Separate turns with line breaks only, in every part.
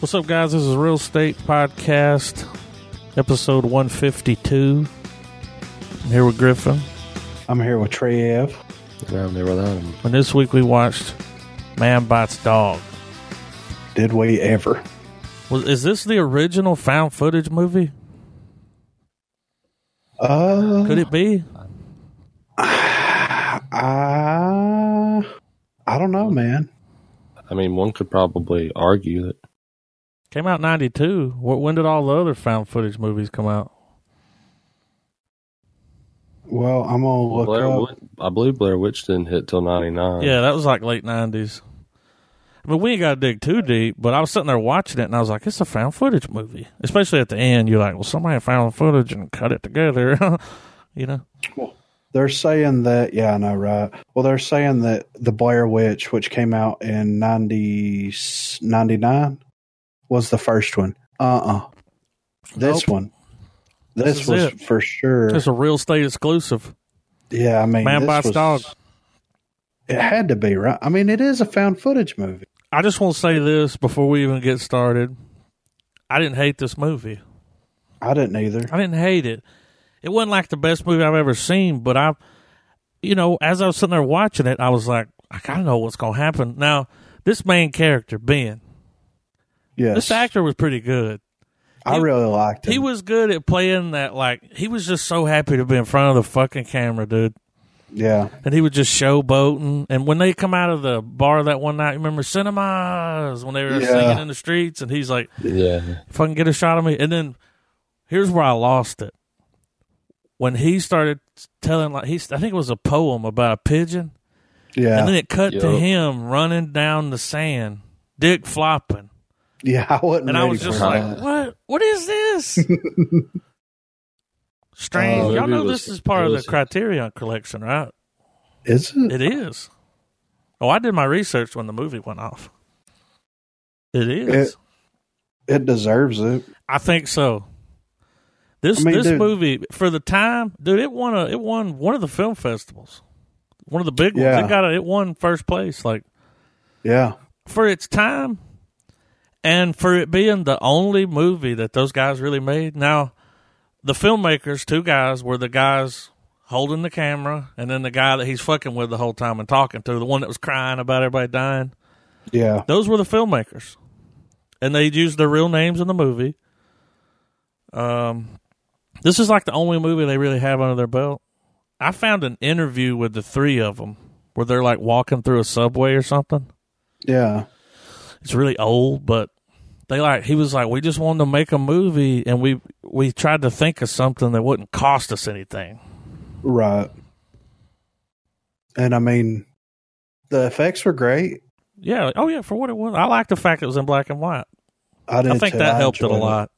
What's up, guys? This is Real Estate Podcast, episode 152. I'm here with Griffin.
I'm here with Trey F.
Yeah, I'm there without him.
And this week we watched Man Bites Dog.
Did we ever?
Was, is this the original found footage movie?
Uh,
Could it be?
I, I don't know, man.
I mean, one could probably argue that
Came out 92. Wh- When did all the other found footage movies come out?
Well, I'm gonna look
Blair,
up.
Wit- I believe Blair Witch didn't hit till '99.
Yeah, that was like late 90s. I mean, we ain't got to dig too deep, but I was sitting there watching it and I was like, it's a found footage movie. Especially at the end, you're like, well, somebody found footage and cut it together. you know?
They're saying that. Yeah, I know, right? Well, they're saying that the Blair Witch, which came out in 90, 99, was the first one. Uh uh This
Nope.
one. This,
This is
was
it.
for sure.
It's a real estate exclusive.
yeah, I mean,
Man
this
bites
was-
dog.
It had to be right. I mean, it is a found footage movie.
I just want to say this before we even get started. I didn't hate this movie.
I didn't either.
I didn't hate it. It wasn't like the best movie I've ever seen, but I, you know, as I was sitting there watching it, I was like, I kind of know what's going to happen. Now, this main character, Ben,
Yes,
this actor was pretty good.
I
he-
really liked it.
He was good at playing that, like, he was just so happy to be in front of the fucking camera, dude.
yeah,
And he was just showboating. And when they come out of the bar that one night, remember cinemas when they were
Yeah.
singing in the streets, and he's like,
yeah.
if I can get a shot of me. And then here's where I lost it. When he started telling, like he, I think it was a poem about a pigeon,
yeah.
and then it cut to
Yup.
him running down the sand, dick flopping,
Yeah, I wasn't.
and I
ready
was just
for
like,
that.
"What? What is this?" Strange.
Oh,
Y'all
maybe
know
it
this
was-
is part
it
of the
was-
Criterion collection, right?
"Is it?
It is. Oh, I did my research when the movie went off. It is.
It- It deserves it."
I think so. This
I mean,
this
dude-
movie for the time, dude, it won a it won one of the film festivals, one of the big ones.
Yeah.
It got a, it won first place, like
Yeah,
for its time, and for it being the only movie that those guys really made. Now, the filmmakers, two guys, were the guys holding the camera, and then the guy that he's fucking with the whole time and talking to, the one that was crying about everybody dying.
yeah,
Those were the filmmakers, and they used their real names in the movie. Um, this is like the only movie they really have under their belt. I found an interview with the three of them where they're like walking through a subway or something.
yeah,
It's really old, but they like he was like, we just wanted to make a movie, and we we tried to think of something that wouldn't cost us anything.
right. And I mean, the effects were great.
Yeah, oh yeah, for what it was, I like the fact it was in black and white.
I did.
I think
too.
that helped it a
enjoyed
lot.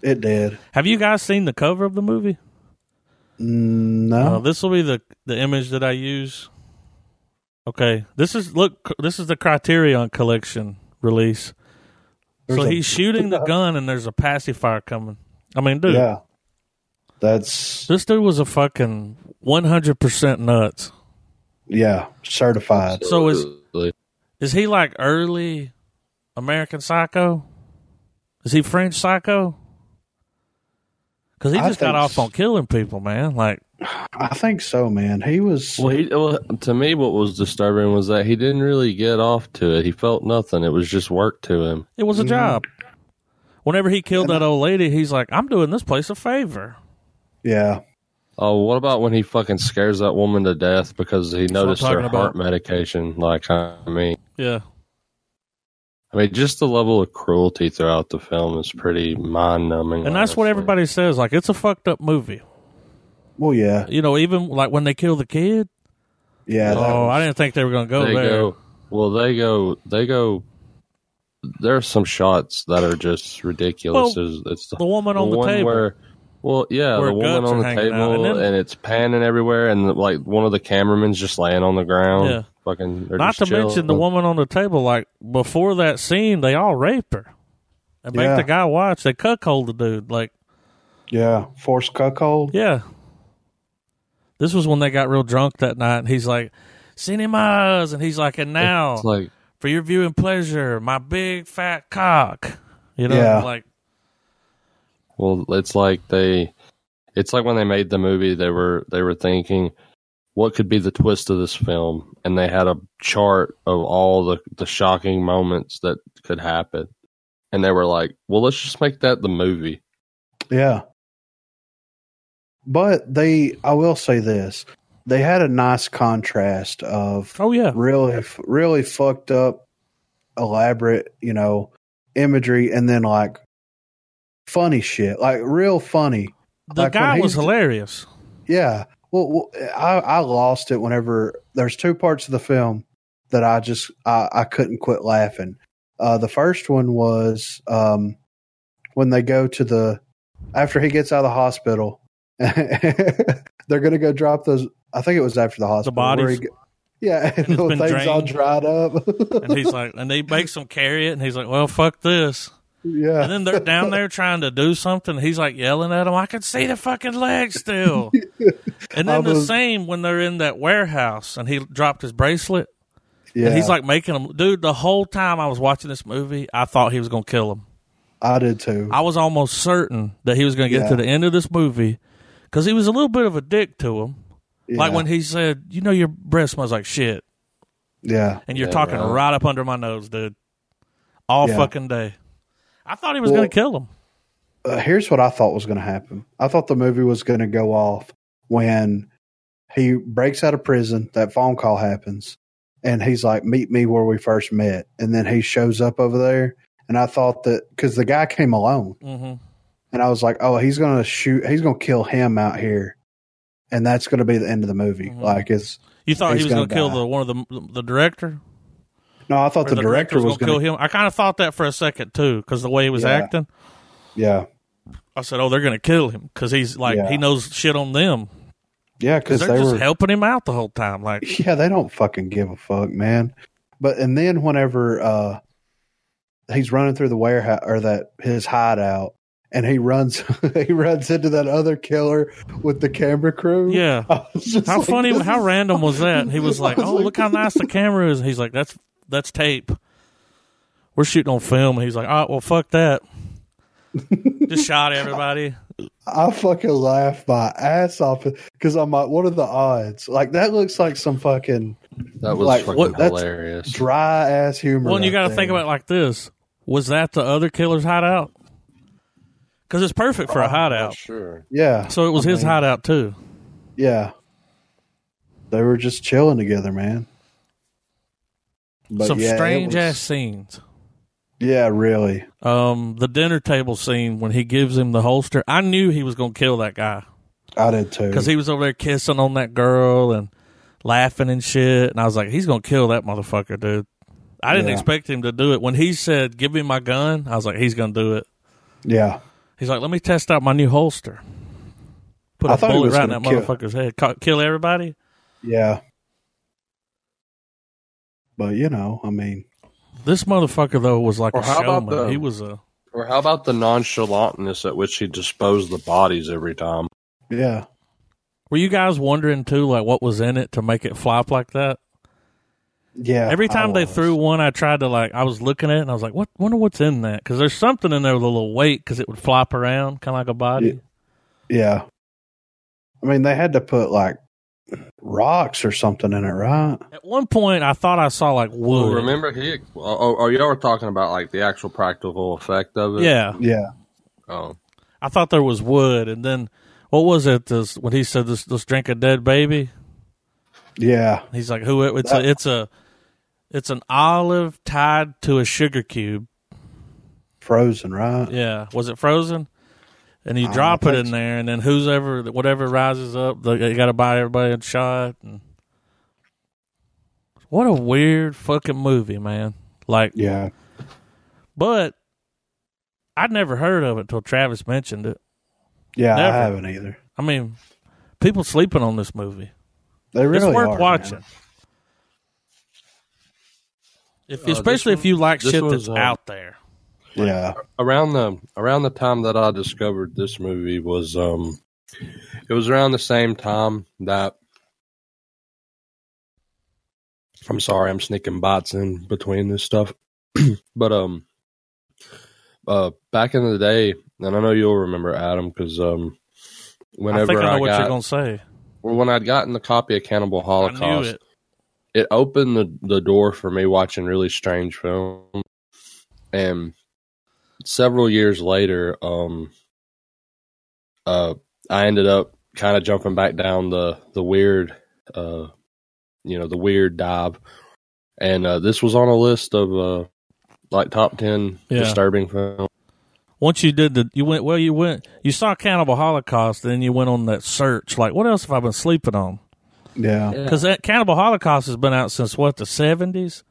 It, did.
Have you guys seen the cover of the movie?
Mm, No,
Uh, this will be the the image that I use. Okay, this is look. This is the Criterion collection release.
There's
so
a-
he's shooting the gun, and there's a pacifier coming. I mean, dude,
yeah, that's
this dude was a fucking one hundred percent nuts.
yeah, certified.
So is
Absolutely.
is he like early American Psycho? Is he French Psycho? Because he
I
just got
think
off
so.
on killing people, man. Like,
I think so, man. He was.
Well, he, well, to me, what was disturbing was that he didn't really get off to it. He felt nothing. It was just work to him.
It was a
Mhm.
job. Whenever he killed that old lady, he's like, I'm doing this place a favor.
Yeah,
Oh, what about when he fucking scares that woman to death because he
what I'm
noticed her
talking about.
heart medication? Like, I mean,
Yeah.
I mean, just the level of cruelty throughout the film is pretty mind numbing.
And that's what everybody says. Like, it's a fucked up movie.
well, yeah,
You know, even like when they kill the kid.
yeah. that
oh,
was-
I didn't think they were going to go
they
there.
go well they go they go there are some shots that are just ridiculous
Well,
There's, it's the,
The woman on the
one
table.
where well yeah
Where
the woman
guts are
on the
hanging out, and
table and,
then-
it's panning everywhere and like one of the cameramen's just laying on the ground
Yeah.
fucking they're
Not
just
to
chilling.
mention the woman on the table. Like, before that scene, they all rape her and make
Yeah.
the guy watch. They cuckold the dude. Like,
yeah, forced cuckold.
Yeah. This was when they got real drunk that night. And he's like, cinemas. And he's like, and now
it's like
for your viewing pleasure, my big fat cock. You know,
Yeah.
like
Well, it's like they, it's like when they made the movie, they were they were thinking, what could be the twist of this film, and they had a chart of all the the shocking moments that could happen, and they were like, well, let's just make that the movie.
Yeah. But they, I will say this, they had a nice contrast of
oh yeah,
really, really fucked up, elaborate, you know, imagery and then like funny shit, like real funny.
the
Like, when
guy was
he's-
hilarious.
Yeah. Well, well I, I lost it whenever there's two parts of the film that I just I, I couldn't quit laughing. Uh, the first one was um, when they go to the after he gets out of the hospital. they're gonna go drop those. I think it was after the hospital. where he
bodies?
go- yeah, and the
been
things all
drained.
dried up.
And he's like, and they makes him carry it, and he's like, well, fuck this.
yeah,
And then they're down there trying to do something. He's like yelling at him. I can see the fucking leg still. And
I
then the
was-
same when they're in that warehouse and he dropped his bracelet.
yeah.
And he's like making him, dude. The whole time I was watching this movie, I thought he was gonna kill him.
I did too.
I was almost certain that he was gonna get
Yeah.
to the end of this movie because he was a little bit of a dick to him. Like
Yeah.
when he said, "You know, your breath smells like shit,"
yeah,
and you're
Yeah,
talking
right.
right. up under my nose, dude, all
Yeah.
fucking day. I thought he was
Well-
gonna kill him.
uh, here's what I thought was going to happen. I thought the movie was going to go off when he breaks out of prison. That phone call happens, and he's like, "Meet me where we first met." And then he shows up over there, and I thought that because the guy came alone,
hmm
and I was like, "Oh, he's going to shoot. He's going to kill him out here." And that's going to be the end of the movie.
Mhm.
Like, it's
You thought
He's
he was
gonna
going to kill
die.
the one of the the director,
no, I thought
Or
the, director, was
gonna
going to,
kill him. I kind of thought that for a second too, because the way he was
Yeah.
acting,
yeah,
I said, "Oh, they're going to kill him," because he's like
Yeah.
he knows shit on them
yeah,
because
because
they're
they
just
were
helping him out the whole time. Like,
yeah, they don't fucking give a fuck, man. But and then whenever uh he's running through the warehouse or that his hideout and he runs he runs into that other killer with the camera crew.
yeah,
I was just
how
like,
funny,
this
how
is-
random was that? And he was
I
like,
was
"Oh,
like-
look how nice the camera is." And he's like, "That's that's tape. We're shooting on film." And he's like, "All right, well, fuck that." just shot everybody.
I fucking laughed my ass off because I'm like, what are the odds? Like that looks like some fucking
That was
Like,
fucking
what- that's
hilarious.
dry ass humor.
Well, and you
right
got to
there.
think about it like this: Was that the other killer's hideout? Because it's perfect
Oh,
for a hideout.
Sure.
Yeah.
So it was his hideout too.
Yeah. They were just chilling together, man. But
Some
yeah, it
strange
was-
ass scenes.
Yeah, really.
Um, the dinner table scene when he gives him the holster. I knew he was gonna kill that guy
I did too.
because he was over there kissing on that girl and laughing and shit. And I was like, he's gonna kill that motherfucker, dude. I didn't
Yeah.
expect him to do it. When he said, "Give me my gun," I was like, he's gonna do it.
yeah,
He's like, let me test out my new holster. Put
I
a
thought he
bullet
was
right in
gonna
that
kill-
motherfucker's head. Ca- Kill everybody.
yeah. But you know, I mean,
This motherfucker though was like
Or
a
how about
showman.
the-
he was a
Or how about the nonchalantness at which he disposed the bodies every time?
yeah,
Were you guys wondering too, like what was in it to make it flop like that?
yeah.
Every
I
time they
was.
threw one, I tried to like, I was looking at it and I was like, what? Wonder what's in that? Because there's something in there with a little weight because it would flop around, kind of like a body.
yeah. I mean, they had to put like rocks or something in it, right?
At one point, I thought I saw like wood.
Well, remember he? Oh, oh, y'all were talking about like the actual practical effect of it.
Yeah,
Yeah,
Oh,
I thought there was wood, and then what was it? This when he said, "This let's drink a dead baby."
yeah,
He's like, "Who? It's a, it's a, it's an olive tied to a sugar cube."
frozen, right?
Yeah. Was it frozen? And you
I
drop
don't
it
think
in there, and then who's ever, whatever rises up, they, got to buy everybody a shot. And what a weird fucking movie, man! Like,
Yeah,
but I'd never heard of it till Travis mentioned it.
yeah.
Never.
I haven't either.
I mean, people sleeping on this movie.
They really
it's worth
are, man.
watching, if,
Uh, this
especially if
one-
you like
this
shit
was,
that's
uh,
out there.
Yeah,
around the around the time that I discovered this movie was um, it was around the same time that. I'm sorry, I'm sneaking bots in between this stuff, but um, uh, back in the day, and I know you'll remember Adam because um,
I
whenever
think I know
I,
what
got
you're gonna say.
well, when I'd gotten the copy of Cannibal Holocaust,
I knew it.
it opened the, the door for me watching really strange films. And several years later, um, uh, I ended up kind of jumping back down the the weird, uh, you know, the weird dive. And uh, this was on a list of uh, like top ten
Yeah.
disturbing films.
Once you did the, you went well. You went. You saw Cannibal Holocaust, then you went on that search. Like, what else have I been sleeping on?
Yeah.
Because that Cannibal Holocaust has been out since what the seventies,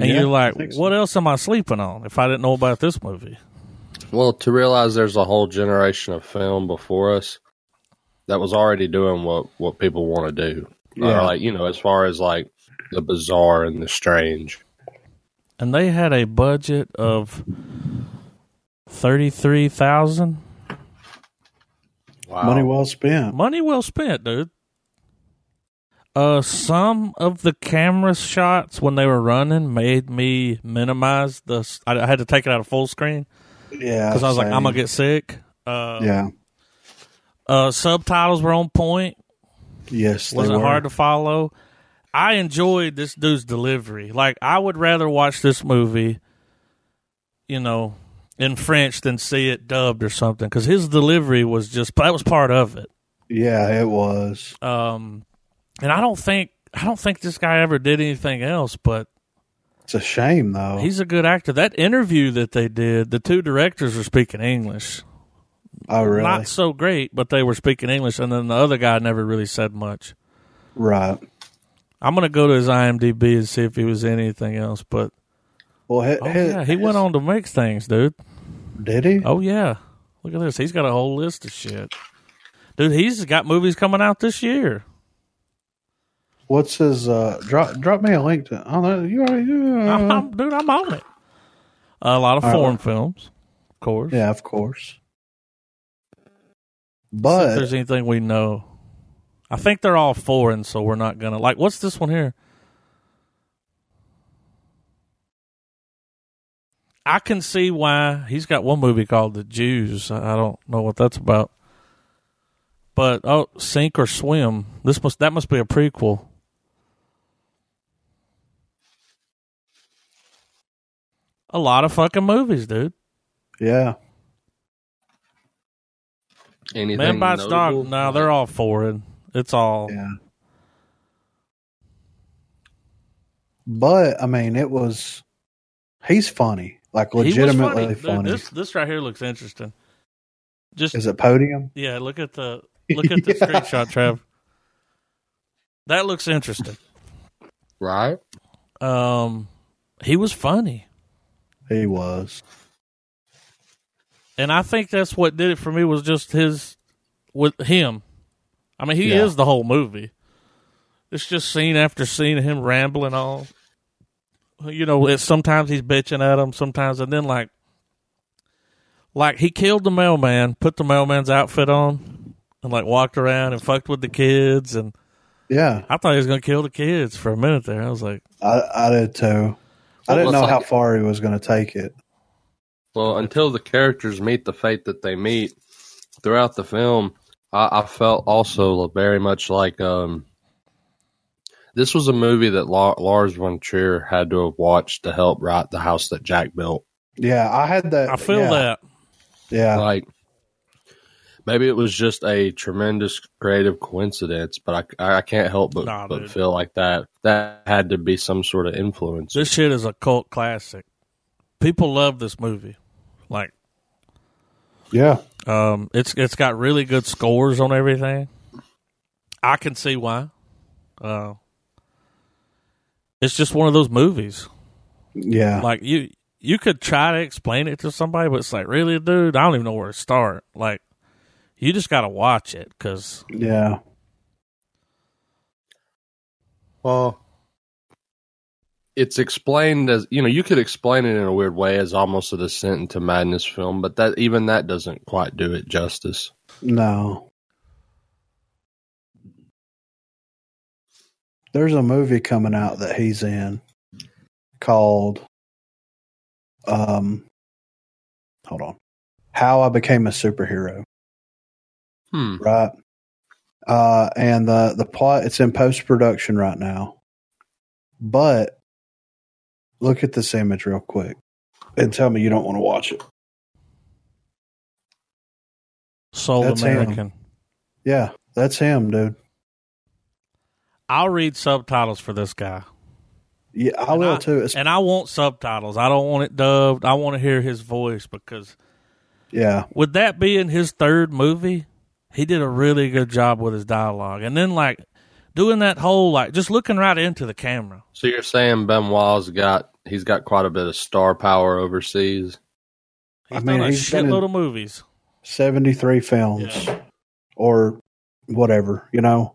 and
yeah,
you're like,
I think so.
what else am I sleeping on if I didn't know about this movie?
Well, to realize there's a whole generation of film before us that was already doing what what people want to do.
Yeah.
Or like you know, as far as like the bizarre and the strange.
And they had a budget of thirty three thousand.
Wow.
Money well spent.
Money well spent, dude. Uh, some of the camera shots when they were running made me minimize the. s- I, I had to take it out of full screen
Yeah.
because I was like,
same.
I'm gonna get sick. Uh,
Yeah.
uh, subtitles were on point.
Yes. they
Wasn't
were.
hard to follow. I enjoyed this dude's delivery. Like I would rather watch this movie, you know, in French than see it dubbed or something because his delivery was just that was part of it.
Yeah, it was.
Um, and I don't think I don't think this guy ever did anything else. But
It's a shame though.
he's a good actor. That interview that they did, the two directors were speaking English.
oh, really?
Not so great, but they were speaking English. And then the other guy never really said much.
right.
I'm gonna go to his IMDb and see if he was anything else. But
Well, he,
oh yeah, he went on to make things, dude.
Did he?
Oh yeah, look at this. He's got a whole list of shit, dude. He's got movies coming out this year.
What's his? Uh, drop drop me a link to. Oh no, you already.
I'm, I'm- dude, I'm on it. A lot of
Mm-hmm. All right.
foreign films, of course.
yeah, of course.
See if
But
there's anything we know. I think they're all foreign, so we're not gonna like. What's this one here? I can see why he's got one movie called The Jews. I I don't know what that's about, but oh, Sink or Swim. This must that must be a prequel. A lot of fucking movies, dude.
yeah,
Anything
Man bites
notable?
dog. No, they're all foreign. It's all
yeah. But I mean, it was. He's funny, like
He was
legitimately
Dude,
funny.
this this right here looks interesting. Just
Is it podium?
yeah, look at the look at the
Yeah.
screenshot, Trav. That looks interesting.
right.
Um, he was funny,
He was.
and I think that's what did it for me was just his with him. I mean, he
Yeah.
is the whole movie. It's just scene after scene of him rambling on. You know, it's, sometimes he's bitching at him, sometimes, and then like, like he killed the mailman, put the mailman's outfit on, and like walked around and fucked with the kids. And
Yeah,
I thought he was gonna kill the kids for a minute there. I was like,
I, I did too. I
Well,
didn't
it's
know
like-
how far he was going to take it.
Well, until the characters meet the fate that they meet throughout the film, I, I felt also very much like um, this was a movie that La- Lars von Trier had to have watched to help write the house that Jack built.
Yeah, I had that.
I feel
yeah,
that.
Yeah,
like maybe it was just a tremendous creative coincidence but i, I can't help but,
Nah,
but
dude.
feel like that that had to be some sort of influence
This shit is a cult classic. People love this movie. Like,
yeah.
Um, it's it's got really good scores on everything. I can see why. Uh, it's just one of those movies.
Yeah.
Like you, you could try to explain it to somebody, but it's like, really, dude, I don't even know where to start. Like, you just got to watch it because
yeah.
well it's explained as you know you could explain it in a weird way as almost a descent into madness film but that even that doesn't quite do it justice
No. There's a movie coming out that he's in called um hold on. How I Became a Superhero,
Hmm.
right? Uh, and the the plot it's in post production right now, but look at this image real quick and tell me you don't want to watch it.
Soul
That's him.
American.
Yeah, that's him, dude.
I'll read subtitles for this guy.
Yeah, I
And
will
I-
too. It's,
And I want subtitles. I don't want it dubbed. I want to hear his voice because
yeah,
with that being his third movie, he did a really good job with his dialogue. And then like doing that whole like just looking right into the camera.
So you're saying Benoit's got he's got quite a bit of star power overseas.
He's
I mean,
done a
he's been in-
shitload of movies.
seventy three films or whatever, you know.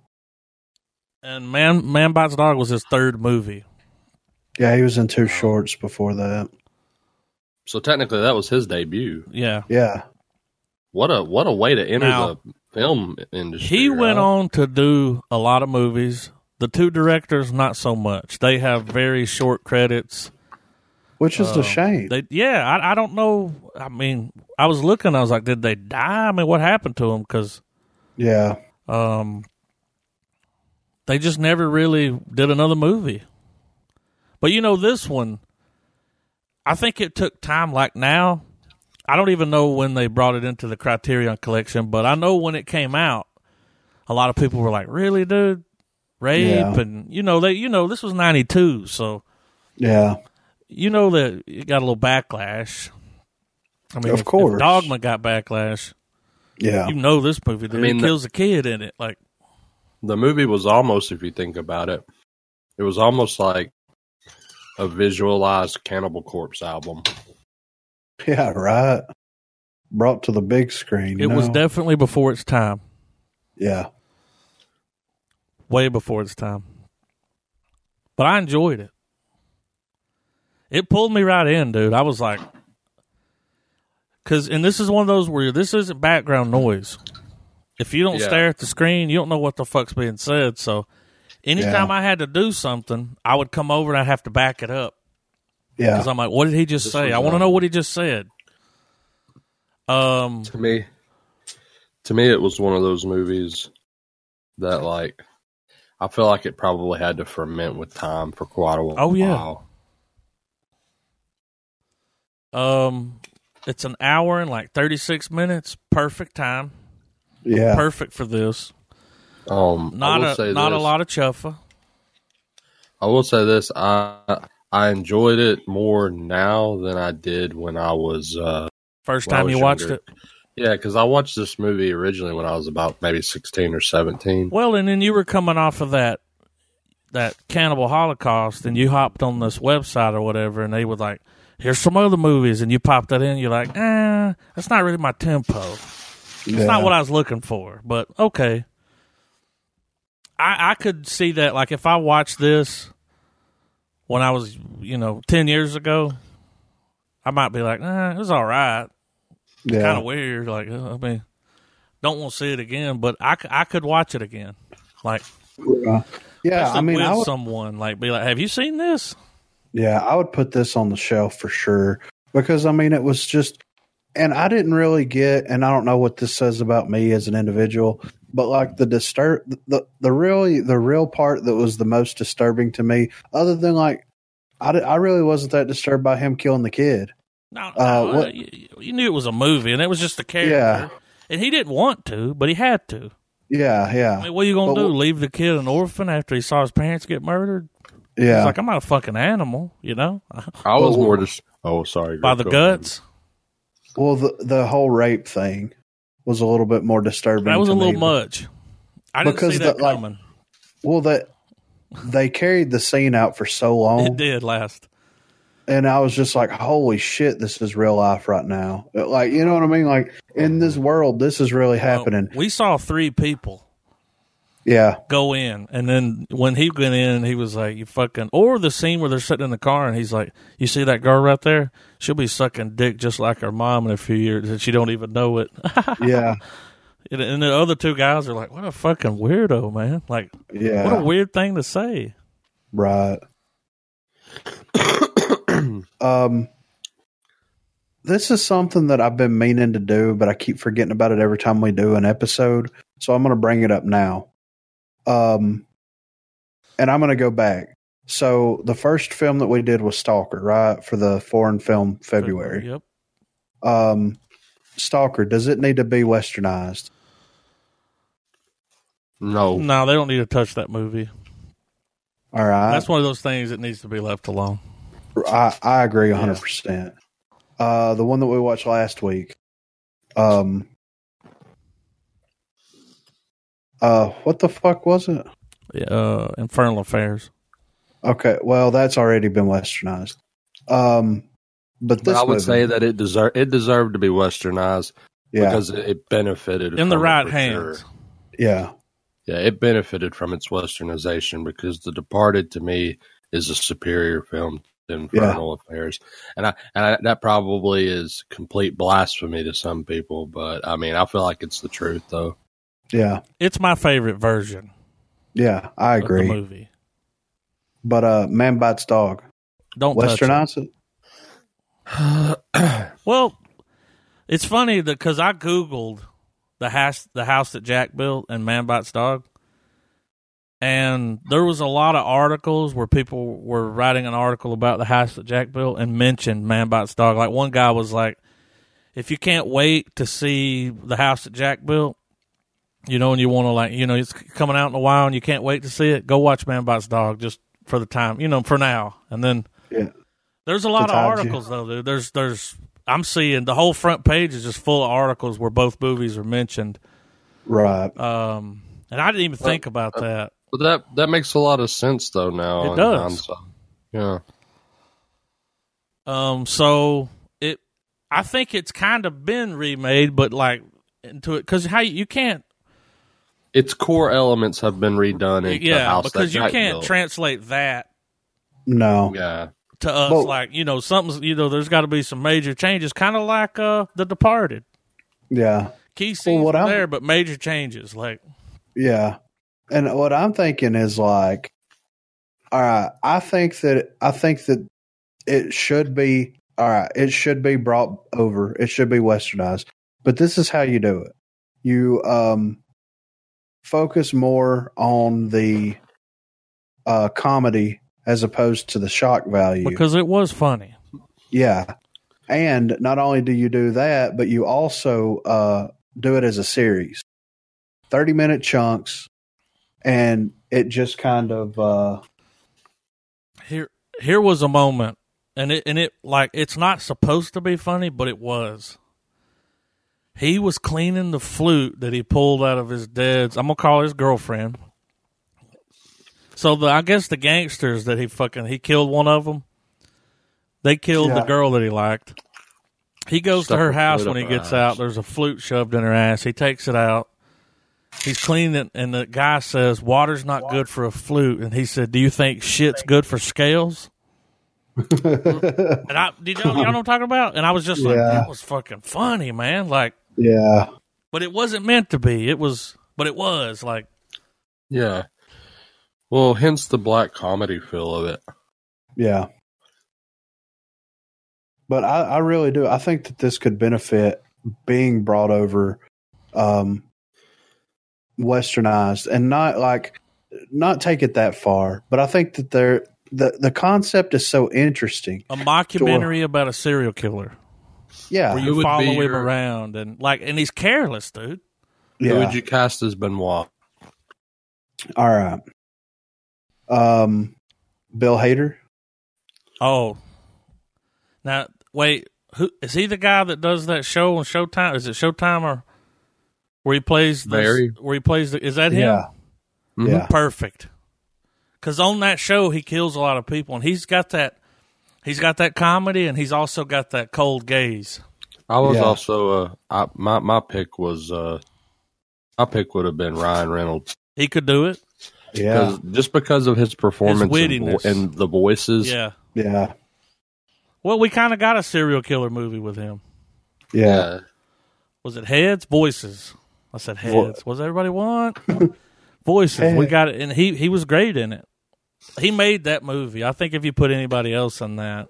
And Man Man Bites Dog was his third movie.
Yeah, he was in two shorts before that.
So technically, that was his debut.
Yeah.
Yeah,
What a what a way to enter
Now,
the film industry.
He went
right?
on to do a lot of movies. The two directors, not so much. They have very short credits.
which is
Uh,
a shame.
They, yeah, I, I don't know. I mean, I was looking. I was like, did they die? I mean, what happened to them? Because
yeah,
um, they just never really did another movie. But you know, this one, I think it took time. Like now, I don't even know when they brought it into the Criterion Collection, but I know when it came out, a lot of people were like, "Really, dude, rape?"
Yeah.
And you know, they, you know, this was '92, so
yeah,
you know that it got a little backlash. I mean, if-
Of
if
course.
Dogma got backlash.
yeah.
You know this movie, dude.
I mean,
it
the-
kills a kid in it. Like,
the movie was almost, if you think about it, it was almost like a visualized Cannibal Corpse album.
Yeah, right. Brought to the big screen.
it
you
was
know?
definitely before its time.
Yeah,
Way before its time. But I enjoyed it. It pulled me right in, dude. I was like, because, and this is one of those where this isn't background noise. If you don't
Yeah.
stare at the screen, you don't know what the fuck's being said. So, anytime
Yeah.
I had to do something, I would come over and I'd have to back it up.
yeah,
because I'm like, what did he just
This
say?
was,
I want to
uh,
know what he just said. Um,
To me, to me, it was one of those movies that, like, I feel like it probably had to ferment with time for quite a while.
Oh, yeah. um, it's an hour and like 36 minutes. Perfect time.
yeah.
Perfect for this.
Um, I
Not
will
a
say
not a
this.
lot of chuffa.
I will say this: I I enjoyed it more now than I did when I was. Uh,
First
Well, I
time
was
you watched
younger.
it.
yeah, because I watched this movie originally when I was about maybe sixteen or seventeen.
Well, and then you were coming off of that that Cannibal Holocaust, and you hopped on this website or whatever, and they were like, "Here's some other movies," and you popped that in. You're like, "Ah, that's not really my tempo." It's not what I was looking for, but okay. I I could see that like if I watched this when I was, you know, 10 years ago, I might be like, "Nah, it was all right.
yeah.
Kind of weird like, uh, I mean, don't want to see it again, but I, c- I could watch it again." Like
Uh, yeah,
especially
I mean,
with
I would,
someone like be like, "Have you seen this?"
yeah, I would put this on the shelf for sure because I mean, it was just, and I didn't really get, and I don't know what this says about me as an individual, but like the disturb, the the really the real part that was the most disturbing to me, other than like, I, di- I really wasn't that disturbed by him killing the kid.
No,
Uh,
no,
what-
uh, you, you knew it was a movie and it was just a character.
Yeah.
And he didn't want to, but he had to.
Yeah,
I
yeah,
mean, what are you gonna
But
do?
wh-
Leave the kid an orphan after he saw his parents get murdered?
yeah.
He's like, I'm not a fucking animal, you know,
I was
Oh.
more just. Oh, sorry.
by the
go ahead.
guts.
Well, the the whole rape thing was a little bit more disturbing.
That was a
to
little
me.
much. I didn't
Because
see that
the, like,
coming.
Well, that they carried the scene out for so
it
long,
did last.
and I was just like, "Holy shit, this is real life right now!" Like, you know what I mean? Like in this world, this is really happening.
Well, we saw three people
yeah,
go in, and then when he went in, he was like, "You fucking." Or the scene where they're sitting in the car, and he's like, "You see that girl right there? She'll be sucking dick just like her mom in a few years, and she don't even know it."
yeah,
and, and the other two guys are like, "What a fucking weirdo, man! Like,
yeah.
what a weird thing to say."
right. Um, this is something that I've been meaning to do, but I keep forgetting about it every time we do an episode. So I'm going to bring it up now. Um, and I'm going to go back. So the first film that we did was Stalker, right? For the foreign film February.
Yep.
Um, Stalker, does it need to be westernized?
No,
No, they don't need to touch that movie.
All right.
That's one of those things that needs to be left alone.
I, I agree 100%. Uh, the one that we watched last week. Um, uh, what the fuck was it?
Yeah, Uh, Infernal Affairs.
Okay, well, that's already been westernized. Um, but
but
this
I would
movie-
say that it deserved it deserved to be westernized
yeah,
because it- it benefited
In the
from it
right
for
hands.
sure.
yeah,
Yeah, it benefited from its westernization because The Departed to me is a superior film to Infernal Affairs, and I and I, that probably is complete blasphemy to some people, but I mean I feel like it's the truth though.
yeah,
It's my favorite version
yeah. I
of the
agree.
movie.
But uh, man bites dog.
Don't touch it.
Westernize it.
Well, it's funny because I googled the house the house that Jack built and Man Bites Dog, and there was a lot of articles where people were writing an article about the house that Jack built and mentioned Man Bites Dog. Like one guy was like, "If you can't wait to see the house that Jack built." You know, and you want to like, you know, it's coming out in a while, and you can't wait to see it. Go watch Man Bites Dog just for the time, you know, for now, and then
Yeah,
there's a lot of
Besides you.
articles though, dude. There's there's I'm seeing the whole front page is just full of articles where both movies are mentioned.
right.
Um, and I didn't even think about that.
But that that makes a lot of sense though now.
It
in
does.
hindsight. Yeah.
Um, so it I think it's kind of been remade, but like into it because how you you can't
Its core elements have been redone into the
yeah
house
because
that
you
Jack
can't
built.
translate that
No,
yeah.
to us
Well-
like you know something's you know there's got to be some major changes, kind of like uh The Departed.
yeah,
Key scenes
what
were
I'm-
there, but major changes like
yeah. And what I'm thinking is like, all right. I think that I think that it should be all right. It should be brought over. It should be westernized. But this is how you do it. You um focus more on the uh comedy as opposed to the shock value.
because it was funny.
yeah. And not only do you do that, but you also uh do it as a series. 30 minute chunks and it just kind of uh
here here was a moment and it and it like it's not supposed to be funny but it was he was cleaning the flute that he pulled out of his dad's i'm gonna call his girlfriend so the i guess the gangsters that he fucking he killed one of them they killed the
Yeah.
girl that he liked he goes
Stuck
to her
a
house
flute
when he
up her
gets
ass.
out there's a flute shoved in her ass he takes it out he's cleaning it and the guy says water's not good for a flute and he said do you think shit's good for scales and I did y'all, y'all know what I'm talking about? And I was just like,
Yeah.
that was fucking funny, man. Like,
yeah.
but it wasn't meant to be. It was, but it was like,
Yeah. Well, hence the black comedy feel of it.
Yeah. But I, I really do. I think that this could benefit being brought over, um, westernized and not like, not take it that far. But I think that there, the, the concept is so interesting.
a mockumentary about a serial killer where
Yeah.
It
you
would
follow
be
him
your-
around and like, and he's careless, dude.
Yeah.
Who would you cast as Benoit?
All right. Um, Bill Hader.
Oh, now wait, who is he? The guy that does that show on Showtime? Is it Showtime or where he plays the
Barry.
Where he plays the? Is that him?
Yeah.
Mhm.
Yeah.
perfect. Because on that show, he kills a lot of people, and he's got that. He's got that comedy, and he's also got that cold gaze.
I was
Yeah.
also uh, I, my my pick was uh, my pick would have been Ryan Reynolds
He could do it.
Yeah.
'Cause- just because of his performance and, vo-
wittiness.
and the voices.
Yeah.
Yeah.
Well, we kind of got a serial killer movie with him.
Yeah.
Was it Heads Voices? I said Heads. Was everybody want Voices? We
Head.
got it, and he he was great in it. He made that movie. I think if you put anybody else in that,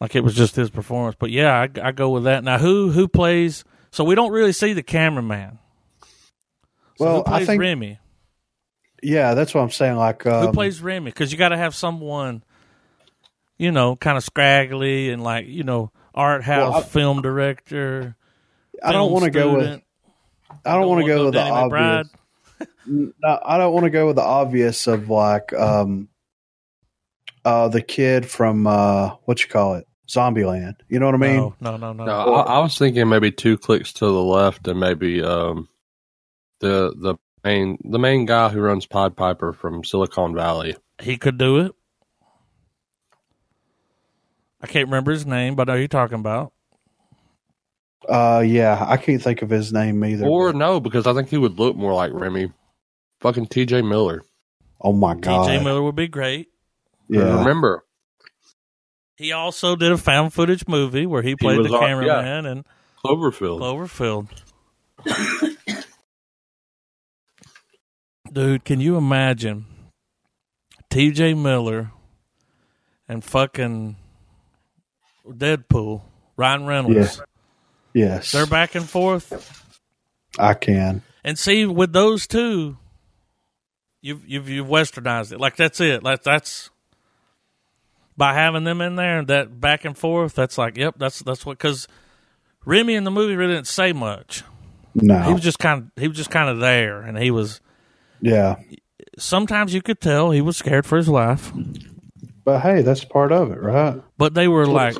like it was just his performance. But yeah, I, I go with that. Now, who who plays? So we don't really see the cameraman. So
Well,
who
I
plays
think-
Remy?
Yeah, that's what I'm saying. Like, um,
who plays Remy? Because you got to have someone, you know, kind of scraggly and like you know art house
Well, I-
film director.
I don't want to go with. I don't want to go with the obvious. N- No, I don't want to go with the obvious of like um, uh, the kid from uh, what you call it, Zombieland. You know what I mean?
no, no, no, no.
No, I, I was thinking maybe two clicks to the left and maybe um, the the main the main guy who runs Pod Piper from Silicon Valley.
He could do it. I can't remember his name, but I know who you're talking about.
Uh, yeah, I can't think of his name either.
Or
but-
no, because I think he would look more like Remy. Fucking TJ Miller.
oh my god,
TJ Miller would be great.
yeah,
Remember,
He also did a found footage movie where he played
was
the
on-
cameraman in
Cloverfield.
Cloverfield. Dude, can you imagine TJ Miller and fucking Deadpool, Ryan Reynolds?
yes,
They're back and forth.
I can.
And see, with those two, you've you've you've westernized it. Like that's it. Like that's by having them in there, that back and forth. That's like, yep, that's that's what. Because Remy in the movie really didn't say much. He
No,
was just kind of he was just kind of there, and he was.
yeah,
Sometimes you could tell he was scared for his life,
but hey, that's part of it, right?
but they were like,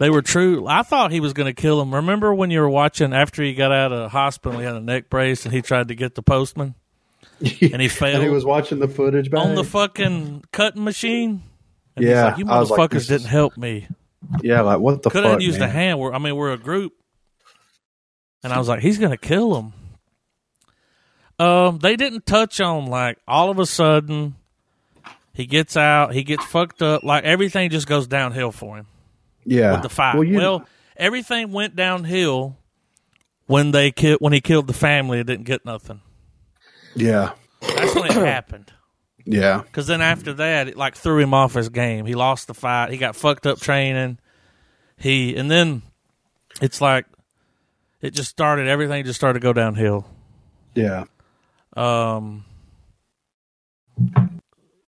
they were true. I thought he was going to kill him. Remember when you were watching after he got out of hospital, he had a neck brace, and he tried to get the postman, and he failed.
And he was watching the footage back.
on the fucking cutting machine. And he's
Yeah,
like, you
I was like,
motherfuckers
this
didn't
is-
help me.
yeah, like what the
Could
fuck?
have used
man?
a hand. We're, I mean, we're a group. And I was like, he's gonna kill him. Um, they didn't touch on like all of a sudden he gets out, he gets fucked up, like everything just goes downhill for him.
yeah,
With the fight.
Well,
Well,
you,
everything went downhill when they ki- when he killed the family. It didn't get nothing.
yeah,
That's when it happened.
yeah,
Because then after that, it like threw him off his game. He lost the fight. He got fucked up training. He and then it's like it just started. Everything just started to go downhill.
yeah.
Um,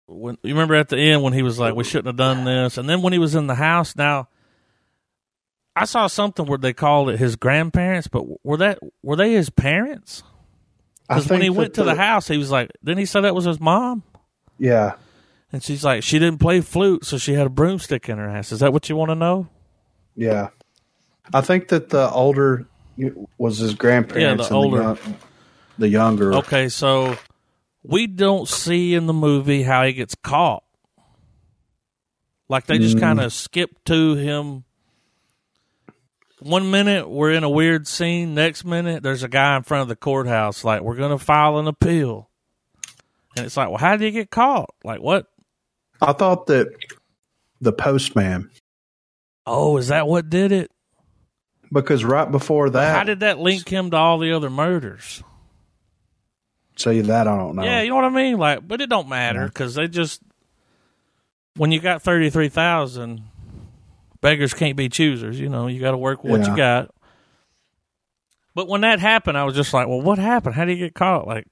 when you remember at the end when he was like, "We shouldn't have done this," and then when he was in the house. Now, I saw something where they called it his grandparents, but were that were they his parents?
I
Because when he
think
went
that
to the house, he was like, "Then he said that was his mom."
yeah,
And she's like, she didn't play flute, so she had a broomstick in her ass. Is that what you want to know?
yeah. I think that the older was his grandparents.
older.
and the, young, the younger.
Okay, so we don't see in the movie how he gets caught. Like they just kind of skip to him. One minute we're in a weird scene, next minute there's a guy in front of the courthouse, like we're gonna file an appeal, and it's like, well, how did he get caught? Like what?
I thought that the postman,
Oh, is that what did it?
because right before that,
How did that link him to all the other murders?
say that I don't know.
Yeah, you know what I mean. Like, but it don't matter because they just when you got thirty three thousand beggars can't be choosers. You know, you got to work with what
Yeah.
you got. But when that happened, I was just like, "Well, what happened? How did you get caught?" Like,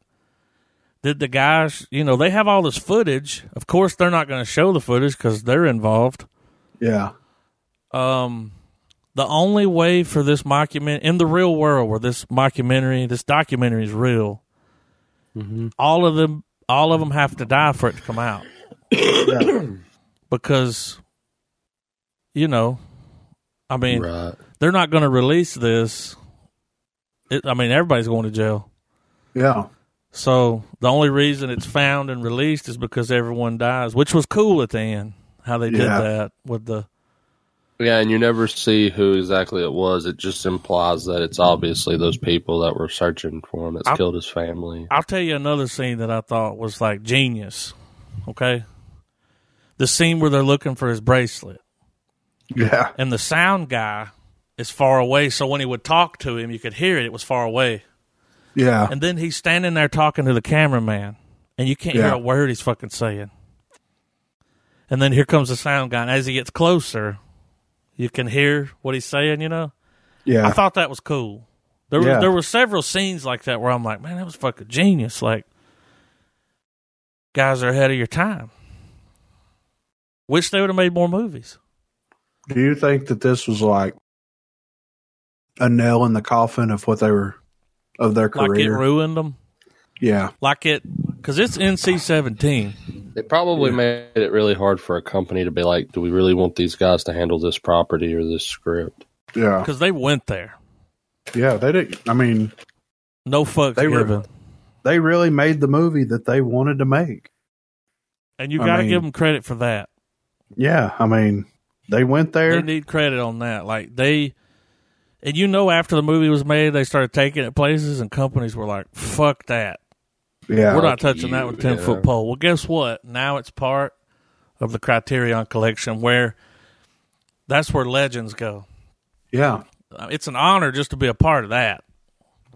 did the guys? You know, they have all this footage. Of course, they're not going to show the footage because they're involved.
yeah,
Um, the only way for this mockument in the real world, where this mockumentary, this documentary is real, all of them all of them have to die for it to come out
yeah.
because you know i mean
Right.
they're not going to release this it, i mean everybody's going to jail
yeah.
so the only reason it's found and released is because everyone dies which was cool at the end how they did
Yeah.
that with the
Yeah, and you never see who exactly it was. It just implies that it's obviously those people that were searching for him that's
I-
killed his family.
I'll tell you another scene that I thought was like genius. Okay. The scene where they're looking for his bracelet
Yeah.
and the sound guy is far away. So when he would talk to him, you could hear it. It was far away.
Yeah.
And then he's standing there talking to the cameraman and you can't hear a
Yeah.
word he's fucking saying. And then here comes the sound guy. And as he gets closer, You can hear what he's saying, you know?
Yeah.
I thought that was cool. There were
Yeah.
there were several scenes like that where I'm like, man, that was fucking genius. Like, guys are ahead of your time. Wish they would have made more movies.
Do you think that this was like a nail in the coffin of what they were of their
Like it
career?
ruined them.
yeah.
Like it, because it's NC-17.
They probably made it really hard for a company to be like, do we really want these guys to handle this property or this script?
Yeah.
Because they went there.
Yeah. They did. I mean,
No fucks
They were-
given.
they really made the movie that they wanted to make.
and you
I
got to
mean-
give them credit for that.
Yeah. I mean, they went there.
They need credit on that. Like they, and you know, after the movie was made, they started taking it places, and companies were like, "Fuck that,
yeah.
we're not
Fuck
touching that
you,
with ten
yeah.
foot pole." Well, guess what? Now it's part of the Criterion collection, where that's where legends go.
yeah.
Uh, It's an honor just to be a part of that,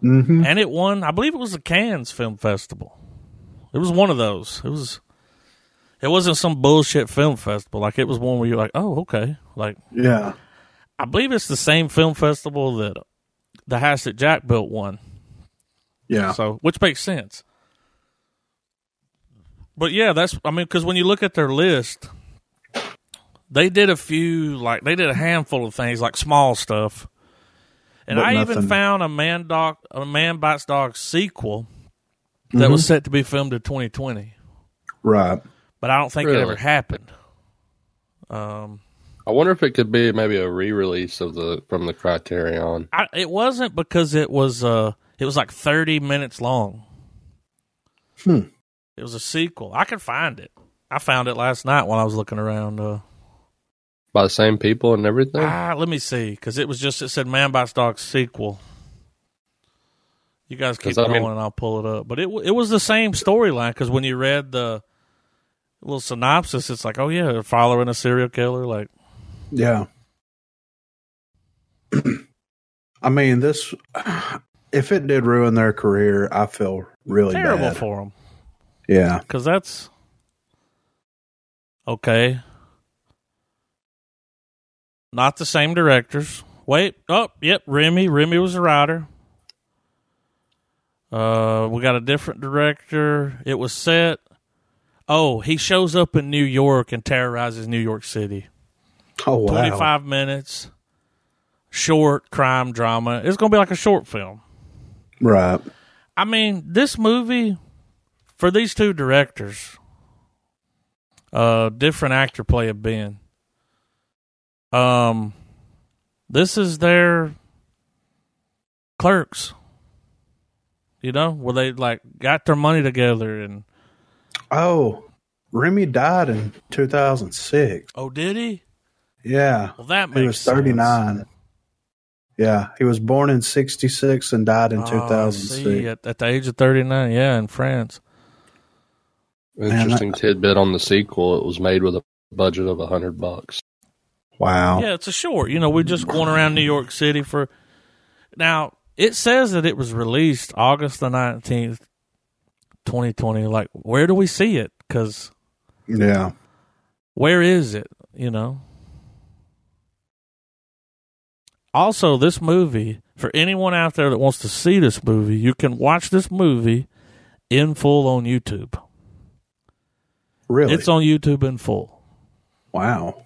hmm
and it won. I believe it was the Cannes Film Festival. It was one of those. It was. It wasn't some bullshit film festival. Like it was one where you're like, "Oh, okay." Like
Yeah.
I believe it's the same film festival that the house that Jack built won.
Yeah.
So, which makes sense. But yeah, that's I mean, because when you look at their list, they did a few like they did a handful of things like small stuff, and
But
I even
nothing-
found a man dog a man bites dog sequel that
Mm-hmm.
was set to be filmed in 2020,
Right.
but I don't think it
Really?
ever happened. Um,
I wonder if it could be maybe a re-release of the from the Criterion.
I, it wasn't because it was uh it was like 30 minutes long.
Hmm.
It was a sequel. I could find it. I found it last night while I was looking around. Uh,
by the same people and everything.
ah, let me see because it was just it said Man Bites Dog sequel. You guys keep
'Cause I
going,
mean-
and I'll pull it up. But it w- it was the same storyline because when you read the little synopsis, it's like, oh yeah, they're following a serial killer. Like
Yeah. I mean, this, if it did ruin their career, I feel really
terrible
bad.
for 'em. for them
yeah.
because that's okay. Not the same directors. Wait, oh, yep, Remy. Remy was a writer. Uh, we got a different director. It was set. Oh, he shows up in New York and terrorizes New York City.
Oh, wow.
Twenty-five minutes, short crime drama. It's gonna be like a short film.
Right.
I mean, this movie for these two directors, uh, different actor play of Ben. Um, this is their clerks. You know, where they like got their money together and
Oh, Remy died in 2006.
oh, did he?
Yeah.
Well, that makes
He was
sense.
39. Yeah. He was born in 66 and died in
Oh, I see,
2006.
at, at the age of thirty nine, yeah, in France.
Interesting tidbit on the sequel. It was made with a budget of a hundred bucks.
Wow.
Yeah, it's a short. You know, we're just going around New York City for. Now, it says that it was released August the 19th, 2020. Like, where do we see it? Because
Yeah.
where is it? You know? Also, this movie, for anyone out there that wants to see this movie, you can watch this movie in full on YouTube.
Really?
It's on YouTube in full.
wow.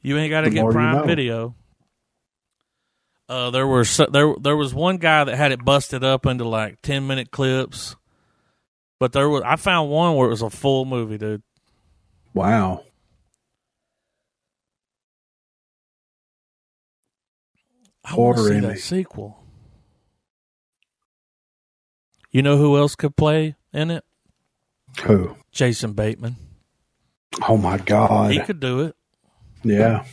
You ain't got to
The
get
more you
Prime
know.
Video. Uh, there were so, there there was one guy that had it busted up into like ten minute clips, but there was I found one where it was a full movie, dude.
Wow.
I want to see
Ordering
that
me.
sequel. You know who else could play in it?
Who?
Jason Bateman.
Oh, my God.
He could do it.
yeah.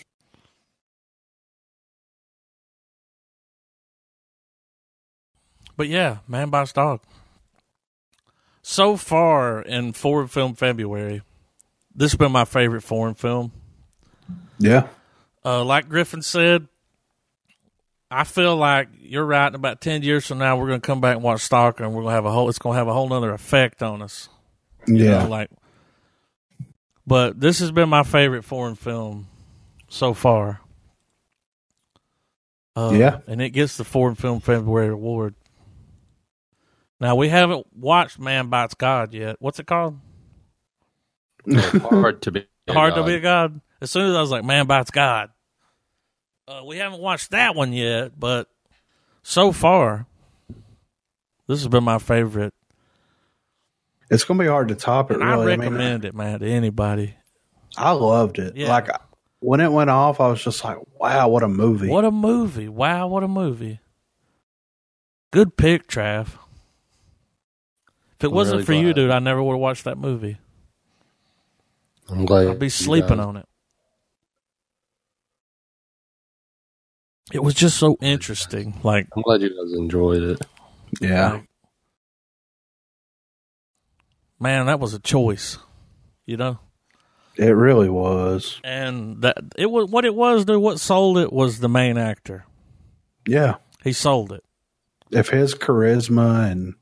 But yeah, Man Bites Dog. So far in foreign film February, this has been my favorite foreign film.
Yeah.
uh, like Griffin said, I feel like you're right. In about ten years from now, we're going to come back and watch Stalker, and we're going to have a whole. It's going to have a whole other effect on us. you know,
Yeah.
like, but this has been my favorite foreign film so far. Uh,
Yeah.
and it gets the Foreign Film February Award. Now we haven't watched Man Bites God yet. What's it called?
Hard to be.
Hard to
God.
be a god. As soon as I was like, "Man bites God," uh, we haven't watched that one yet, but so far, this has been my favorite,
It's going to be hard to top it.
and
really,
I
mean,
recommend it, man, to anybody.
I loved it.
Yeah.
Like when it went off, I was just like, "Wow, what a movie!"
What a movie! Wow, what a movie! Good pick, Trav. If it
I'm
wasn't
really
for you,
glad.
dude, I never would have watched that movie.
I'm glad.
I'd be
you
sleeping
guys-
on it. It was just so interesting. Like,
I'm glad you guys enjoyed it.
Yeah,
Like, man, that was a choice, you know.
it really was.
And that it was what it was. Dude, what sold it was the main actor.
Yeah,
He sold it,
if his charisma and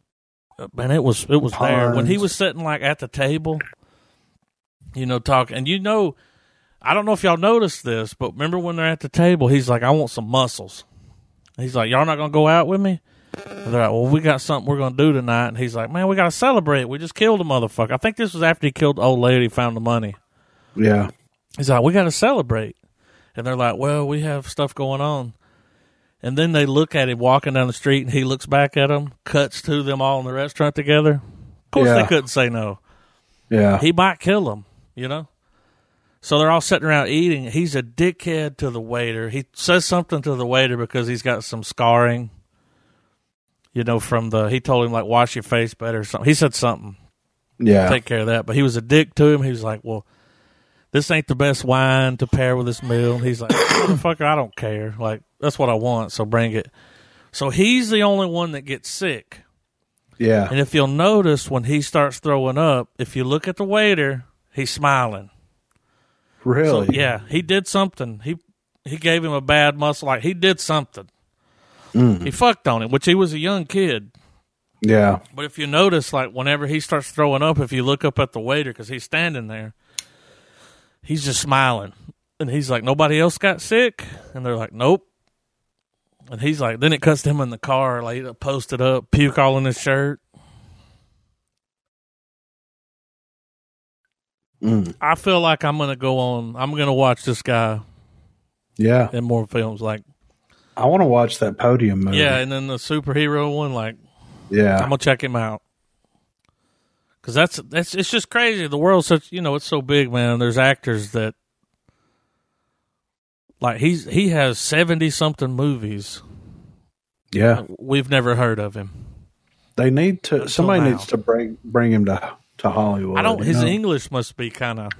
and it was it was there when he
Puns.
was sitting like at the table, you know, talking. And you know, I don't know if y'all noticed this, but remember when they're at the table, he's like, "I want some muscles." He's like, "Y'all not gonna go out with me?" And they're like, "Well, we got something we're gonna do tonight." And he's like, "Man, we gotta celebrate. We just killed a motherfucker." I think this was after he killed the old lady, found the money.
yeah,
He's like, we got to celebrate. And they're like, well, we have stuff going on. And then they look at him walking down the street and he looks back at them, cuts to them all in the restaurant together. Of course,
Yeah.
they couldn't say no.
yeah,
He might kill them, you know? So they're all sitting around eating. He's a dickhead to the waiter. He says something to the waiter because he's got some scarring, you know, from the. He told him, like, wash your face better or something. He said something
yeah,
take care of that. But he was a dick to him. He was like, "Well, this ain't the best wine to pair with this meal." And he's like, "Motherfucker, I don't care. Like that's what I want. So bring it." So he's the only one that gets sick.
yeah,
And if you'll notice when he starts throwing up, if you look at the waiter, he's smiling.
really,
So, yeah, he did something. He he gave him a bad muscle. Like he did something. He fucked on him, which he was a young kid.
yeah,
But if you notice, like whenever he starts throwing up, if you look up at the waiter because he's standing there, he's just smiling, and he's like, "Nobody else got sick," and they're like, "Nope." And he's like, then it cuts to him in the car, like posted up, puke all in his shirt.
Mm.
I feel like I'm gonna go on. I'm gonna watch this guy
yeah.
in more films, like
I want to watch that podium movie.
yeah, and then the superhero one, like I'm
yeah,
gonna check him out. Cause that's that's it's just crazy. The world's such you know it's so big, man. There's actors that like he's he has seventy something movies
yeah.
we've never heard of him.
They need to.
Until
Somebody
now.
needs to bring bring him to to Hollywood.
I don't.
you
His
know?
English must be kind of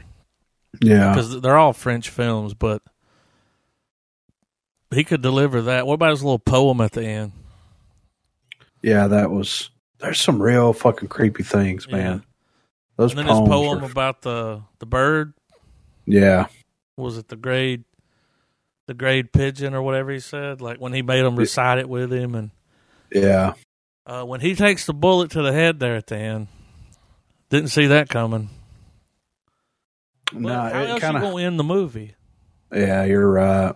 Yeah,
because they're all French films, but he could deliver that. What about his little poem at the end?
yeah. That was. There's some real fucking creepy things,
Yeah.
man. Those
And then his
poems.
poem
were-
about the the bird
yeah,
was it the grade the grade pigeon or whatever he said like when he made him recite it with him and
yeah,
uh, when he takes the bullet to the head there at the end didn't see that coming
no,
how
it
else
kind
you
of.
gonna end the movie
Yeah, you're right.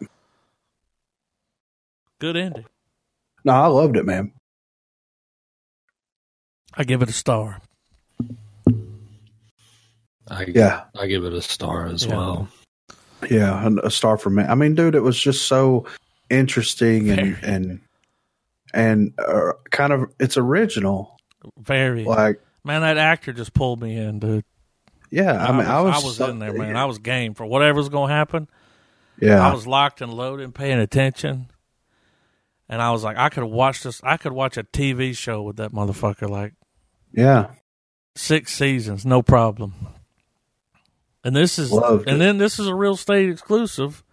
good ending
No, I loved it, man.
i give it a star
I,
Yeah,
I give it a star as
Yeah.
well.
yeah, and a star for me. I mean, dude, it was just so interesting and
Very.
and and uh, kind of it's original.
very
Like,
man that actor just pulled me in dude
yeah, I, mean, I was, so-
in there man i was game for whatever's gonna happen
yeah,
i was locked and loaded and paying attention and i was like i could watch this i could watch a tv show with that motherfucker like
yeah,
six seasons, no problem. And this is
Loved
and
it.
then this is a real estate exclusive.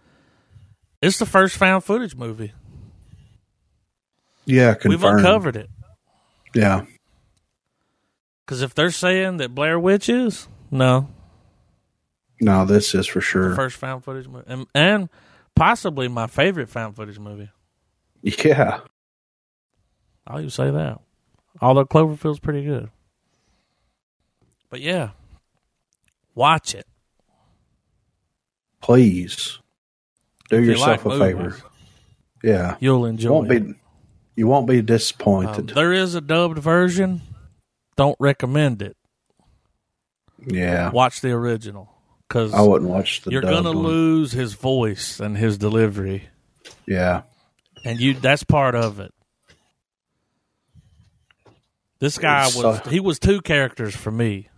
It's the first found footage movie.
yeah.
We've
Confirmed.
uncovered it.
Yeah,
Because if they're saying that Blair Witch is, no,
no, this is for
the
sure.
first found footage movie, and, and possibly my favorite found footage movie.
Yeah,
I'll even say that. Although Cloverfield's pretty good, but yeah, watch it.
please. Do
If you like
yourself a
movies,
favor. Yeah,
You'll enjoy
you won't
it.
be you won't be
Um,
disappointed.
there is a dubbed version. Don't recommend it.
yeah,
Watch the original because
I wouldn't watch the.
you're
dubbed
gonna
one.
lose his voice and his delivery,
Yeah,
and you that's part of it. This guy
It's,
was
uh,
he was two characters for me,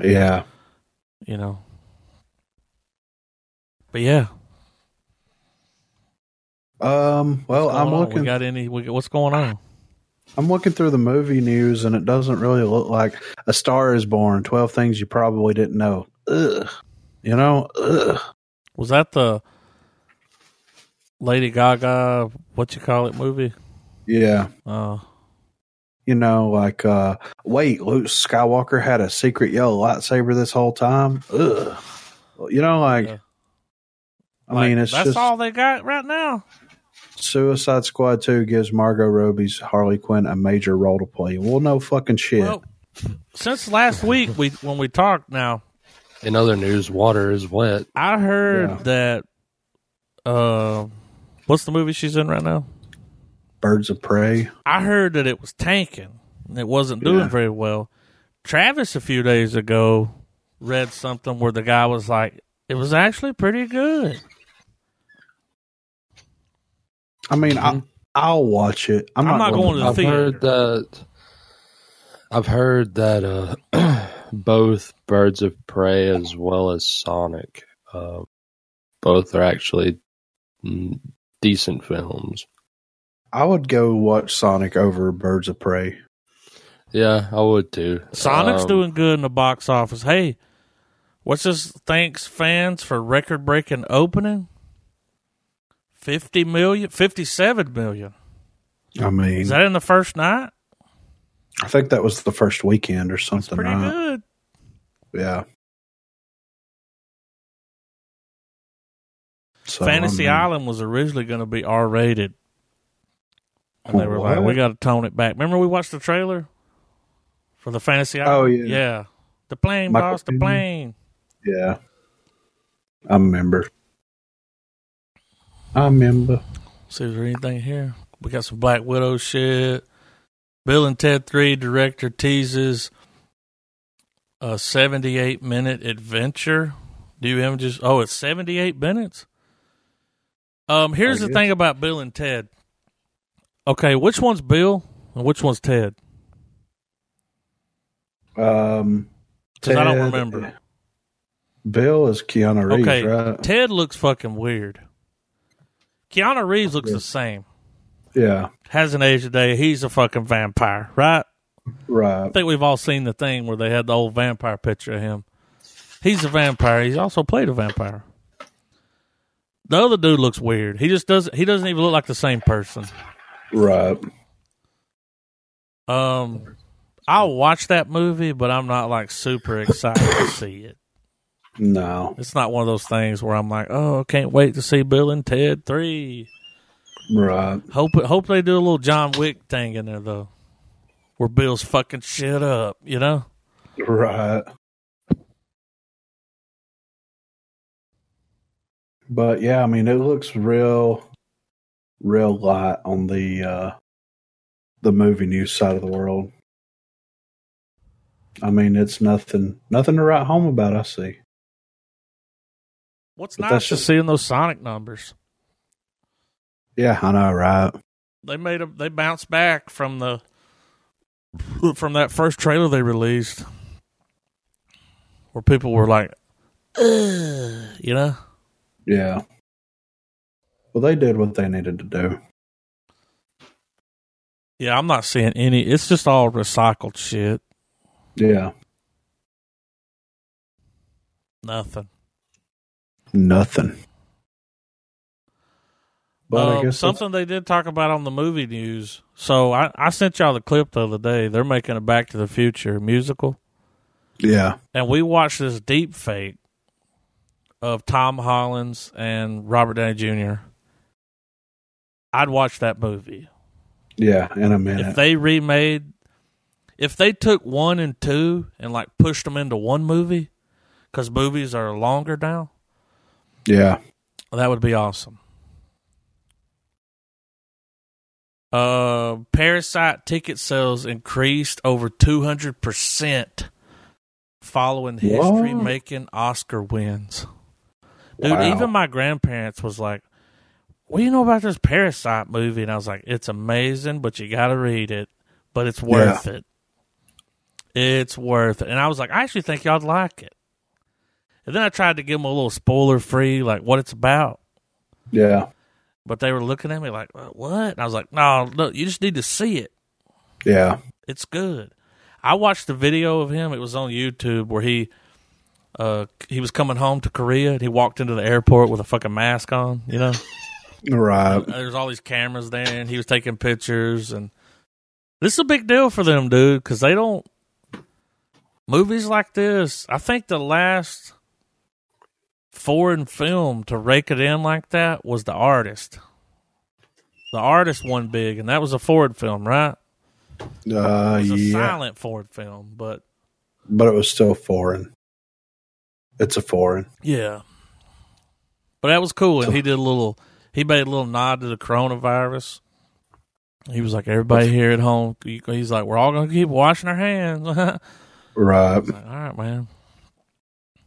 yeah.
you know. But yeah,
Um. Well,
what's going
I'm
on?
looking.
We got any? We, what's going on?
I'm looking through the movie news, and it doesn't really look like A Star Is Born. Twelve things you probably didn't know. Ugh. You know. Ugh.
Was that the Lady Gaga? What you call it movie?
Yeah.
Uh,
You know, like, uh, wait, Luke Skywalker had a secret yellow lightsaber this whole time. Ugh. You know, like,
Yeah.
I
like,
mean, it's
that's
just
all they got right now.
Suicide Squad 2 gives Margot Robbie's Harley Quinn a major role to play. Well, no fucking shit.
Well, since last week we when we talked now,
In other news, water is wet.
I heard
Yeah.
that uh what's the movie she's in right now?
Birds of Prey.
I heard that it was tanking. and It wasn't doing
Yeah.
very well. Travis a few days ago read something where the guy was like, It was actually pretty good.
I mean, I, I'll watch it. I'm,
mm-hmm. I'm not going to the
I've
theater.
heard that. I've heard that uh, both Birds of Prey as well as Sonic, uh, both are actually mm, decent films.
I would go watch Sonic over Birds of Prey.
Yeah, I would too.
Sonic's
Um,
doing good in the box office. Hey, what's this thanks fans for record breaking opening? 50 million, 57 million.
I mean,
Is that in the first night?
I think that was the first weekend or
That's
something.
pretty
right?
good.
Yeah. So,
Fantasy
I mean,
Island was originally going to be R rated. And they were like,
What?
we got to tone it back. Remember, we watched the trailer for the Fantasy Island?
Oh, yeah.
Yeah. The plane,
Michael
boss, the
Keaton.
plane.
Yeah. I remember. I remember.
See if there's anything here. We got some Black Widow shit. Bill and Ted 3 director teases a 78 minute adventure. Do you images? Oh, it's 78 minutes? Um, here's
I
the
guess.
thing about Bill and Ted. Okay, which one's Bill and which one's Ted?
Um,
'Cause I don't
Ted-
remember.
Bill is Keanu Reeves,
Okay,
right?
Ted looks fucking weird. Keanu Reeves looks the same.
yeah,
Hasn't aged a day. He's a fucking vampire, right? I
right.
think we've all seen the thing where they had the old vampire picture of him. He's a vampire. He's also played a vampire. The other dude looks weird. He just doesn't. He doesn't even look like the same person.
Right.
Um, I'll watch that movie, but I'm not like super excited to see it.
No.
It's not one of those things where I'm like, oh, I can't wait to see Bill and Ted three.
Right.
Hope hope they do a little John Wick thing in there though, where Bill's fucking shit up. You know.
Right. But yeah, I mean it looks real real light on the uh the movie news side of the world. I mean it's nothing nothing to write home about, I see.
What's
But
nice
that's
is
just-
seeing those Sonic numbers.
Yeah, I know, right.
they made a they bounced back from the from that first trailer they released where people were like Ugh, you know
Yeah. Well they did what they needed to do.
yeah i'm not seeing any it's just all recycled shit
Yeah.
nothing
Nothing. But
Um,
I guess that's-
something they did talk about on the movie news so I, I sent y'all the clip the other day they're making a back to the future musical
yeah.
and we watched this deep fake of Tom Hollins and Robert Downey Jr. I'd watch that movie
Yeah, in a minute.
if they remade. If they took one and two and like pushed them into one movie, because movies are longer now,
yeah.
That would be awesome. Uh, Parasite ticket sales increased over 200% following history making Oscar wins. Dude,
Wow.
even my grandparents was like, What do you know about this Parasite movie? And I was like, It's amazing, but you got to read it. But it's worth it. It's worth it. And I was like, I actually think y'all'd like it. And then I tried to give them a little spoiler free, like what it's about.
Yeah.
But they were looking at me like, "Uh, what? And I was like, no, look, you just need to see it.
Yeah.
It's good. I watched the video of him. It was on YouTube where he uh, he was coming home to Korea and he walked into the airport with a fucking mask on, you know?
Right.
There's all these cameras there and he was taking pictures. And this is a big deal for them, dude, because they don't. Movies like this, I think the last foreign film to rake it in like that was The Artist. The Artist won big, and that was a Ford film, right?
Uh,
It was a
yeah.
silent Ford film, but
But it was still foreign. It's a foreign.
yeah. But that was cool, and he did a little. He made a little nod to the coronavirus. He was like, "Everybody here at home." he- He's like, "We're all gonna keep washing our hands." like,
Right.
all right, man,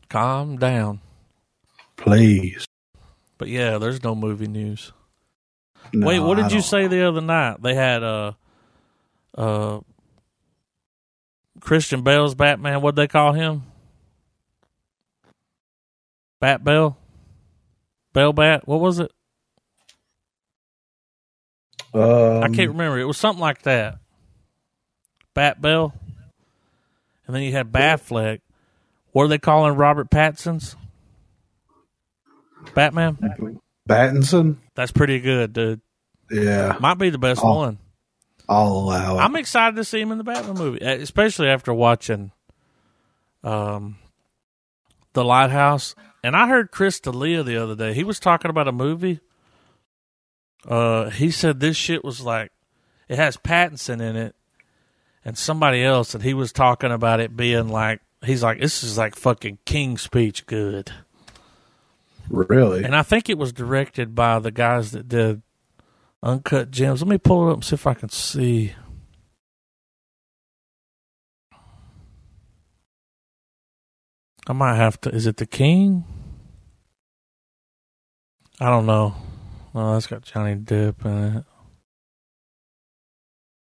calm down.
Please.
But yeah, there's no movie news.
No,
Wait, what
I
did you
don't-
say the other night? They had uh, uh, Christian Bale's Batman. What'd they call him? Bat Bell, Bell Bat. What was it?
Um,
I can't remember. It was something like that. Bat Bell, and then you had Batfleck. What are they calling Robert Pattinson's Batman?
Battinson?
That's pretty good, dude.
Yeah.
Might be the best
Oh.
one.
I'll allow it.
I'm excited to see him in the Batman movie, uh, especially after watching um The Lighthouse. And I heard Chris D'Elia the other day. He was talking about a movie. Uh he said this shit was like it has Pattinson in it and somebody else and he was talking about it being like he's like this is like fucking king speech good.
really?
And I think it was directed by the guys that did Uncut Gems. Let me pull it up and see if I can see. I might have to. Is it the King? I don't know. No, that's got Johnny Depp in it.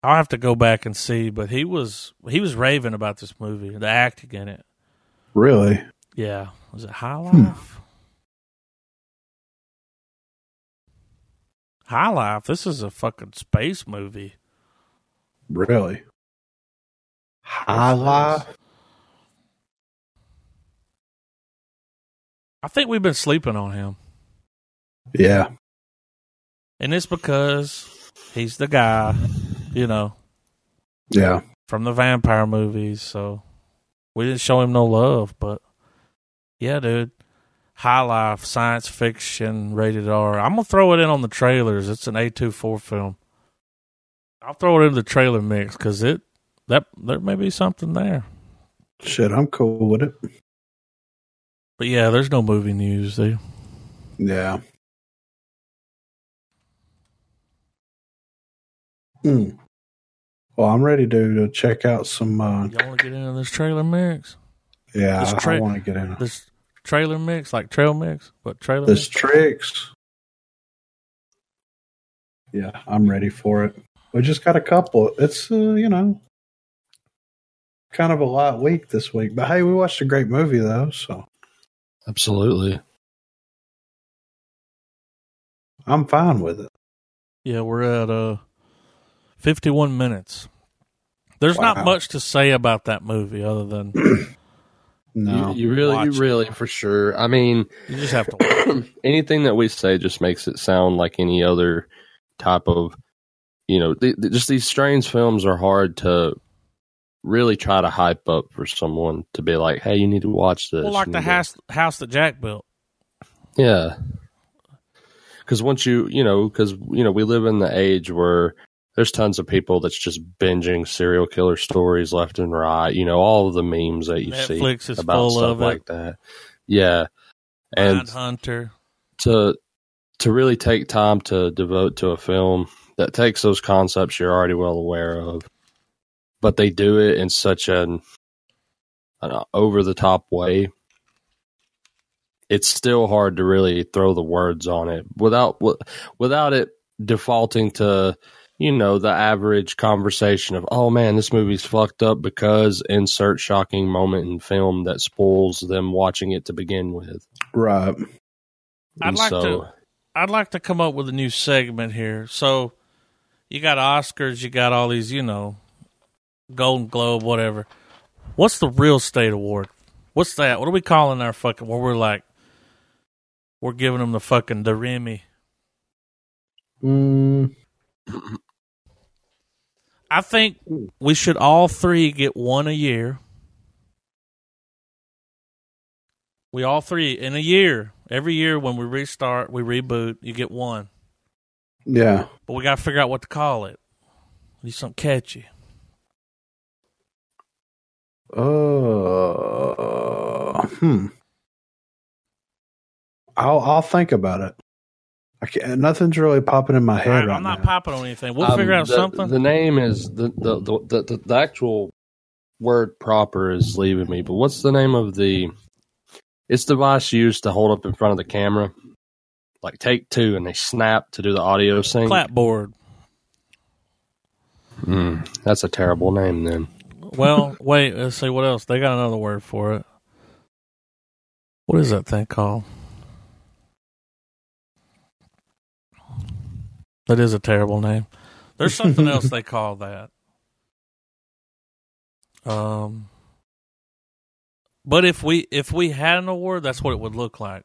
I'll have to go back and see, but he was he was raving about this movie, the acting in it.
Really?
Yeah. Was it High Life?
Hmm.
High Life. This is a fucking space movie.
Really? High life?
I think we've been sleeping on him.
Yeah.
And it's because he's the guy, you know,
Yeah.
from the vampire movies. So we didn't show him no love. But yeah, dude. High Life, science fiction, rated R. I'm going to throw it in on the trailers. It's an A24 film. I'll throw it in the trailer mix because it. That there may be something there,
Shit, I'm cool with it.
but yeah, there's no movie news. There.
Yeah. Hmm. Well, I'm ready to, to check out some. Uh,
Y'all want to get into this trailer mix?
yeah,
This
I- I,
tra-
want to get in
This trailer mix, like trail mix, but trailer
this
mix.
tricks. Yeah, I'm ready for it. We just got a couple. It's uh, you know, kind of a light week this week, but hey, we watched a great movie though. So
Absolutely.
I'm fine with it.
Yeah, we're at uh, 51 minutes. There's
Wow.
not much to say about that movie other than
No,
You, you really,
Watch it.
you really, for sure. I mean,
you just have to.
anything that we say just makes it sound like any other type of, you know, th- th- just these strange films are hard to really try to hype up for someone to be like, hey, you need to watch this.
Well, like
You
the
need to-
house, house that Jack built.
Yeah. Because once you, you know, because, you know, we live in the age where there's tons of people that's just binging serial killer stories left and right, you know, all of the memes that you see
Netflix is
about
full
stuff
of it.
like that. Yeah. And
Mindhunter.
to to really take time to devote to a film that takes those concepts you're already well aware of, but they do it in such an an over the top way. It's still hard to really throw the words on it without without it defaulting to you know the average conversation of oh man this movie's fucked up because insert shocking moment in film that spoils them watching it to begin with.
Right.
I'd
And
like
so-
to I'd like to come up with a new segment here. So you got Oscars, you got all these, you know, Golden Globe, whatever. What's the real estate award? What's that? What are we calling our fucking where we're like we're giving them the fucking the Remy.
Mm,
I think we should all three get one a year. We all three in a year. Every year when we restart, we reboot, you get one.
yeah.
But we got to figure out what to call it. Need something catchy.
Uh, hmm. I'll I'll think about it. I can't, nothing's really popping in
All
my head
right,
right
I'm not
now.
popping on anything. We'll
Um,
figure out
the,
something.
The name is the the, the the the the actual word proper is leaving me. But what's the name of the? It's the device used to hold up in front of the camera, like take two, and they snap to do the audio sync.
Clapboard.
Mm, that's a terrible name. Then
Well, wait. Let's see what else. They got another word for it. What is that thing called? That is a terrible name. There's something else they call that. Um, but if we if we had an award, that's what it would look like.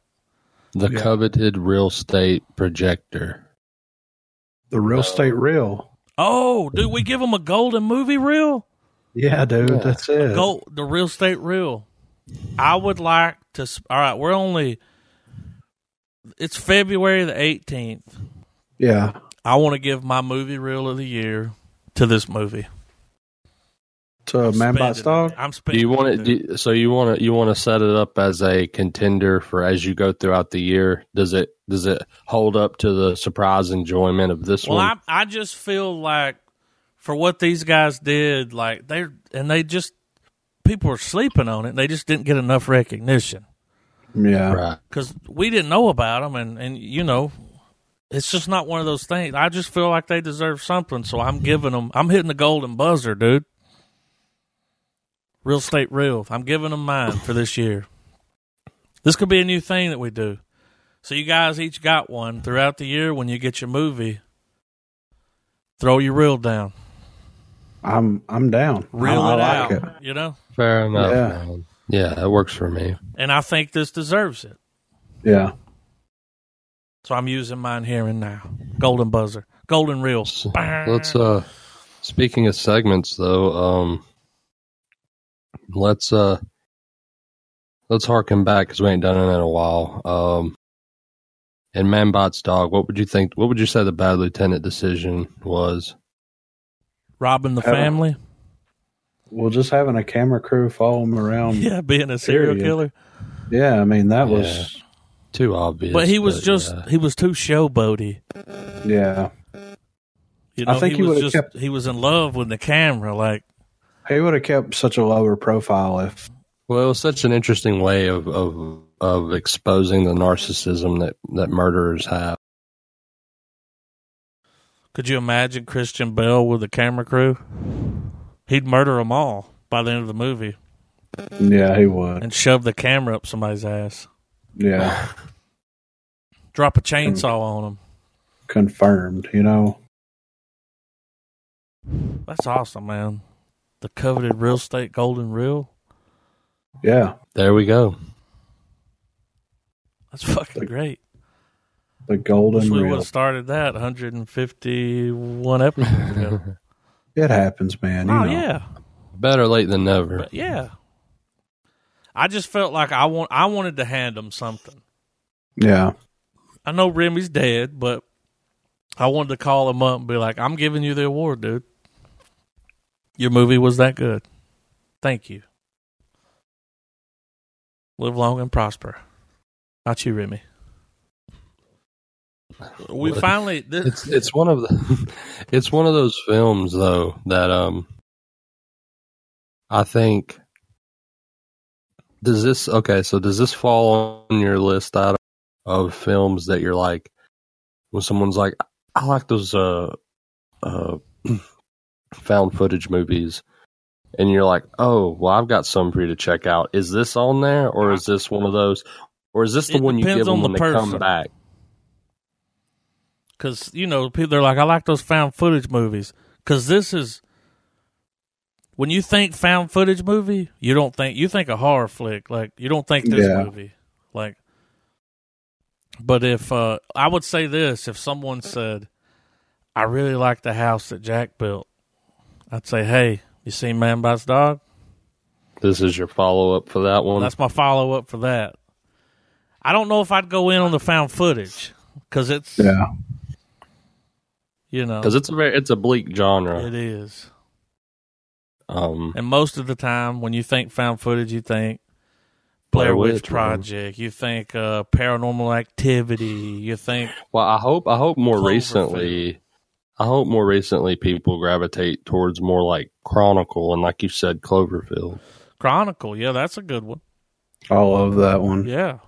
the
Yeah.
coveted real estate projector.
The real estate real.
Oh, dude, we give them a golden movie reel.
Yeah, dude,
Yeah.
that's it.
Go the real estate reel. I would like to. s- All right, we're only. It's February the eighteenth.
Yeah,
I want to give my movie reel of the year to this movie.
to Man
Spending
Bites
it.
Dog.
I'm
Do
spending.
you want
it,
it? Do, so you want to you want to set it up as a contender for as you go throughout the year. Does it does it hold up to the surprise enjoyment of this
well,
one?
I I just feel like for what these guys did, like they and they just people were sleeping on it. They just didn't get enough recognition.
Yeah,
right.
because we didn't know about them, and and you know, it's just not one of those things. I just feel like they deserve something, so I'm giving them. I'm hitting the golden buzzer, dude. Real estate, real. I'm giving them mine for this year. This could be a new thing that we do. So you guys each got one throughout the year. When you get your movie, throw your reel down,
I'm I'm down.
reel
I,
it
I
out.
like it.
You know,
Fair enough.
Yeah.
Yeah. Man. yeah, that works for me.
and I think this deserves it.
Yeah,
So I'm using mine here and now. Golden buzzer, golden reel.
So,
Bang.
Let's uh speaking of segments though, um let's uh let's harken back cuz we ain't done it in a while. Um and Manbot's dog, what would you think what would you say the bad lieutenant decision was?
robbing the
Yeah.
family.
well, just having a camera crew follow him around. Yeah,
Yeah, being a serial
Period.
killer.
I mean that was
Too obvious.
But he was just
yeah.
he was too showboaty.
yeah.
You know,
I think
he,
he
was
would've
just
kept-
he was in love with the camera. Like
He would have kept such a lower profile if
Well, it was such an interesting way of of of exposing the narcissism that that murderers have.
could you imagine Christian Bell with a camera crew? He'd murder them all by the end of the movie
yeah he would
and shove the camera up somebody's ass.
yeah
Drop a chainsaw on them.
confirmed. You know
That's awesome, man. The coveted real estate golden reel.
yeah
There we go.
That's fucking great.
the
Wish
golden
we
reel.
would have started that 151 episodes ago.
It happens, man. You
oh
know.
yeah.
Better late than never.
But yeah, I just felt like I want I wanted to hand him something.
yeah,
I know Remy's dead, but I wanted to call him up and be like, "I'm giving you the award, dude. Your movie was that good. Thank you. Live long and prosper." Not you, Remy. We
What?
finally this,
It's it's one of the it's one of those films though that um I think does this okay so does this fall on your list out of films that you're like when someone's like I like those uh uh found footage movies and you're like oh well I've got some for you to check out is this on there or is this one of those or is this the
It
one you
depends
give them
on the
when they come
person.
back
because you know people they're like, I like those found footage movies because this is when you think found footage movie, you don't think you think a horror flick, like you don't think this
Yeah.
movie, like. But if uh, I would say this, if someone said, "I really like the house that Jack built," I'd say, "Hey, you seen Man Bites Dog?"
this is your follow up for that one
That's my follow up for that. I don't know if I'd go in on the found footage because it's
Yeah.
you know
because it's a very it's a bleak genre.
it is,
Um,
and most of the time when you think found footage, you think Blair
Blair
Witch,
Witch, right.
Project, you think uh, Paranormal Activity, you think
well, I hope I hope more
Cloverfield.
recently, I hope more recently people gravitate towards more like Chronicle and like you said, Cloverfield.
Chronicle. Yeah, that's a good one.
I love that one.
Yeah,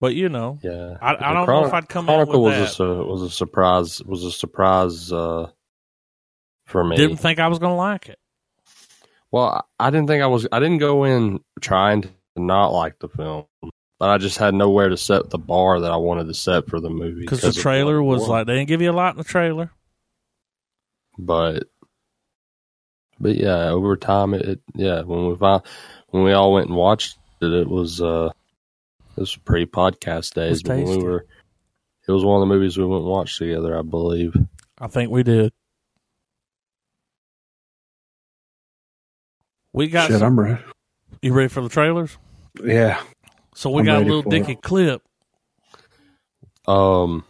but you know,
Yeah,
I- I don't know if I'd come out
Chronicle
with
was
that.
a su- was a surprise was a surprise uh, for me.
didn't think I was gonna like it.
well, I I didn't think I was. I didn't go in trying to not like the film. But I just had nowhere to set the bar that I wanted to set for the movie
Because the
of
trailer
what it
was like, they didn't give you a lot in the trailer.
but but yeah, over time it, it yeah when we fin- when we all went and watched it, it was uh it was pre podcast days.
was
but when we
tasty.
were it was one of the movies we went and watched together, I believe.
I think we did. We got
Shit,
some-
I'm ready.
you ready for the trailers?
Yeah.
So we
I'm
got a
ready
little
for
dicky clip.
Um,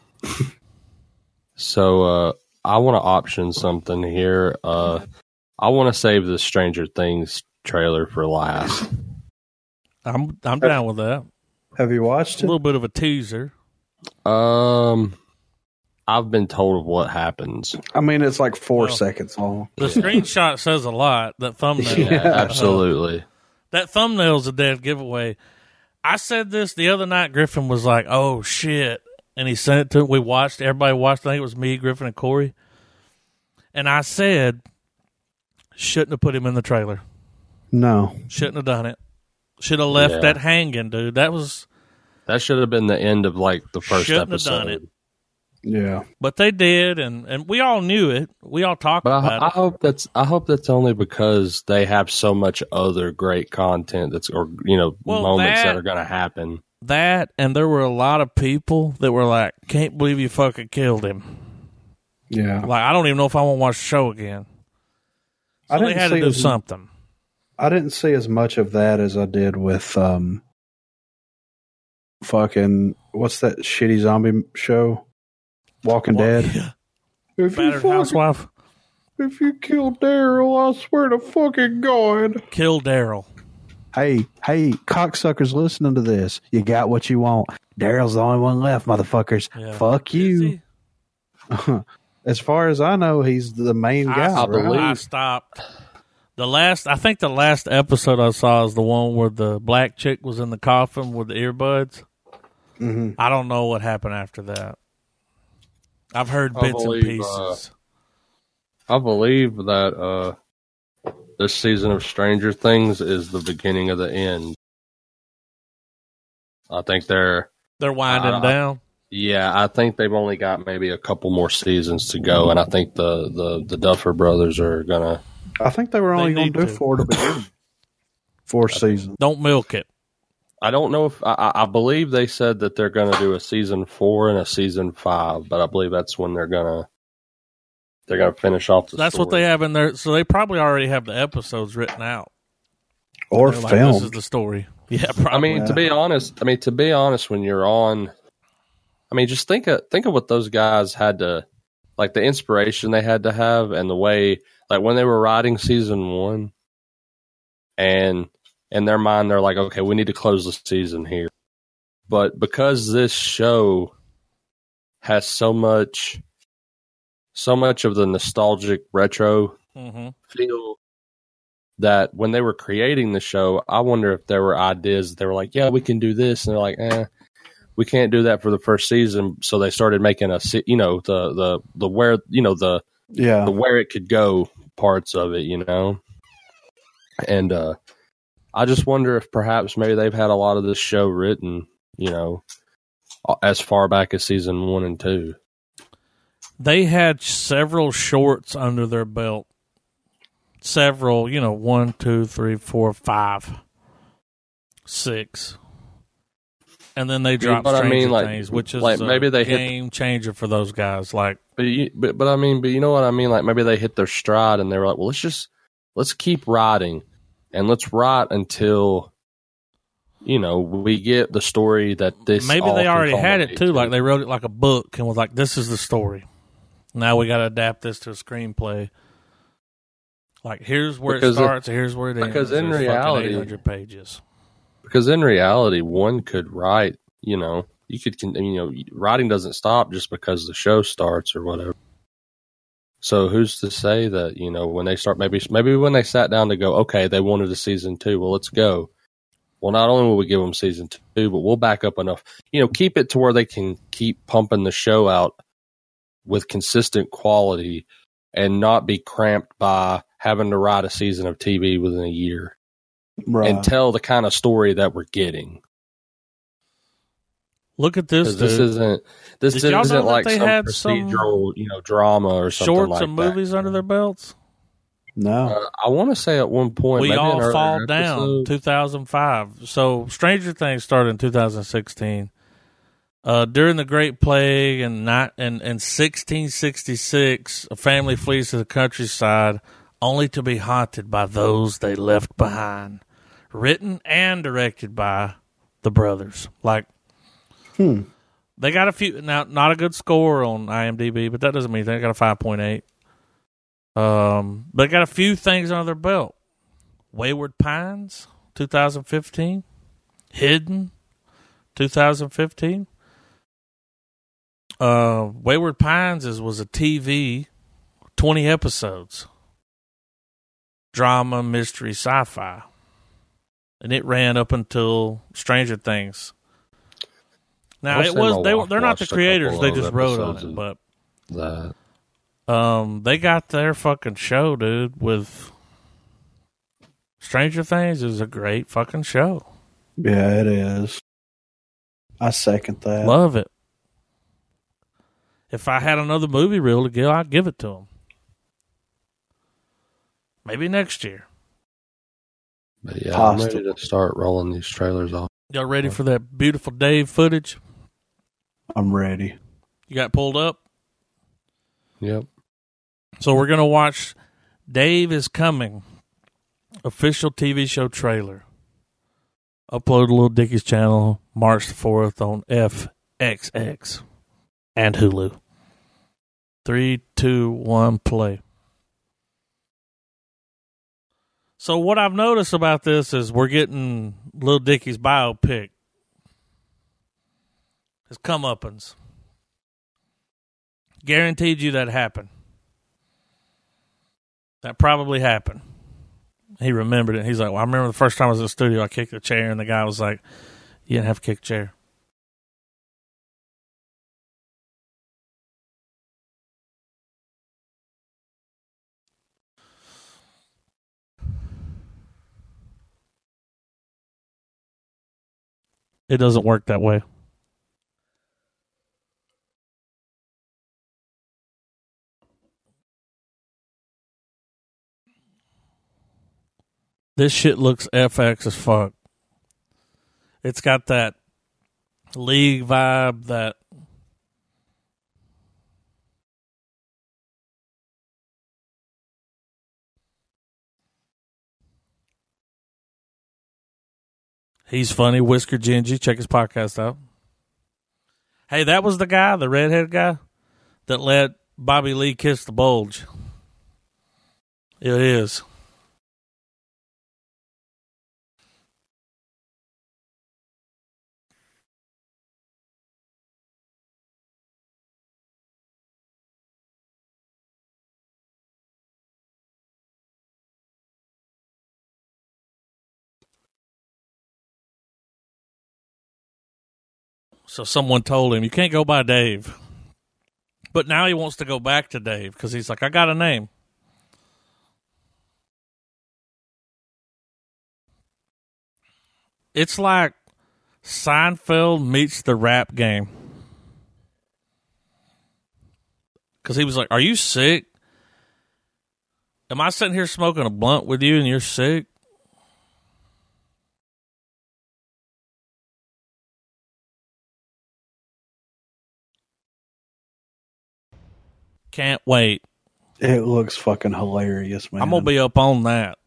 so uh, I want to option something here. Uh, I want to save the Stranger Things trailer for last.
I'm I'm
Uh,
down with that.
Have you
A
watched it?
little bit of a teaser.
Um, I've been told of what happens.
I mean, it's like four
No.
seconds long.
The screenshot says a lot. That thumbnail.
Yeah, absolutely.
That thumbnail's a dead giveaway. I said this the other night. Griffin was like, "Oh shit," and he sent it to. We watched. Everybody watched. I think it was me, Griffin, and Corey. And I said, "Shouldn't have put him in the trailer.
No.
Shouldn't have done it. Should have left
Yeah.
that hanging, dude. That was."
That should have been the end of like the 1st
Shouldn't have
episode.
done it.
Yeah.
But they did, and, and we all knew it. We all talked
But
about
I, I
it.
hope that's I hope that's only because they have so much other great content that's or you know
Well,
moments that,
that-
are going to happen.
that, and there were a lot of people that were like, "Can't believe you fucking killed him."
Yeah.
Like, I don't even know if I want to watch the show again. So
I
they
didn't
had to
see
do
as-
something.
I didn't see as much of that as I did with um fucking what's that shitty zombie show? Walking Dead.
Yeah.
If
Battered housewife
if you kill Daryl, I swear to fucking God.
killed Daryl.
Hey, hey, cocksuckers listening to this. You got what you want. Daryl's the only one left, motherfuckers.
Yeah.
Fuck
Is
you.
he?
As far as I know, he's the main guy.
I,
right?
I stopped. The last, I think the last episode I saw is the one where the black chick was in the coffin with the earbuds.
Mhm.
I don't know what happened after that. I've heard
I
bits
believe,
and
uh,
pieces.
I believe that uh this season of Stranger Things is the beginning of the end. I think they're
They're winding
I- I-
down.
yeah, I think they've only got maybe a couple more seasons to go and I think the the, the Duffer brothers are going to
I think they were
They
only going
need
to do
to.
four to begin. Four seasons.
Don't milk it.
I don't know if I, I I believe they said that they're going to do a season four and a season five, but I believe that's when they're gonna they're gonna finish off the.
That's what they
story.
have in there. So they probably already have the episodes written out.
Or
They're
film.
like, This is the story. Yeah, probably.
I mean, to be honest, I mean to be honest, when you're on, I mean, just think of think of what those guys had to like the inspiration they had to have and the way like when they were writing season one, and in their mind they're like, okay, we need to close the season here. But because this show has so much, so much of the nostalgic retro
hmm
feel that when they were creating the show, I wonder if there were ideas that they were like, yeah, we can do this. And they're like, eh, we can't do that for the first season. So they started making a, se- you know, the, the, the where, you know, the,
Yeah.
the where it could go parts of it, you know. And uh I just wonder if perhaps maybe they've had a lot of this show written, you know, as far back as season 1 and 2.
They had several shorts under their belt. Several, you know, one, two, three, four, five, six. And then they dropped
but I
Stranger
mean, like-
Things, which is
like,
a
maybe they hit the-
game changer for those guys. Like,
But you but, but I mean, but you know what I mean like maybe they hit their stride and they were like, "Well, let's just let's keep riding and let's ride until you know, we get the story that this
maybe
all
they already had it
consolidates
too.
to."
Like they wrote it like a book and was like, "This is the story." Now we got to adapt this to a screenplay. Like here's where
Because
it
it-
starts, here's where it ends.
because in reality-
eight hundred pages.
because in reality one could write you know you could con- you know writing doesn't stop just because the show starts or whatever so who's to say that you know when they start maybe maybe when they sat down to go okay they wanted a season two well let's go well not only will we give them season two but we'll back up enough you know keep it to where they can keep pumping the show out with consistent quality and not be cramped by having to write a season of tv within a year
Right.
and tell the kind of story that we're getting.
Look at this,
'Cause
dude.
This isn't this
Did y'all know
isn't
that
like
they
some
had some
procedural, you know, drama or something
Shorts
like
and
that.
movies under their belts.
no.
Uh, I want to say at one point
we
maybe in
all
an
fall
earlier
down.
episode-
2005. So Stranger Things started in 2016. Uh, during the Great Plague and not and in 1666, a family flees to the countryside, only to be haunted by those they left behind. Written and directed by the brothers. Like
Hmm.
they got a few now, not a good score on IMDb, but that doesn't mean anything. they got a five point eight. Um, they got a few things under their belt. Wayward Pines, 2015. Hidden, 2015. Uh, Wayward Pines is, was a TV, 20 episodes, drama, mystery, sci fi. And it ran up until Stranger Things. Now
I've
it
seen
was
my
they
wife
they're not the
watched a
creators
couple
they
of
just wrote on
episodes
it
and-
but
that.
um, they got their fucking show, dude, with Stranger Things is a great fucking show.
Yeah, it is. I second that.
Love it. If I had another movie reel to give, I'd give it to them. Maybe next year.
But yeah, I'm ready
Possible.
to start rolling these trailers off.
Y'all ready for that beautiful Dave footage
I'm ready.
you got pulled up?
Yep.
So we're gonna watch Dave is coming, official TV show trailer. Upload to Little Dickie's channel March the fourth on FXX and Hulu. Three, two, one, play. So what I've noticed about this is we're getting Little Dickie's biopic. His comeuppance. Guaranteed you that happened. That probably happened. He remembered it. He's like, Well, I remember the first time I was in the studio, I kicked a chair, and the guy was like, You didn't have to kick a chair. It doesn't work that way. This shit looks FX as fuck. It's got that league vibe that He's funny, Whisker Gingy. Check his podcast out. Hey, that was the guy, the redhead guy, that let Bobby Lee kiss the bulge. It is. So someone told him, You can't go by Dave. But now he wants to go back to Dave because he's like, I got a name. It's like Seinfeld meets the rap game. Because he was like, Are you sick? Am I sitting here smoking a blunt with you and you're sick? Can't wait.
It looks fucking hilarious, man.
I'm going to be up on that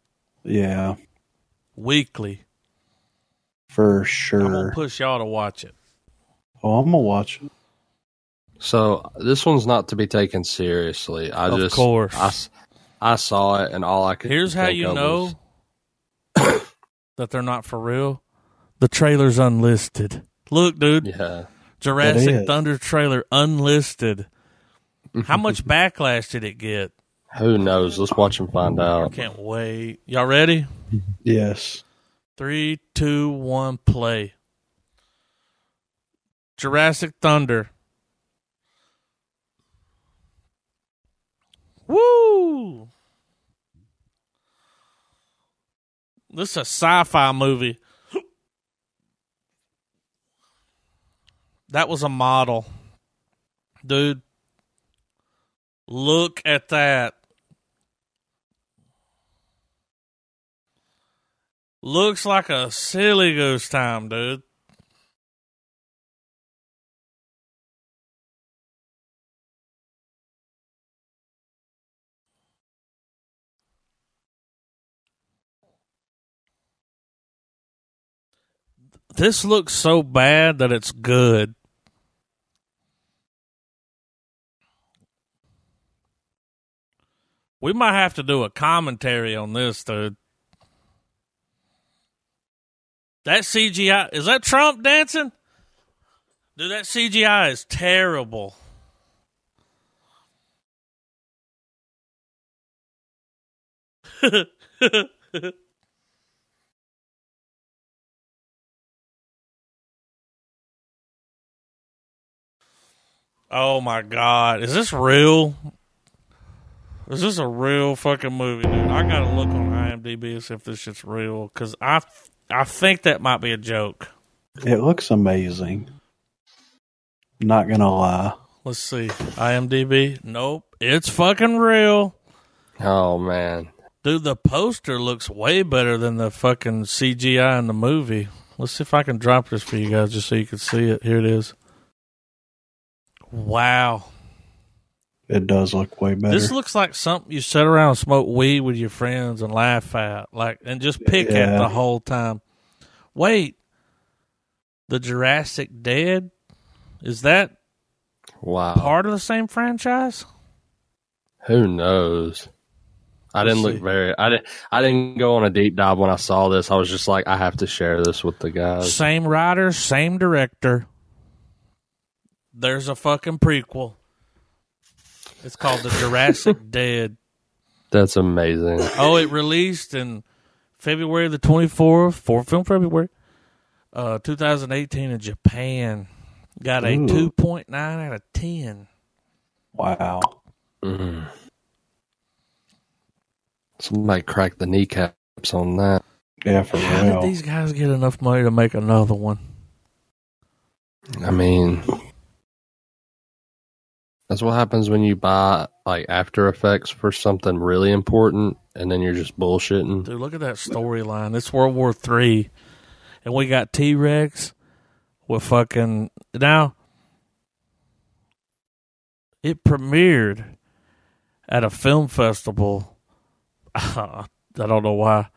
yeah,
weekly.
for
I'm going
sure.
to push y'all to watch it.
oh, I'm gonna watch it.
So this one's not to be taken seriously. I
Of
just,
course.
I, s- I saw it, and all I could.
Here's how
think
you
of
know
was-
that they're not for real. The trailer's unlisted. Look, dude,
yeah,
Jurassic
is.
Thunder trailer unlisted. How much backlash did it get?
who knows? Let's watch and find out.
Can't wait. Y'all ready?
Yes.
Three, two, one, play. Jurassic Thunder. Woo! This is a sci fi movie. That was a model. Dude, look at that. Looks like a silly goose time, dude. This looks so bad that it's good. We might have to do a commentary on this, dude. That CGI is that Trump dancing? Dude, that CGI is terrible. oh my god, is this real? Is this a real fucking movie, dude? I gotta look on IMDb and see if this shit's real, cause I, I think that might be a joke.
It looks amazing. Not gonna lie.
Let's see, IMDb. Nope, it's fucking real,
Oh man,
dude. The poster looks way better than the fucking CGI in the movie. Let's see if I can drop this for you guys just so you can see it. Here it is. Wow,
It does look way better.
this looks like something you sit around and smoke weed with your friends and laugh at, like, and just pick at
Yeah.
the whole time. Wait, the Jurassic Dead is that
wow.
part of the same franchise?
Who knows? I didn't
We'll
look
see.
very. I didn't. I didn't go on a deep dive when I saw this. I was just like, I have to share this with the guys.
Same writer, same director. There's a fucking prequel. It's called The Jurassic Dead.
That's amazing.
Oh, it released in February the 24th, for film February, uh, 2018 in Japan. Got a
Ooh.
2.9 out of 10.
wow.
Mm. Somebody cracked the kneecaps on that.
Yeah, for
How
real.
did these guys get enough money to make another one?
I mean, that's what happens when you buy like After Effects for something really important, and then you're just bullshitting.
Dude, look at that storyline. It's World War Three, and we got T Rex with fucking now. It premiered at a film festival. I don't know why.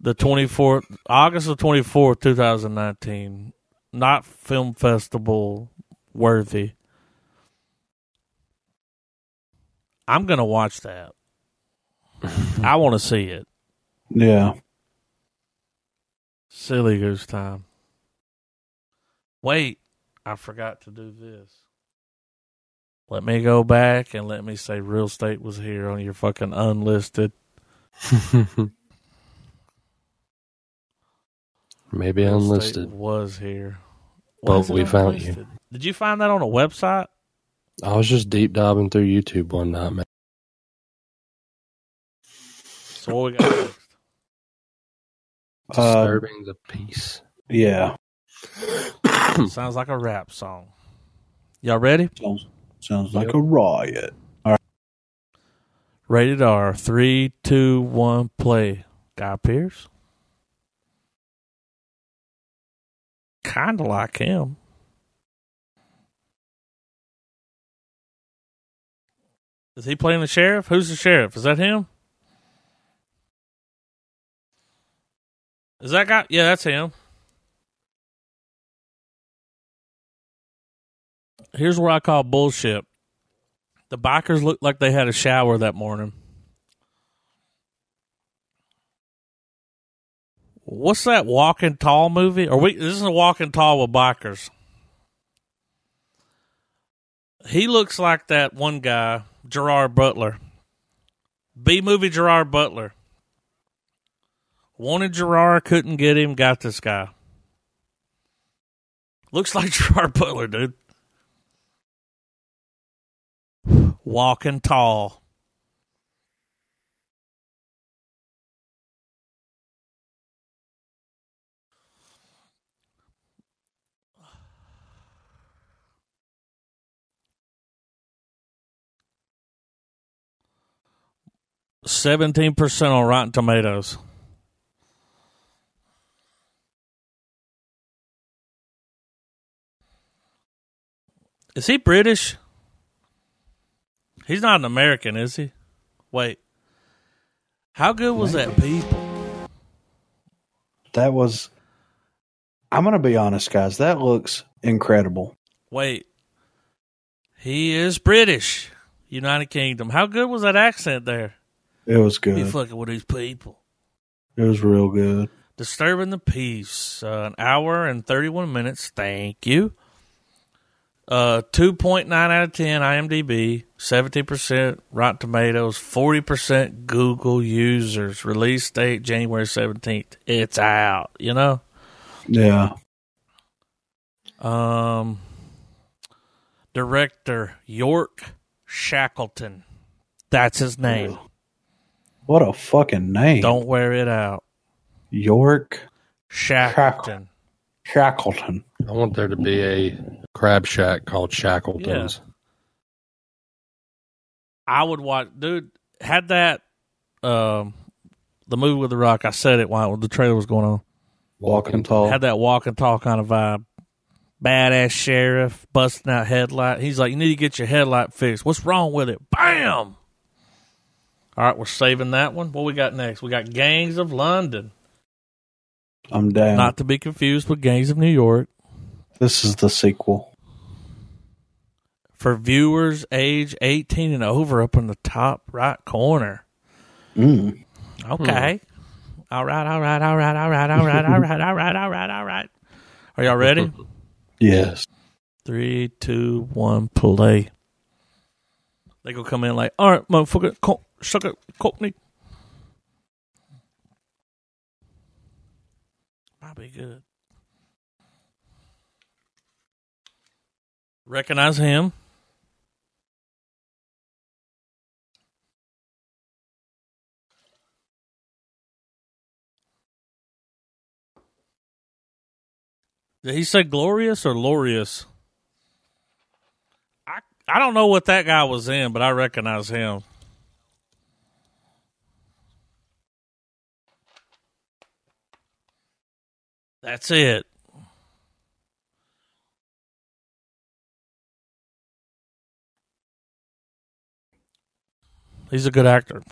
The twenty fourth, August the twenty fourth, two thousand nineteen. Not film festival worthy. I'm gonna watch that. I want to see it.
Yeah.
Silly goose time. Wait, I forgot to do this. Let me go back and let me say real estate was here on your fucking unlisted.
Maybe
Real Estate
unlisted.
was here. Why
But
is it
we
on
found
Twisted? Did you find that on a website?
I was just deep diving through YouTube one night, man.
So what we got next?
Uh,
Disturbing the peace.
yeah.
Sounds like a rap song. Y'all ready?
Sounds, sounds
Yep.
like a riot.
Rated R. Three, two, one, play. Guy Pierce. Kinda like him. Is he playing the sheriff? Who's the sheriff? Is that him? Is that guy? Yeah, that's him. Here's where I call bullshit. The bikers looked like they had a shower that morning. What's that Walking Tall movie? Are we? This is Walking Tall with bikers. He looks like that one guy, Gerard Butler. B movie Gerard Butler. Wanted Gerard, couldn't get him, got this guy. Looks like Gerard Butler, dude. walking tall. Seventeen percent on Rotten Tomatoes. Is he British? He's not an American, is he? Wait. How good was that people?
That was. I'm going to be honest, guys. That looks incredible.
Wait. He is British. United Kingdom. How good was that accent there?
It was good.
You fucking with these people.
It was real good.
Disturbing the peace. Uh, an hour and 31 minutes. Thank you. Uh, 2.9 out of 10 IMDb, 70% Rotten Tomatoes, 40% Google users. Release date January 17th. It's out, you know?
Yeah.
Um, director York Shackleton. That's his name.
What a fucking name.
Don't wear it out.
York
Shackleton.
Shackleton.
I want there to be a crab shack called Shackleton's.
I would watch, dude. Had that, um, the movie with the Rock. I said it while the trailer was going on.
Walking tall.
Had that walk and talk kind of vibe. Badass sheriff busting out headlight. He's like, you need to get your headlight fixed. What's wrong with it? Bam. All right, we're saving that one. What we got next? We got Gangs of London.
I'm down.
Not to be confused with Gangs of New York.
this is the sequel.
For viewers age 18 and over, up in the top right corner.
Mm.
Okay. All right, all right, all right, all right, all right, all right, all right, all right, all right. Are y'all ready?
Yes.
Three, two, one, play. They gonna come in like, all right, motherfucker, co- suck it, cockney. Might be good. Recognize him. Did he say glorious or lorious? I I don't know what that guy was in, but I recognize him. That's it. He's a good actor.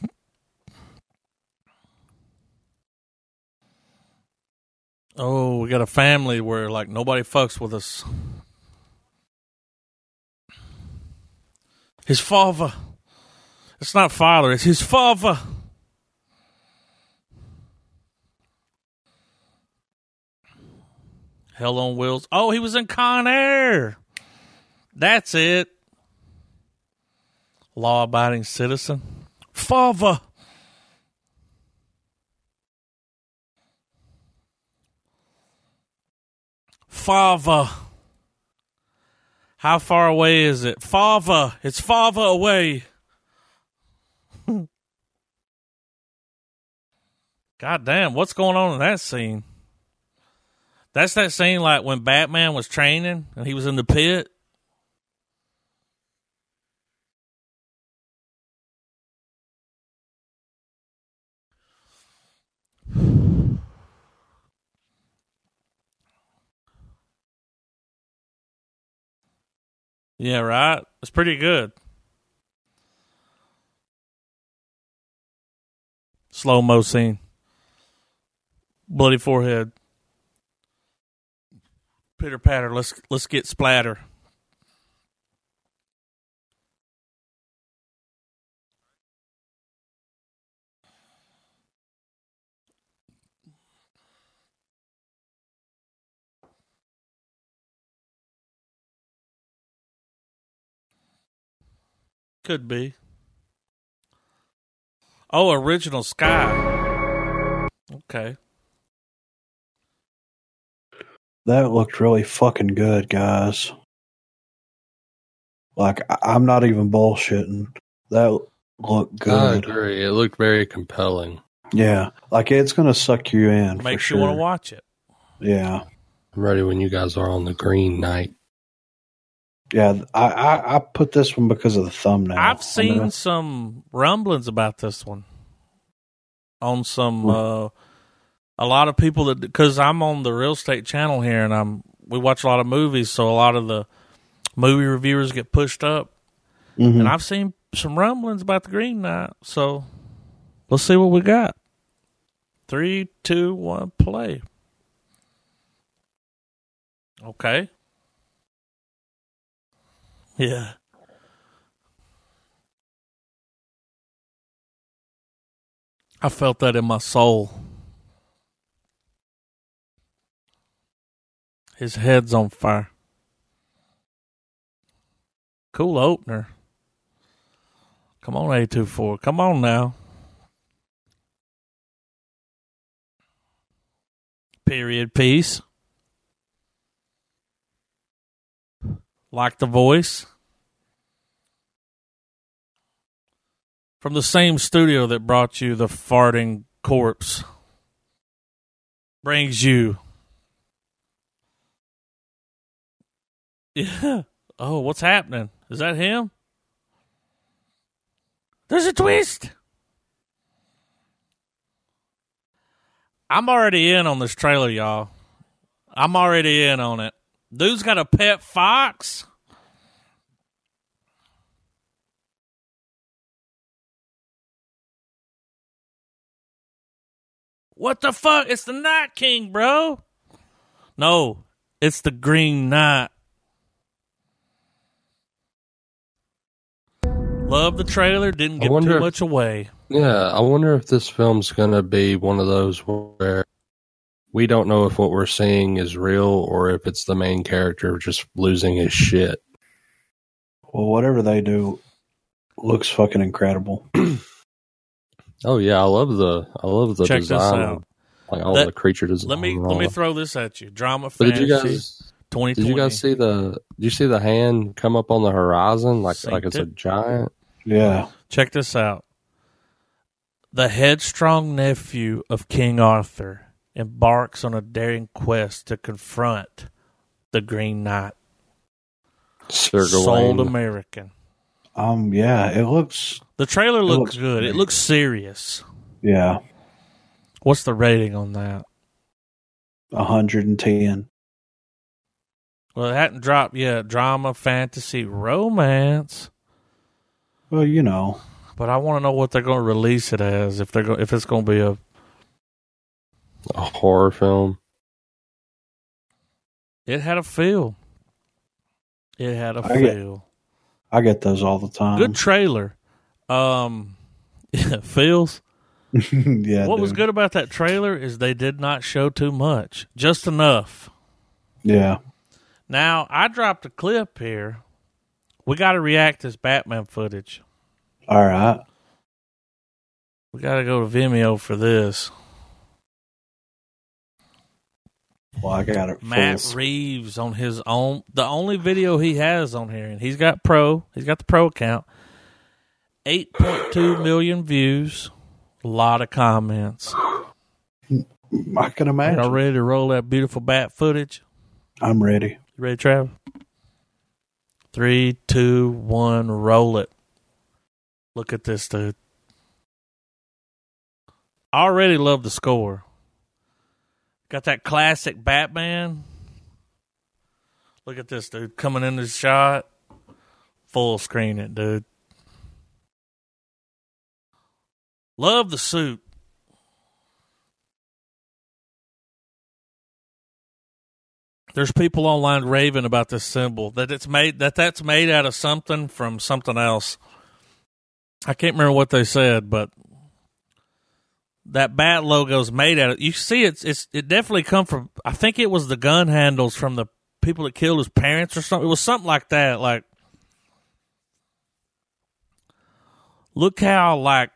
Oh, we got a family where like nobody fucks with us. His father. It's not father, it's his father. Hell on Wheels. Oh, he was in Con Air. That's it. Law abiding citizen. Father. Father. How far away is it? Fava. It's Fava away. God damn, what's going on in that scene? That's that scene like when Batman was training and he was in the pit. Yeah, right. It's pretty good. Slow mo scene. Bloody forehead. Pitter patter. Let's let's get splatter. Could be. Oh, original sky. Okay.
That looked really fucking good, guys. Like I- I'm not even bullshitting. That looked
I
good.
agree. It looked very compelling.
yeah, like it's gonna suck you in. for
Makes
sure.
you want to watch it.
Yeah,
I'm ready when you guys are on the green night.
yeah. I, I I put this one because of the thumbnail.
I've seen
I mean,
some rumblings about this one on some uh, a lot of people that because I'm on the real estate channel here and I'm we watch a lot of movies, so a lot of the movie reviewers get pushed up,
mhm.
and I've seen some rumblings about the Green Knight. So let's see what we got. Three, two, one, play. Okay. Yeah. I felt that in my soul. His head's on fire. Cool opener. Come on, A24. Come on now. Period piece. Like the voice. From the same studio that brought you the farting corpse. Brings you. Yeah. Oh, what's happening? Is that him? There's a twist. I'm already in on this trailer, y'all. I'm already in on it. Dude's got a pet fox. What the fuck? It's the Night King, bro. No, it's the Green Knight. Love the trailer. Didn't
I
give
wonder
too
if-
much away.
Yeah, I wonder if this film's going to be one of those where we don't know if what we're seeing is real or if it's the main character just losing his shit.
well, whatever they do looks fucking incredible.
Oh yeah, I love the I love the
Check this
design,
out.
like all
That-
the creature design.
Let me
and
let
all
me
that.
throw this at you. Drama
But
fantasy.
did you guys did
2020.
you guys see the did you see the hand come up on the horizon like
Synced
like it's a
it.
giant?
Yeah,
Check this out. The headstrong nephew of King Arthur embarks on a daring quest to confront the Green Knight,
Sir
sold
Gawain.
American.
um, yeah. It looks.
The trailer looks
looks
good. It
great.
looks serious.
Yeah,
What's the rating on that?
hundred and ten.
Well, it hadn't dropped yet. Drama, fantasy, romance.
Well, you know,
But I want to know what they're going to release it as. If they're go- if it's going to be a
a horror film.
It had a feel. It had a
I get-
feel.
I get those all the time.
Good trailer. Um feels.
yeah.
what was
dude.
good about that trailer is they did not show too much. Just enough.
Yeah.
Now I dropped a clip here. We gotta react to this Batman footage.
All right.
We gotta go to Vimeo for this.
Well, I got it.
Matt
full.
Reeves on his own. The only video he has on here, and he's got pro. He's got the pro account. Eight point two million views. A lot of comments.
I can
Y'all
imagine.
ready to roll that beautiful bat footage?
I'm ready.
You ready, Trav? Three, two, one, roll it. Look at this, dude. Already love the score. Got that classic Batman. Look at this, dude. Coming in the shot. Full screen it, dude. Love the suit. There's people online raving about this symbol that it's made that that's made out of something from something else. I can't remember what they said, but that bat logo's made out of. You see, it's it's it definitely come from. I think it was the gun handles from the people that killed his parents or something. It was something like that. Like, look how like,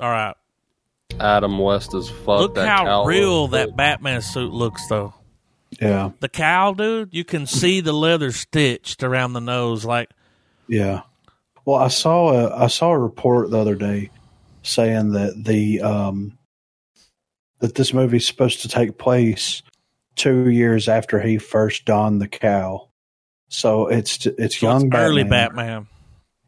all right,
Adam West as fuck.
look
that
how
cow
real
looks
that
good.
Batman suit looks though.
Yeah.
the cow dude you can see the leather stitched around the nose like
Yeah. Well, I saw a I saw a report the other day saying that the um that this movie's supposed to take place two years after he first donned the cow. So it's it's
so
young
it's
Batman.
early batman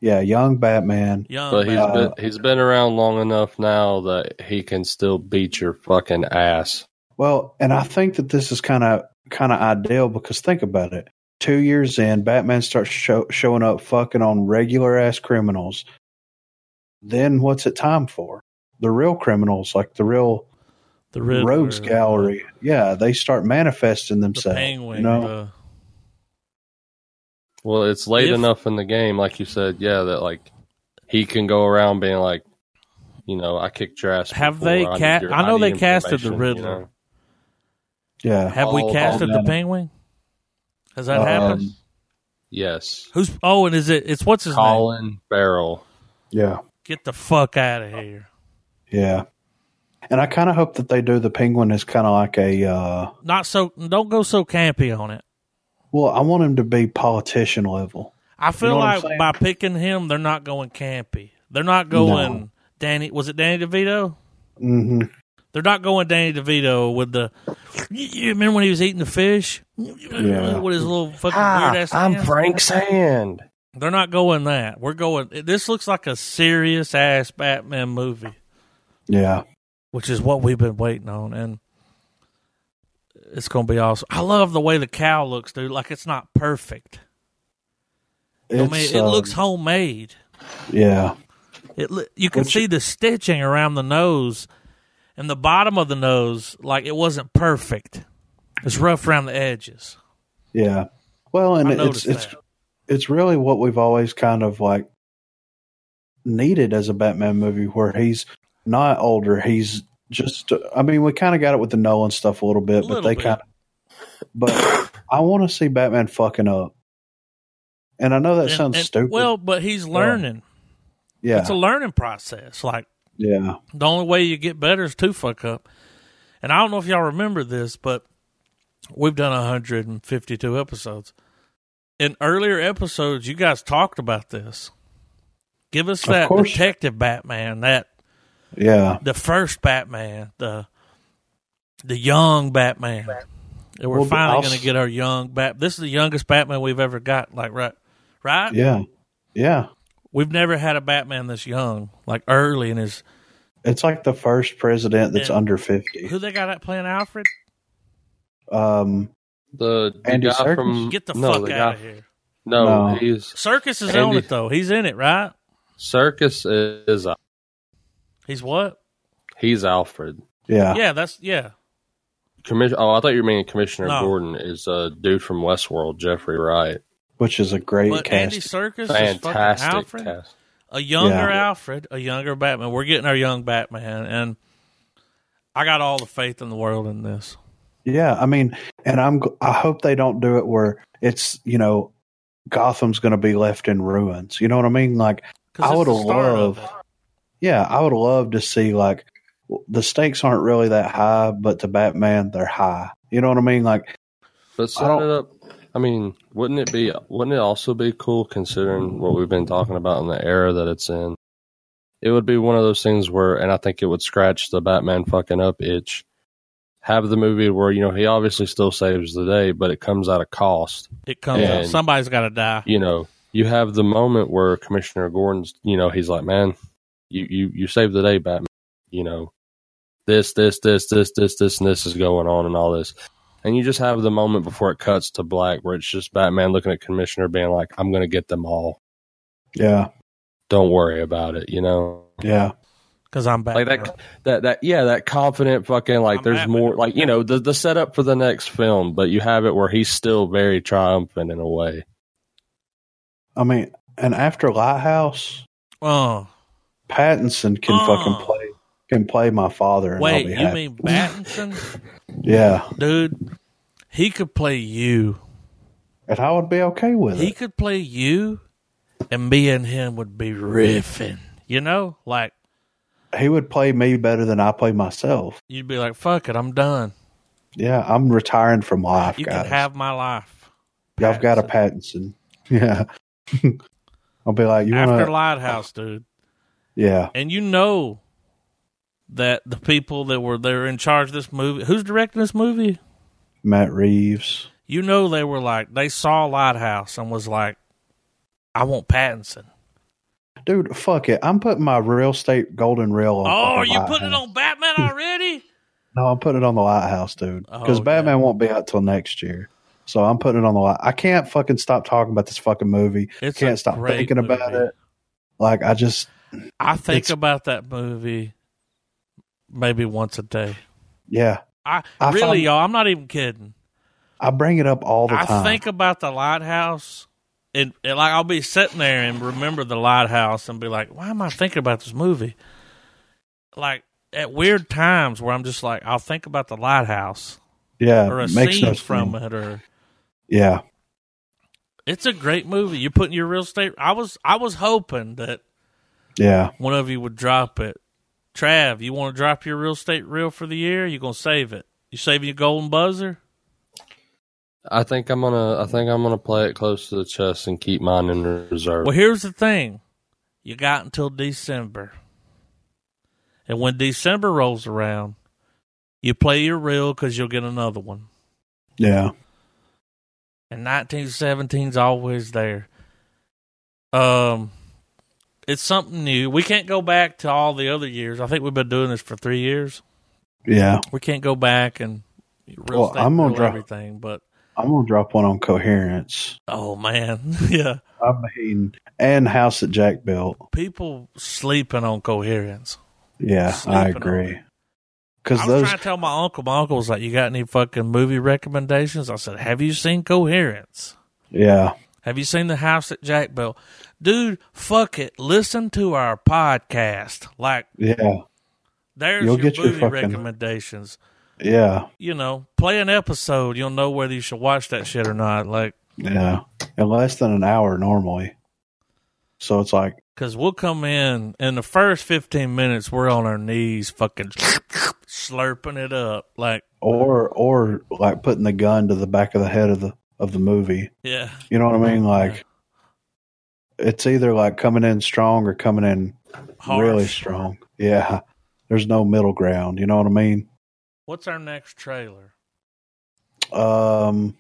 Yeah, young Batman.
young
But he's
Batman.
been he's been around long enough now that he can still beat your fucking ass.
Well, and I think that this is kind of kind of ideal because think about it. Two years in, Batman starts show, showing up fucking on regular ass criminals. Then what's it time for? The real criminals, like the real
the Riddler, uh,
rogues gallery, yeah, they start manifesting
the
themselves.
penguin uh,
you know?
the-
Well, it's late
If-
enough in the game, like you said, yeah, that like he can go around being like, you know, I kicked your ass.
Have
before.
they
I need
ca-
your-
I know
need
they casted the
information,"
Riddler.
yeah,
uh, have we
All-
casted
all
the
that.
penguin has that
Um,
happened
Yes,
who's oh and is it it's what's his name
Colin Farrell.
yeah,
get the fuck out of here
yeah. And I kind of hope that they do the penguin as kind of like a. Uh,
not so don't go so campy on it
well, I want him to be politician level.
i feel
know what I'm
like
saying?
by picking him they're not going campy they're not going danny was it danny devito
hmm
They're not going Danny DeVito with the. You remember when he was eating the fish
Yeah.
with his little fucking weird ass. hands?
Frank Sand.
They're not going that. We're going. This looks like a serious ass Batman movie,
Yeah,
which is what we've been waiting on, and it's gonna be awesome. I love the way the cow looks, dude. Like it's not perfect. I mean,
It's,
it
um,
looks homemade.
Yeah,
It li- you can
Which-
see the stitching around the nose and the bottom of the nose, like it wasn't perfect. It's rough around the edges.
yeah. Well, and
I
it's
noticed
it's
that.
it's really what we've always kind of like needed as a Batman movie where he's not older. He's just, I mean, we kind of got it with the Nolan stuff a little bit,
A
but
little
they
bit.
kind of, but I want to see Batman fucking up. And I know that
And-
sounds
and-
stupid.
Well, but he's learning.
yeah.
It's a learning process. Like
yeah.
the only way you get better is to fuck up. And I don't know if y'all remember this, but we've done 152 episodes. In earlier episodes, you guys talked about this. Give us that
course.
detective Batman, that
Yeah.
the first Batman, the the young Batman. And we're
Well, I'll
finally
s-
going to get our young bat. This is the youngest Batman we've ever got. Like right, right.
Yeah. Yeah.
We've never had a Batman this young, like early in his.
It's like the first president that's
Yeah.
under 50.
Who they got out playing Alfred?
Um,
The, the
Andy
guy
Serkis?
from
Get the
no,
fuck
guy-
out of here.
No,
No.
he's
Circus is on
Andy-
it though. He's in it, right?
Circus is a
He's what?
he's Alfred.
yeah.
Yeah, that's yeah.
Commission. Oh, I thought you were meaning Commissioner
No.
Gordon is a dude from Westworld, Jeffrey Wright.
Which is a great
But Andy
cast.
Circus is fucking
Fantastic
Alfred.
cast.
a younger
Yeah.
Alfred, a younger Batman. We're getting our young Batman, and I got all the faith in the world in this.
Yeah, I mean, and I'm g- I hope they don't do it where it's you know Gotham's going to be left in ruins. You know what I mean? Like, I
it's
would
the start of
love. Yeah, I would love to see like the stakes aren't really that high, but to Batman they're high. You know what I mean? Like
But set
don't-
it up. I mean, wouldn't it be? Wouldn't it also be cool considering what we've been talking about in the era that it's in? It would be one of those things where, and I think it would scratch the Batman fucking up itch. Have the movie where you know he obviously still saves the day, but it comes at a cost.
It comes out.
And-
Somebody's got to die.
You know, you have the moment where Commissioner Gordon's, you know, he's like, "Man, you you you saved the day, Batman." You know, this this this this this this and this is going on and all this, and you just have the moment before it cuts to black where it's just Batman looking at Commissioner, being like, "I'm going to get them all.
yeah,
Don't worry about it." You know,
yeah.
Because I'm back.
like that that that yeah, that confident fucking like.
I'm
there's
Batman.
more like you know the the setup for the next film, but you have it where he's still very triumphant in a way.
I mean, and after Lighthouse,
oh,
Pattinson can
Oh.
fucking play can play my father. And I'll
wait,
be
you
happy.
mean Battinson?
yeah?
Dude, he could play you.
And I would be okay with
He
it.
could play you, and me and him would be riffing. You know, like
He would play me better than I play myself.
you'd be like, "Fuck it, I'm done.
Yeah, I'm retiring from life,
You
guys.
can have my life."
Y'all got a Pattinson. Yeah. I'll be like, you want
after
to?
Lighthouse, dude.
Yeah.
And you know that the people that were there in charge of this movie, who's directing this movie?
Matt Reeves.
You know they were like they saw Lighthouse and was like, "I want Pattinson."
Dude, fuck it. I'm putting my real estate golden rail on.
Oh,
fucking
you put it
Lighthouse.
on Batman already?
No, I'm putting it on the lighthouse, dude. Because
Oh,
Batman won't be out till next year. So I'm putting it on the light. I can't fucking stop talking about this fucking movie.
It's
can't
a
stop
great
thinking about
movie.
it. Like I just,
I think
It's-
about that movie maybe once a day.
yeah,
I,
I
really,
found-
y'all, I'm not even kidding.
I bring it up all the
I
time.
think about the lighthouse, and, and like I'll be sitting there and remember the lighthouse and be like, "Why am I thinking about this movie?" Like at weird times where I'm just like, I'll think about the lighthouse
yeah,
or a
makes
scene
no
from
sense.
it, or
Yeah,
it's a great movie. You're putting your real estate. I was I was hoping that
yeah.
one of you would drop it. Trav, you want to drop your real estate reel for the year? You gonna save it? You saving your golden buzzer?
I think I'm gonna. I think I'm gonna play it close to the chest and keep mine in reserve.
Well, here's the thing. You got until December. And when December rolls around, you play your reel because you'll get another one.
Yeah.
And 1917's always there. Um, it's something new. We can't go back to all the other years. I think we've been doing this for three years.
Yeah.
We can't go back and real
Well,
estate
I'm gonna
reel
drop-
everything. But
I'm gonna drop one on coherence.
oh man, yeah,
I mean, and house that Jack built.
people sleeping on coherence.
Yeah, I
Sleeping on
agree.
it.
Because
I was
those,
trying to tell my uncle. My uncle was like, "You got any fucking movie recommendations?" I said, "Have you seen Coherence?
yeah,
Have you seen The House at Jack Bell?" Dude, fuck it. Listen to our podcast. Like,
yeah,
there's
You'll
your
get your
movie
fucking-
recommendations.
yeah,
You know, play an episode. You'll know whether you should watch that shit or not. Like,
yeah. In less than an hour normally. So it's like,
because we'll come in in the first fifteen minutes, we're on our knees, fucking slurping it up. Like,
or or like putting the gun to the back of the head of the of the movie.
yeah,
You know what I mean? Like it's either like coming in strong or coming in
harsh.
really strong. Yeah. There's no middle ground, you know what I mean?
What's our next trailer?
Um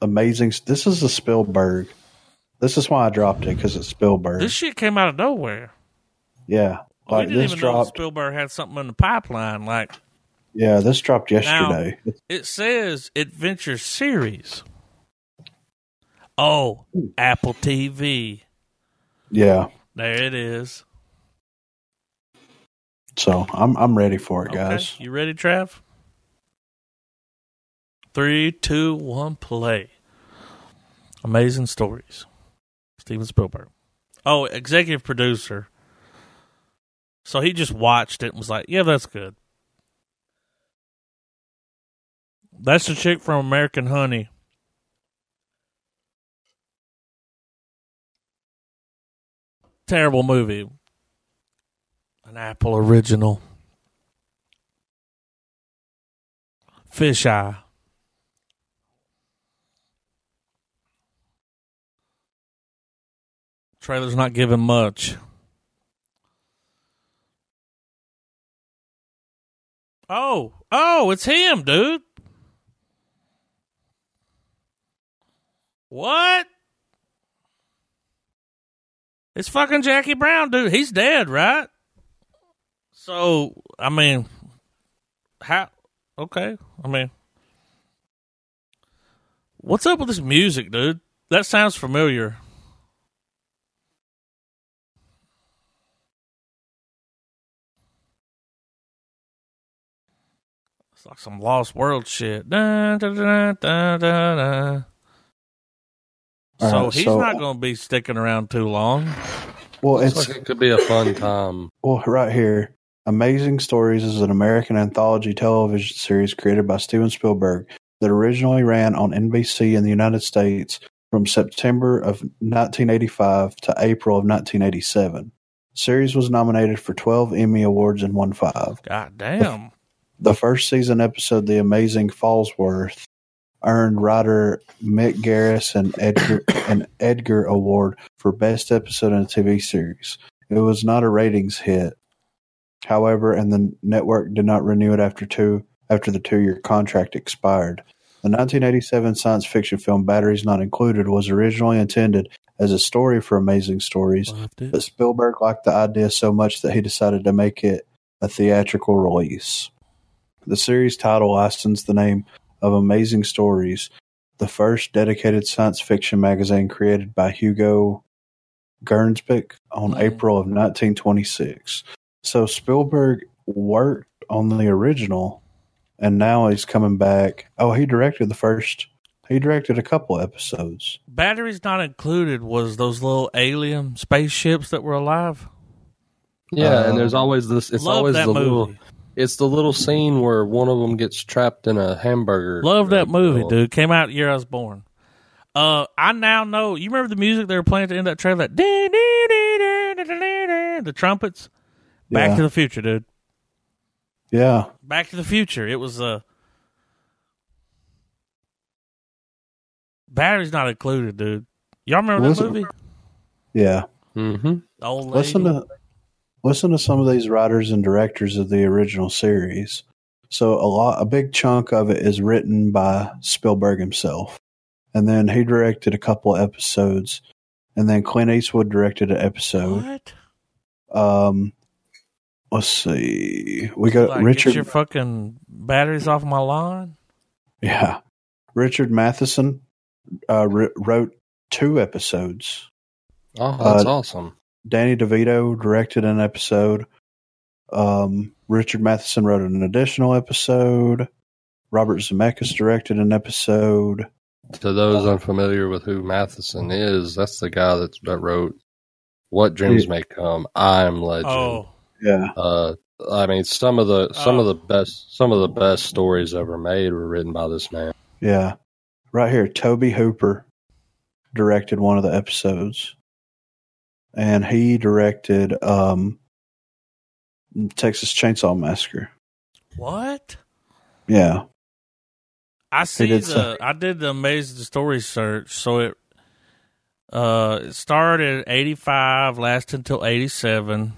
amazing this is a Spielberg. This is why I dropped it cuz it's Spielberg.
This shit came out of nowhere.
yeah. Like
we Oh, didn't
this
even know
dropped
Spielberg had something in the pipeline. Like
Yeah, this dropped yesterday.
it says, adventure series. Oh, Apple TV.
yeah.
There it is.
So, I'm I'm ready for it, guys.
Okay, you ready, Trav? Three, two, one, play. Amazing stories. Steven Spielberg. Oh, executive producer. So he just watched it and was like, "Yeah, that's good." That's the chick from American Honey. Terrible movie. An Apple original. fisheye. Trailer's not giving much. Oh, oh, it's him, dude. What? It's fucking Jackie Brown, dude. He's dead, right? So, I mean, how? Okay, I mean, what's up with this music, dude? That sounds familiar. It's like some Lost World shit. Da, da, da, da, da, da.
All
So
right,
he's
so-
not going to be sticking around too long.
Well,
Looks
it's
like it could be a fun time.
Well, right here, Amazing Stories is an American anthology television series created by Steven Spielberg that originally ran on NBC in the United States from September of 1985 to April of 1987. Series was nominated for 12 Emmy awards and won 5.
God damn.
The first season episode The Amazing Fallsworth earned writer Mick Garris an Edgar an Edgar Award for Best Episode in a TV Series. It was not a ratings hit, however, and the network did not renew it after two after the two year contract expired. The 1987 science fiction film Batteries Not Included was originally intended as a story for Amazing Stories,
Loved it.
but Spielberg liked the idea so much that he decided to make it a theatrical release. The series title licensed the name of Amazing Stories, the first dedicated science fiction magazine created by Hugo Gernsback on
Mhm.
April of 1926. So Spielberg worked on the original, and now he's coming back. Oh, he directed the first. He directed a couple episodes.
Batteries not included was those little alien spaceships that were alive.
Yeah,
Um,
and there's always this. It's
Love
always
that
the
movie.
little. It's the little scene where one of them gets trapped in a hamburger.
Love that
Like,
movie,
uh,
dude. Came out the year I was born. Uh, I now know. You remember the music they were playing at the end of that trailer? That dee, dee, dee, dee, dee, dee, dee, the trumpets. Back
yeah.
to the Future, dude.
yeah.
Back to the Future. It was uh Batteries not included, dude. Y'all remember that
Listen-
movie?
Yeah.
mhm.
The old lady.
Listen to listen to some of these writers and directors of the original series. So a lot, a big chunk of it is written by Spielberg himself, and then he directed a couple episodes, and then Clint Eastwood directed an episode.
what?
Um, let's see, we got
Like, get
Richard.
your fucking batteries off my lawn.
Yeah. Richard Matheson uh, wr- wrote two episodes.
Oh, that's
Uh,
awesome.
Danny DeVito directed an episode. Um, Richard Matheson wrote an additional episode. Robert Zemeckis directed an episode.
To those unfamiliar with who Matheson is, that's the guy that that wrote "What Dreams May Come." I am Legend.
Oh,
Yeah,
Uh, I mean, some of the some
Oh.
of the best some of the best stories ever made were written by this man.
yeah. Right here, Toby Hooper directed one of the episodes, and he directed um, Texas Chainsaw Massacre.
what?
Yeah,
I see
did
the.
some-
I did the amazing story search, so it uh it started at eighty five, lasted until eighty seven.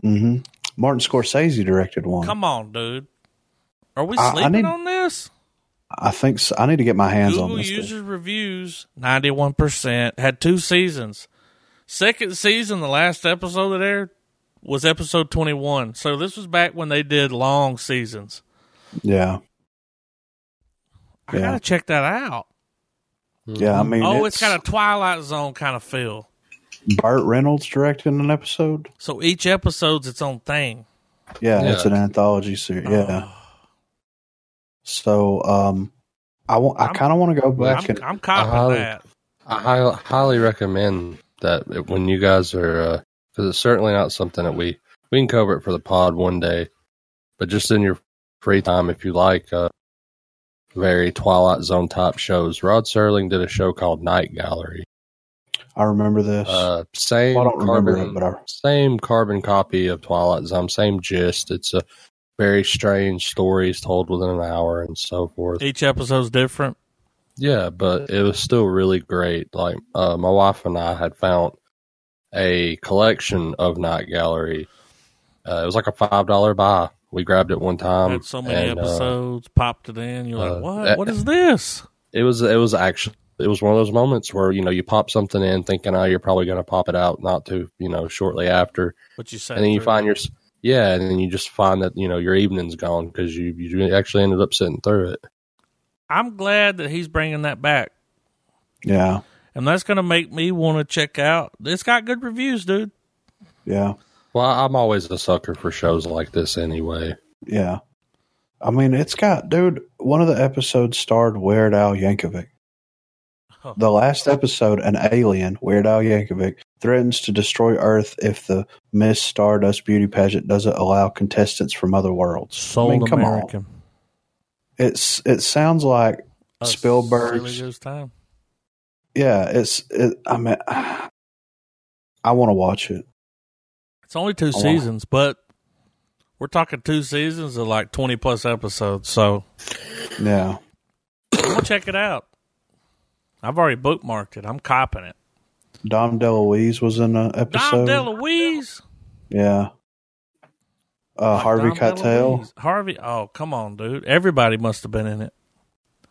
hmm Martin Scorsese directed one.
Come on, dude. Are we
I- I
sleeping
need-
on this?
I think so. I need to get my hands
Google
on this. thing.
user reviews ninety one percent had two seasons. Second season, the last episode that aired was episode twenty one. So this was back when they did long seasons.
Yeah,
I
Yeah.
gotta check that out.
yeah. I mean,
oh, it's got a Twilight Zone kind of feel.
Burt Reynolds directing an episode.
So each episode's its own thing.
Yeah, it's an
Yeah.
anthology series. Yeah.
Oh.
So, um, I want. I
I'm-
kind of want to go
Well,
back
I'm,
and
I'm copying
Uh-huh.
that.
I hi- highly recommend that it- when you guys are, because it's certainly not something that we we can cover it for the pod one day, but just in your free time, if you like, uh, very Twilight Zone type shows. Rod Serling did a show called Night Gallery.
I remember this.
Uh, same
Well, I don't remember
carbon,
it, but I-
same carbon copy of Twilight Zone, same gist. It's a very strange stories told within an hour and so forth.
Each episode's different.
Yeah, but it was still really great. Like uh, my wife and I had found a collection of Night Gallery. Uh, it was like a five dollar buy. We grabbed it one time.
Had so many
and, uh,
episodes, popped it in. You're
uh,
like, what?
that-
what is this?
it was it was actually it was one of those moments where you know you pop something in thinking oh you're probably going to pop it out not too you know shortly after
What you say?
and then you find your yeah and then you just find that you know your evening's gone because you you actually ended up sitting through it
I'm glad that he's bringing that back,
Yeah.
and that's gonna make me want to check out. It's got good reviews, dude.
Yeah.
well i'm always a sucker for shows like this anyway
Yeah. I mean, it's got, dude, one of the episodes starred Weird Al Yankovic.
Huh.
The last episode, an alien, Weird Al Yankovic, threatens to destroy Earth if the Miss Stardust beauty pageant doesn't allow contestants from other worlds.
Soul
I mean, come on.
American.
It's it sounds like
Us
Spielberg's-
silly goose time.
yeah, it's it, I mean, I want to watch it.
It's only two
wow.
seasons, but we're talking two seasons of like twenty plus episodes. So
Yeah,
I'm gonna check it out. I've already bookmarked it. I'm copying it.
Dom DeLuise was in an
Dom
episode.
DeLuise.
yeah, uh,
Like
Harvey
Dom
Keitel.
DeLuise. Harvey. Oh, come on, dude. Everybody must have been in it.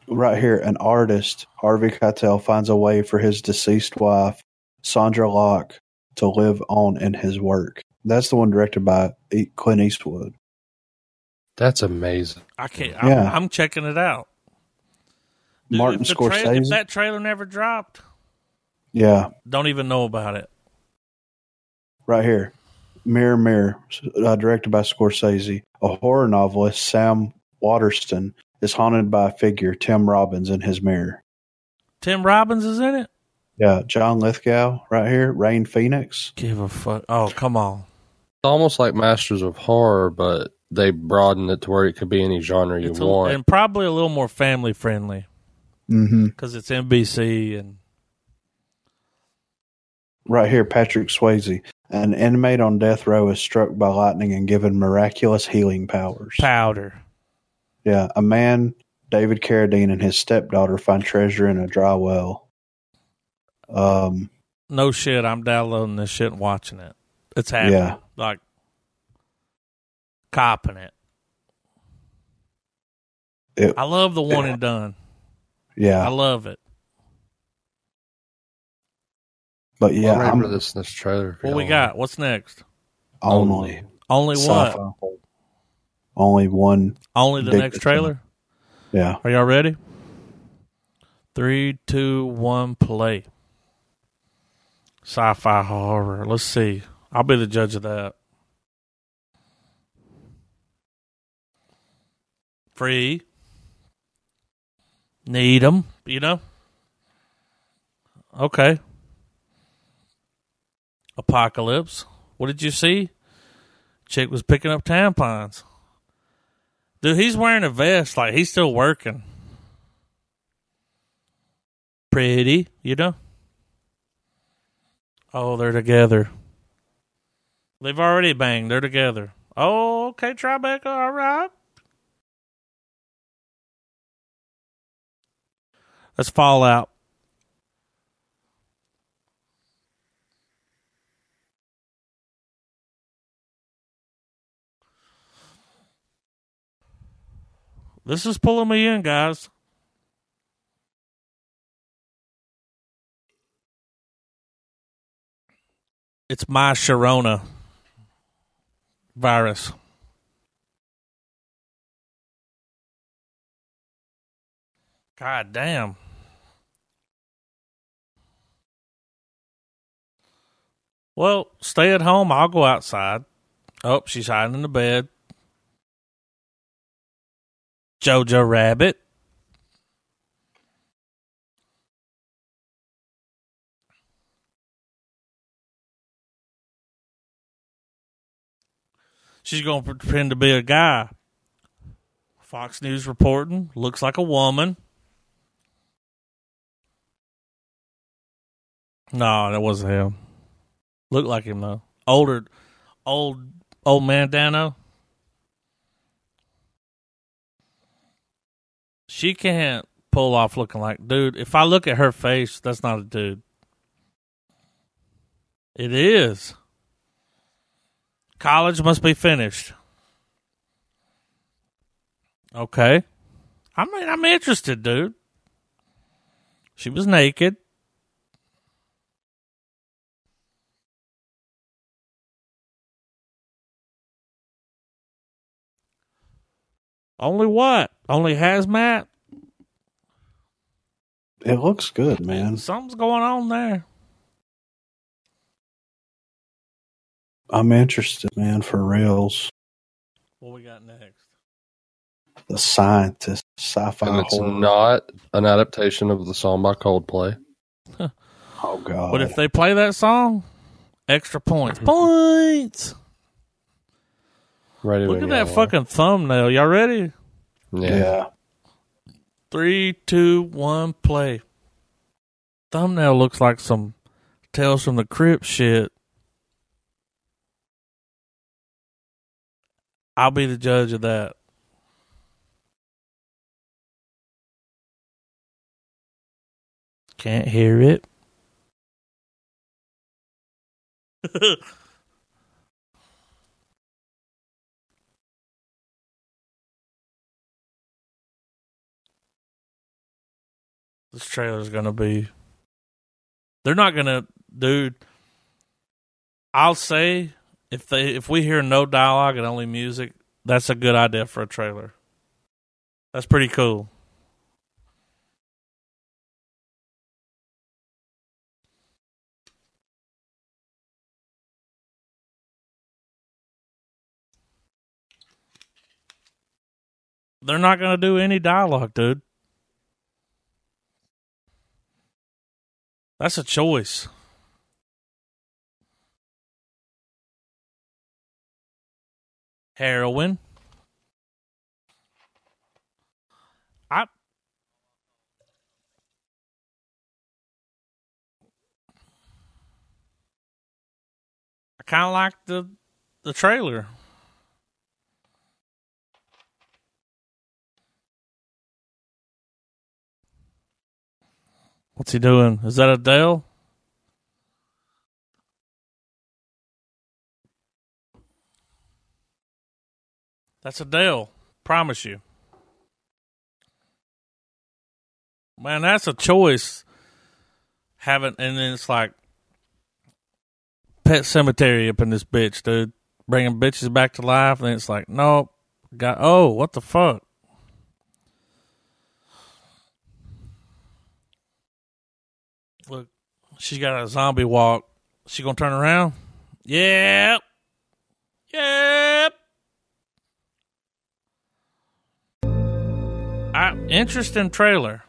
right here an artist harvey keitel finds a way for his deceased wife sandra locke to live on in his work that's the one directed by E- clint eastwood
that's amazing
I can't. I'm,
Yeah.
I'm checking it out. Dude,
martin
if the tra- if
scorsese
that trailer never dropped,
yeah
don't even know about it.
right here mirror mirror uh, directed by scorsese a horror novelist sam waterston is haunted by a figure tim robbins in his mirror
Tim Robbins is in it.
yeah john lithgow right here rain phoenix
Give a fuck. Oh, come on.
it's almost like masters of horror but they broadened it to where it could be any genre you
It's a-
want
and probably a little more family friendly
mm-hmm.
because it's NBC and
Right here, Patrick Swayze. An inmate on death row is struck by lightning and given miraculous healing powers.
powder.
yeah, a man, David Carradine, and his stepdaughter find treasure in a dry well. Um,
No shit. I'm downloading this shit and watching it. It's happening.
Yeah.
Like copping it.
It-
I love the one and done. I
yeah,
love it.
but yeah,
i'm ready
I'm
for this this trailer
What we got? What's next?
only
Only
sci-fi.
what?
Only one.
Only the
Dig
next
this
trailer?
Yeah,
Are y'all ready? Three, two, one, play. Sci fi horror. Let's see. I'll be the judge of that. Free. Need 'em, you know? Okay. Apocalypse. What did you see? Chick was picking up tampons. Dude, he's wearing a vest. Like, he's still working. Pretty, you know? Oh, they're together. They've already banged. They're together. Oh, okay, Tribeca. All right. That's Fallout. This is pulling me in, guys. It's my Sharona virus. God damn. Well, stay at home. I'll go outside. Oh, she's hiding in the bed. Jojo Rabbit. She's going to pretend to be a guy. Fox News reporting looks like a woman. No, that wasn't him. Looked like him though. Older, old, old man Dano. she can't pull off looking like dude. If I look at her face, that's not a dude. It is. College must be finished. Okay. I mean, I'm interested, dude. She was naked. Only what? Only hazmat?
It looks good, man.
Something's going on there.
I'm interested, man, for reals.
What we got next?
The scientist, sci-fi
And it's
horror.
not an adaptation of the song by Coldplay.
oh god.
But if they play that song, extra points. Points.
Right
Look at that fucking thumbnail. Y'all ready?
Yeah.
yeah.
Three, two, one, play. Thumbnail looks like some Tales from the Crypt shit. I'll be the judge of that. Can't hear it. this trailer's gonna be they're not gonna dude i'll say if they if we hear no dialogue and only music that's a good idea for a trailer that's pretty cool They're not going to do any dialogue, dude. That's a choice. Heroin. I. I kind of like the the trailer. What's he doing? Is that Adele? That's Adele. Promise you. Man, that's a choice. Having and then it's like pet cemetery up in this bitch, dude. Bringing bitches back to life, and then it's like, nope. Got oh, what the fuck? Look, she's got a zombie walk. She gonna turn around? Yep. Yep. I, interesting trailer.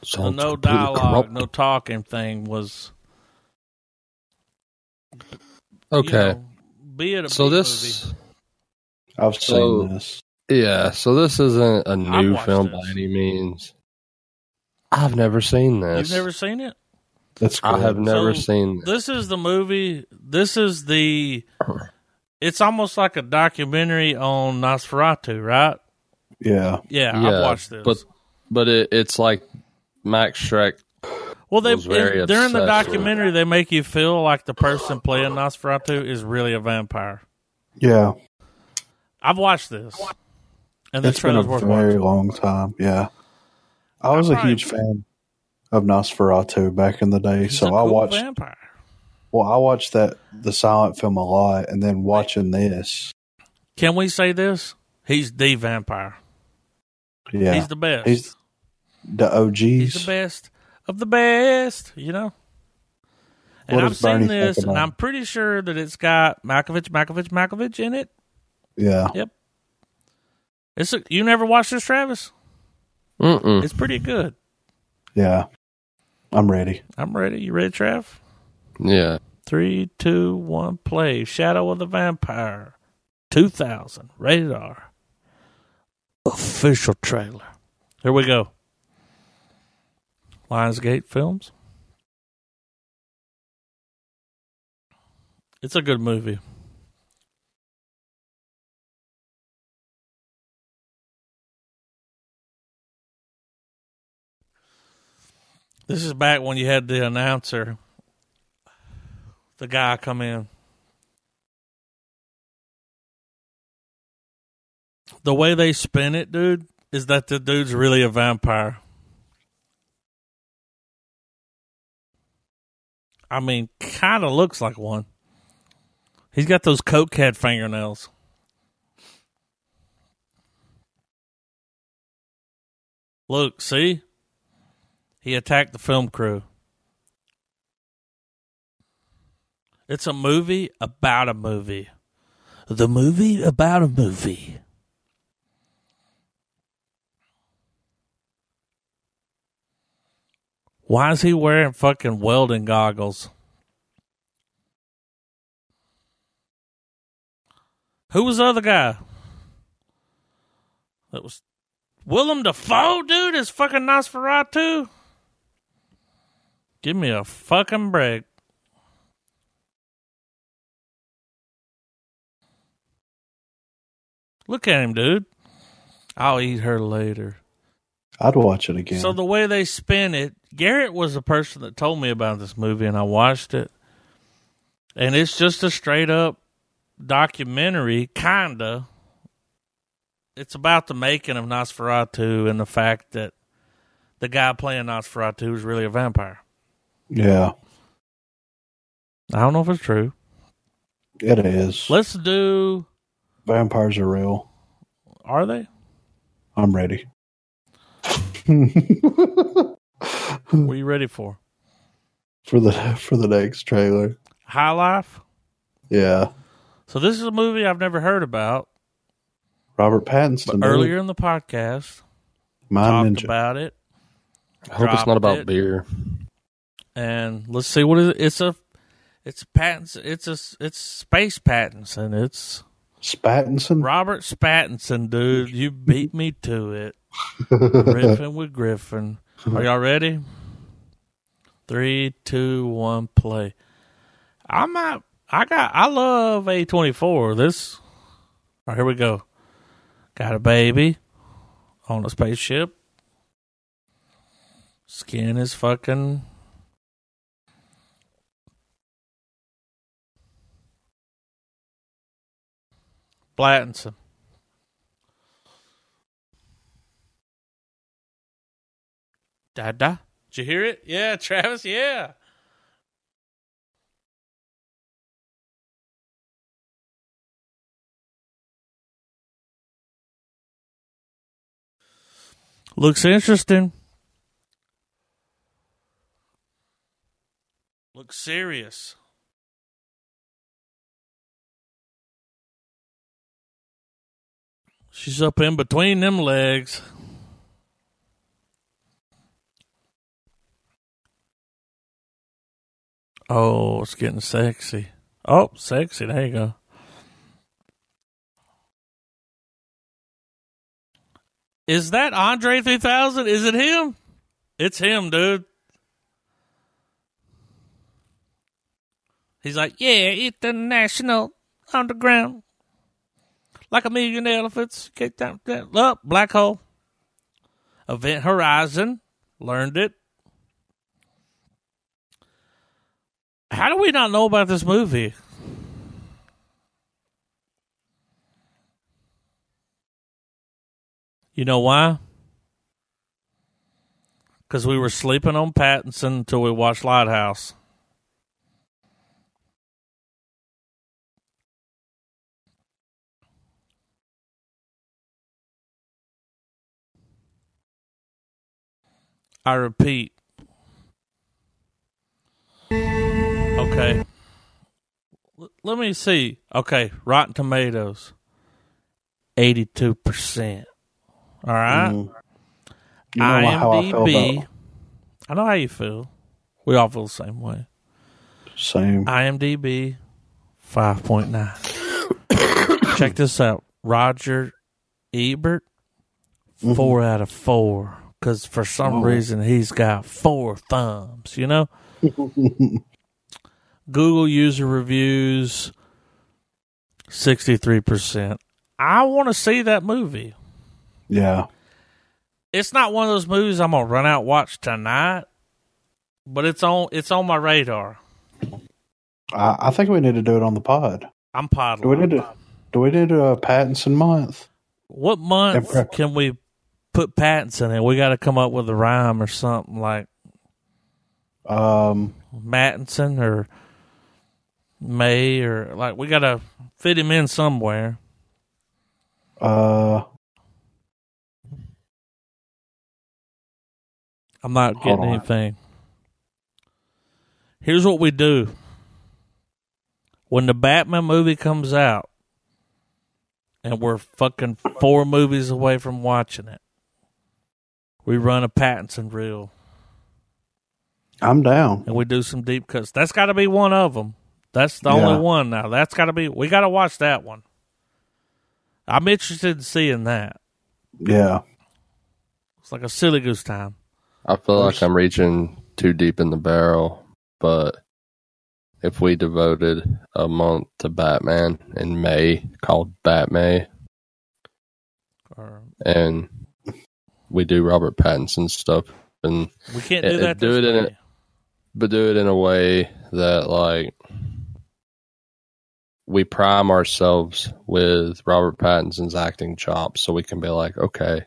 The
Sounds
no
completely
dialogue,
corrupt.
no talking thing was you
Okay.
know, be it a
so
B
this.
I've seen
So-
this.
Yeah, so this isn't a new
watched
film
this.
by any means. I've never seen
movie.
this.
you've never seen it.
That's good.
I have never
So,
seen this.
This is the movie. This is the. It's almost like a documentary on Nosferatu, right?
yeah.
Yeah,
Yeah,
I've watched this.
but but it, it's like Max Shrek.
Well, they
was very
in- during the
obsessed with it.
documentary they make you feel like the person playing Nosferatu is really a vampire.
Yeah.
I've watched this, and this
it's been a
trailer's worth
very
watching.
long time. Yeah. I was a
Alright.
huge fan of Nosferatu back in the day,
He's
so
a
I
cool
watched
vampire.
well, I watched that the silent film a lot and then watching this.
Can we say this? He's the vampire.
Yeah.
He's the best.
He's- the OGs.
He's the best of the best. You know. And
What
I've
does
seen
Bernie
this,
think
and
about it?
I'm pretty sure that it's got Malkovich, Malkovich, Malkovich in it.
yeah.
Yep. It's a, you never watched this, Travis.
Mm-mm.
It's pretty good.
Yeah. I'm ready.
I'm ready. You ready, Trav?
Yeah,
Three, two, one, play. Shadow of the Vampire. 2000. Rated R. Official trailer. Here we go. Lionsgate Films. It's a good movie. This is back when you had the announcer, the guy come in. The way they spin it, dude, is that the dude's really a vampire. I mean, kind of looks like one. He's got those cokehead fingernails. Look, see? He attacked the film crew. It's a movie about a movie. The movie about a movie. Why is he wearing fucking welding goggles? Who was the other guy? That was Willem Dafoe, dude, is fucking Nosferatu. Give me a fucking break. Look at him, dude. I'll eat her later.
I'd watch it again.
So the way they spin it, Garrett was the person that told me about this movie, and I watched it. And it's just a straight up documentary, kinda. It's about the making of Nosferatu and the fact that the guy playing Nosferatu is really a vampire.
yeah,
I don't know if it's true.
it is.
Let's do.
Vampires are real.
Are they?
I'm ready.
What are you ready for?
for the for the next trailer.
High Life.
Yeah,
So this is a movie I've never heard about.
Robert Pattinson.
Earlier in the podcast,
Mind
talked
Ninja.
about it.
I hope it's
Dropped
not about
it.
beer.
and let's see what is it. It's a, it's patents. It's a, it's space patents, and it's
Spattinson.
Robert Spattinson, dude. You beat me to it. Griffin with Griffin. Are y'all ready? Three, two, one, play. I might. I got. I love a twenty four. This. All right, here we go. Got a baby on a spaceship. Skin is fucking. Blattinson. Da da. Did you hear it? Yeah, Travis. Yeah. Looks interesting. Looks serious. She's up in between them legs. Oh, it's getting sexy. Oh, sexy. There you go. Is that Andre 3000? Is it him? It's him, dude. He's like, yeah, international underground. Like a million elephants. Get down, down. Up, black hole. Event Horizon. Learned it. How do we not know about this movie? You know why? Because we were sleeping on Pattinson until we watched Lighthouse. I repeat. Okay. L- let me see. Okay, Rotten Tomatoes, eighty-two percent. All right.
Mm. You don't know how I feel
IMDb.
about
I know how you feel. We all feel the same way.
same.
IMDb 5.9. Check this out. Roger Ebert,
Mm-hmm.
4 out of four. Because for some
Whoa.
reason, he's got four thumbs, you know? Google user reviews, 63%. I want to see that movie.
Yeah,
It's not one of those movies I'm going to run out and watch tonight. but it's on it's on my radar.
I, I think we need to do it on the pod.
I'm
Do we need
podling.
to? Do we need to do a Pattinson month?
What month
Impressive.
can we put patents in it? We got to come up with a rhyme or something like
Um,
Mattinson or May or like we got to fit him in somewhere.
uh,
I'm not
Hold
getting
on.
anything. Here's what we do. When the Batman movie comes out and we're fucking four movies away from watching it, we run a Pattinson reel
I'm down.
and we do some deep cuts. That's got to be one of them. That's the
Yeah.
only one now. That's got to be, we got to watch that one. I'm interested in seeing that.
Yeah.
It's like a silly goose time.
I feel like I'm reaching too deep in the barrel, but if we devoted a month to Batman in May called Bat May,
Or
and we do Robert Pattinson stuff and
we can't
Yeah,
do that.
Uh, do
this
it in
way.
a- but do it in a way that like we prime ourselves with Robert Pattinson's acting chops so we can be like, okay,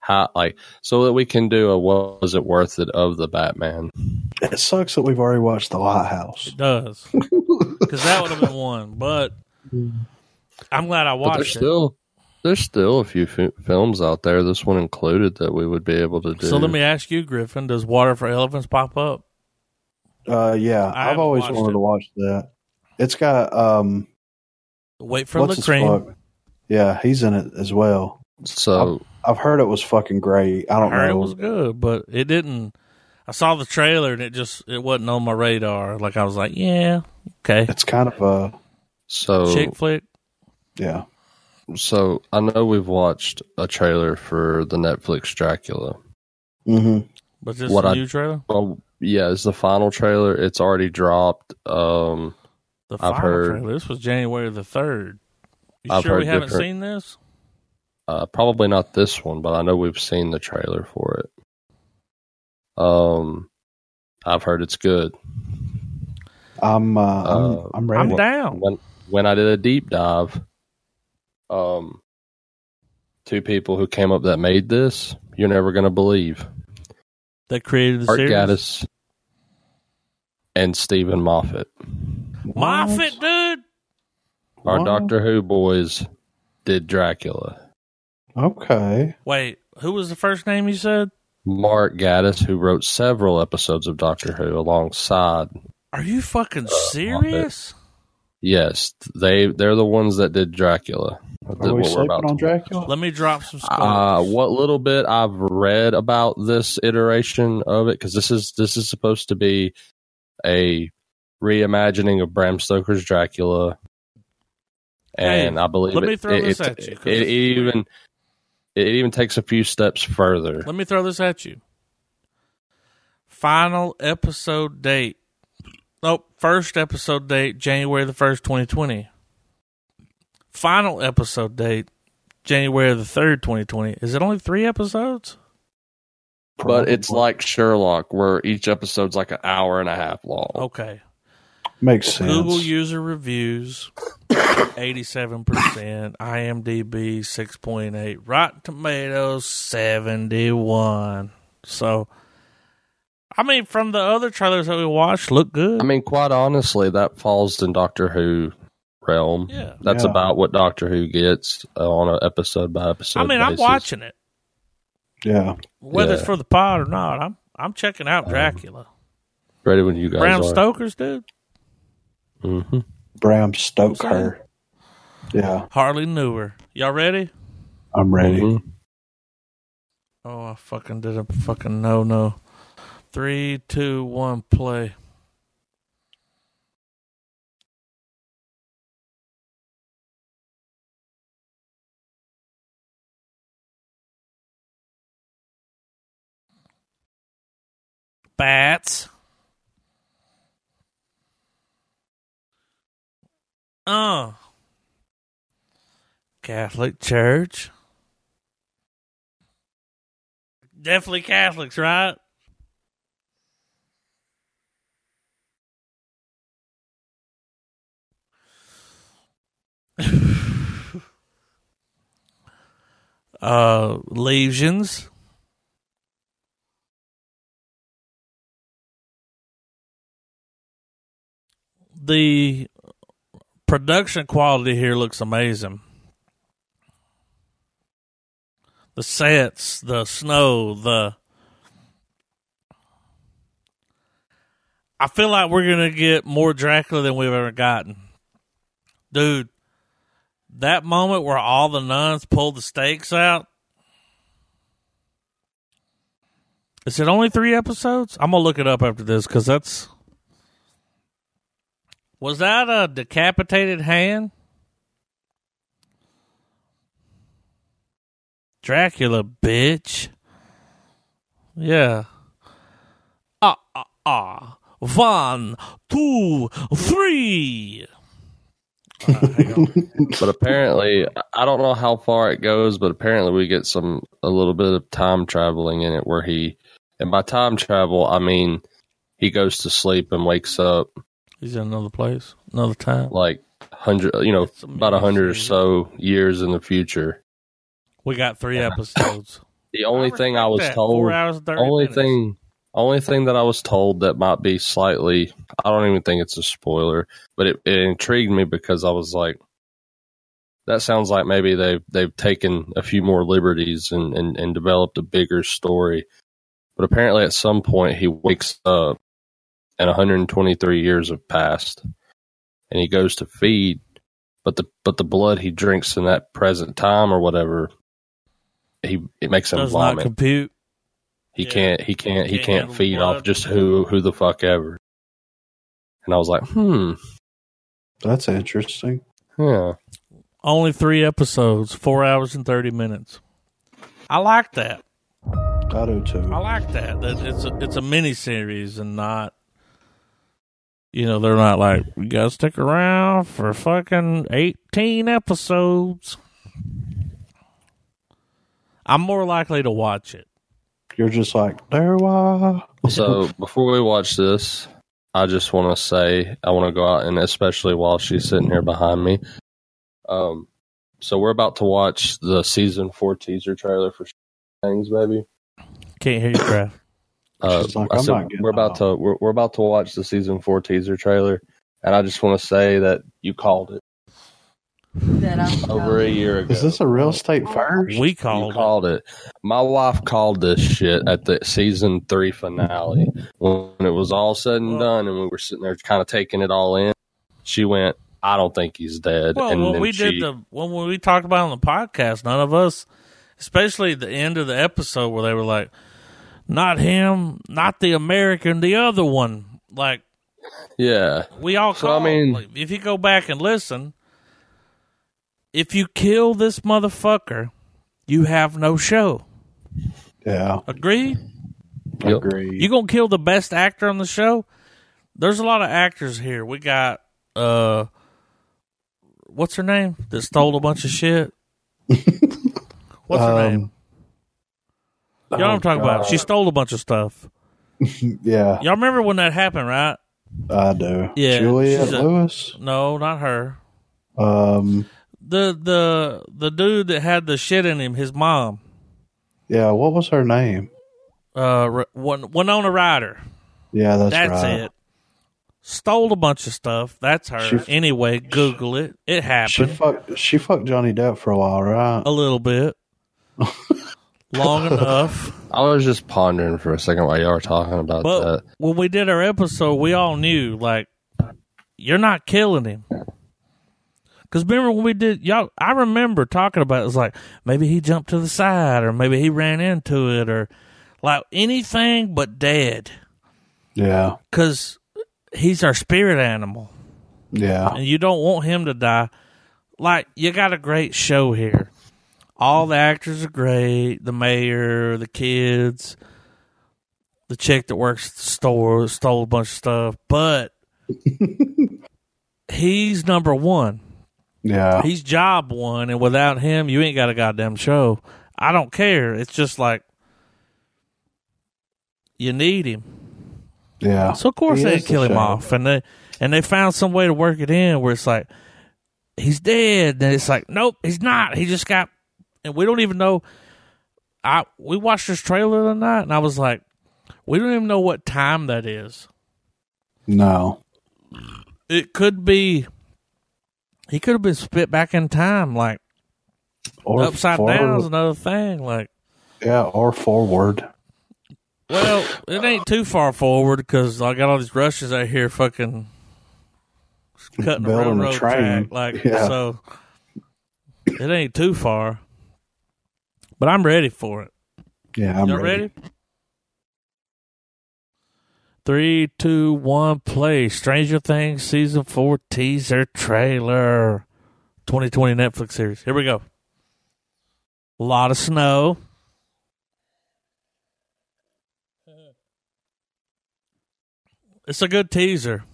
how like so that we can do a was it worth it of the Batman.
It sucks that we've already watched The Lighthouse.
It does. Because that would have been one. But I'm glad I
But there's
watched it.
still there's still a few fi- films out there, this one included, that we would be able to do.
So let me ask you, Griffin, does Water for Elephants pop up?
Uh, yeah,
I
I've
haven't
always
watched
wanted
it.
to watch that. It's got um,
Wait for the
his
cream.
fuck? Yeah, he's in it as well.
so
I've heard it was fucking great. I
I
don't
heard it
know.
was good, but it didn't. I saw the trailer and it just it wasn't on my radar. Like I was like, yeah, okay,
it's kind of a
so
chick flick.
yeah.
so I know we've watched a trailer for the Netflix Dracula.
hmm
But this
What
a
I-
new trailer.
Well, yeah, it's the final trailer. It's already dropped. Um,
The
I've
final
heard-
trailer. This was January the third. You
I've
sure we
heard
haven't
different-
seen this?
uh, probably not this one, but I know we've seen the trailer for it. Um, I've heard it's good.
I'm, uh,
Uh,
I'm I'm ready.
I'm down.
When when I did a deep dive, um, two people who came up that made this, you're never gonna believe.
They created the
Art
series.
Gaddis and Stephen Moffat.
Moffat, dude.
Our
Wow.
Doctor Who boys did Dracula.
Okay.
Wait, who was the first name you said?
Mark Gaddis, who wrote several episodes of Doctor Who alongside.
Are you
Uh,
fucking serious?
Yes, they they're the ones that did Dracula.
Are
That
we
what we're
sleeping
about
on
to-
Dracula?
Let me drop some scores.
Uh, what little bit I've read about this iteration of it, because this is this is supposed to be a reimagining of Bram Stoker's Dracula, and I believe
let
it,
me throw
it,
this
it-
at you, 'cause
it
it's weird.
even it even takes a few steps further.
Let me throw this at you. Final episode date. Nope, first episode date, January the 1st, 2020. Final episode date, January the 3rd, 2020. Is it only three episodes?
But it's
Probably.
like Sherlock, where each episode's like an hour and a half long.
Okay.
makes sense.
Google user reviews, 87%. IMDb, 6.8. Rotten Tomatoes, 71. So, I mean, from the other trailers that we watched, look good.
I mean, quite honestly, that falls in Doctor Who realm.
Yeah.
That's
Yeah.
about what Doctor Who gets uh, on an episode by episode.
I mean, I'm
basis.
watching it,
yeah.
whether it's
Yeah.
for the pod or not. I'm I'm checking out Dracula.
Ready when you guys
Brown
are.
Stoker's dude.
hmm
Bram Stoker. Yeah,
Hardly knew her. Y'all ready?
I'm ready.
Mm-hmm.
Oh, I fucking did a fucking no no. Three, two, one, play. Bats. Oh. Catholic Church. Definitely Catholics, right? uh, lesions. The production quality here looks amazing. The sets, the snow, the. I feel like we're going to get more Dracula than we've ever gotten. Dude, that moment where all the nuns pull the stakes out. Is it only three episodes? I'm gonna look it up after this because that's. Was that a decapitated hand? Dracula, bitch. Yeah. Ah, ah, ah. One, two, three. Uh, hang on.
but apparently, I don't know how far it goes, but apparently we get some a little bit of time traveling in it where he, and by time travel I mean he goes to sleep and wakes up
He's in another place, another time.
like hundred, you know,
It's
about a hundred or so years in the future.
We got three episodes.
The only
I
thing I
respect
was
that.
told,
Four hours, and 30
only
minutes.
thing, only thing that I was told that might be slightly, I don't even think it's a spoiler, but it, it intrigued me because I was like. That sounds like maybe they've they've taken a few more liberties and, and, and developed a bigger story. But apparently at some point he wakes up and 123 years have passed and he goes to feed but the but the blood he drinks in that present time or whatever he it makes him
does not
vomit.
compute.
He
Yeah.
can't. He can't. He
Can't
can't
handle
feed
blood.
off just who who the fuck ever. And I was like, hmm, Mm-hmm.
That's interesting.
yeah.
Only three episodes, four hours and thirty minutes. I like that.
I do
I
too.
like that. That it's a, it's a mini series and not. You know they're not like you gotta stick around for fucking eighteen episodes. I'm more likely to watch it.
You're just like there. Why?
So before we watch this, I just want to say I want to go out and especially while she's sitting here behind me. Um, so we're about to watch the season four teaser trailer for things, baby.
Can't hear you, Kraft.
Uh,
She's like,
I
I'm
said
not getting
we're about to we're, we're about to watch the season four teaser trailer, and I just want to say that you called it
that I'm
over a year ago.
Is this a real estate first?
We
You
called. it.
called it. My wife called this shit at the season three finale when it was all said and done, and we were sitting there kind of taking it all in. She went, "I don't think he's dead."
Well,
and
when
then
we
she-
did the when we talked about it on the podcast, none of us, especially at the end of the episode where they were like, "Not him, not the American, the other one." Like
yeah,
we all
So, I
called.
mean-
Like, if you go back and listen, if you kill this motherfucker, you have no show.
Yeah,
Agreed?
Yep.
agree.
You gonna kill the best actor on the show? There's a lot of actors here. We got uh, what's her name that stole a bunch of shit? what's her
Um,
name? You know what I'm talking about?
uh,
She stole a bunch of stuff.
yeah,
Y'all remember when that happened, right?
I do.
Yeah,
Juliet
she's a-
Lewis.
No, not her.
Um,
The the the dude that had the shit in him, his mom,
yeah. What was her name?
uh, Ri- Win- Winona Ryder.
Yeah, that's,
That's,
right.
it. Stole a bunch of stuff. That's her.
She-
anyway, Google it. It
She
happened
fucked. She fucked Johnny Depp for a while, right?
a little bit, long enough.
I was just pondering for a second while y'all were talking about
But
Uh,
that.
when we did our episode, we all knew like you're not killing him. Cause remember when we did y'all, I remember talking about it, was like maybe he jumped to the side or maybe he ran into it or like anything but dead.
Yeah,
Cause he's our spirit animal
yeah.
and you don't want him to die. Like you got a great show here. All the actors are great. The mayor, the kids, the chick that works at the store stole a bunch of stuff, but he's number one.
Yeah.
He's job one, and without him, you ain't got a goddamn show. I don't care. It's just like you need him.
Yeah.
So of course
He
they
is the
kill him
show.
off, and they and they found some way to work it in where it's like he's dead. Then it's like nope, he's not. He just got and we don't even know. I we watched this trailer the night, and I was like, we don't even know what time that is.
No.
It could be. He could have been spit back in time, like
Or
upside
forward.
down is another thing. Like,
Yeah, or forward.
well, it ain't too far forward because I got all these Russians out here fucking cutting the
Building a
railroad
train.
track. Like,
Yeah.
so it ain't too far. But I'm ready for it.
Yeah, I'm
Y'all
ready.
ready? Three, two, one, play. Stranger Things season four teaser trailer. 2020 Netflix series. Here we go. A lot of snow. It's a good teaser.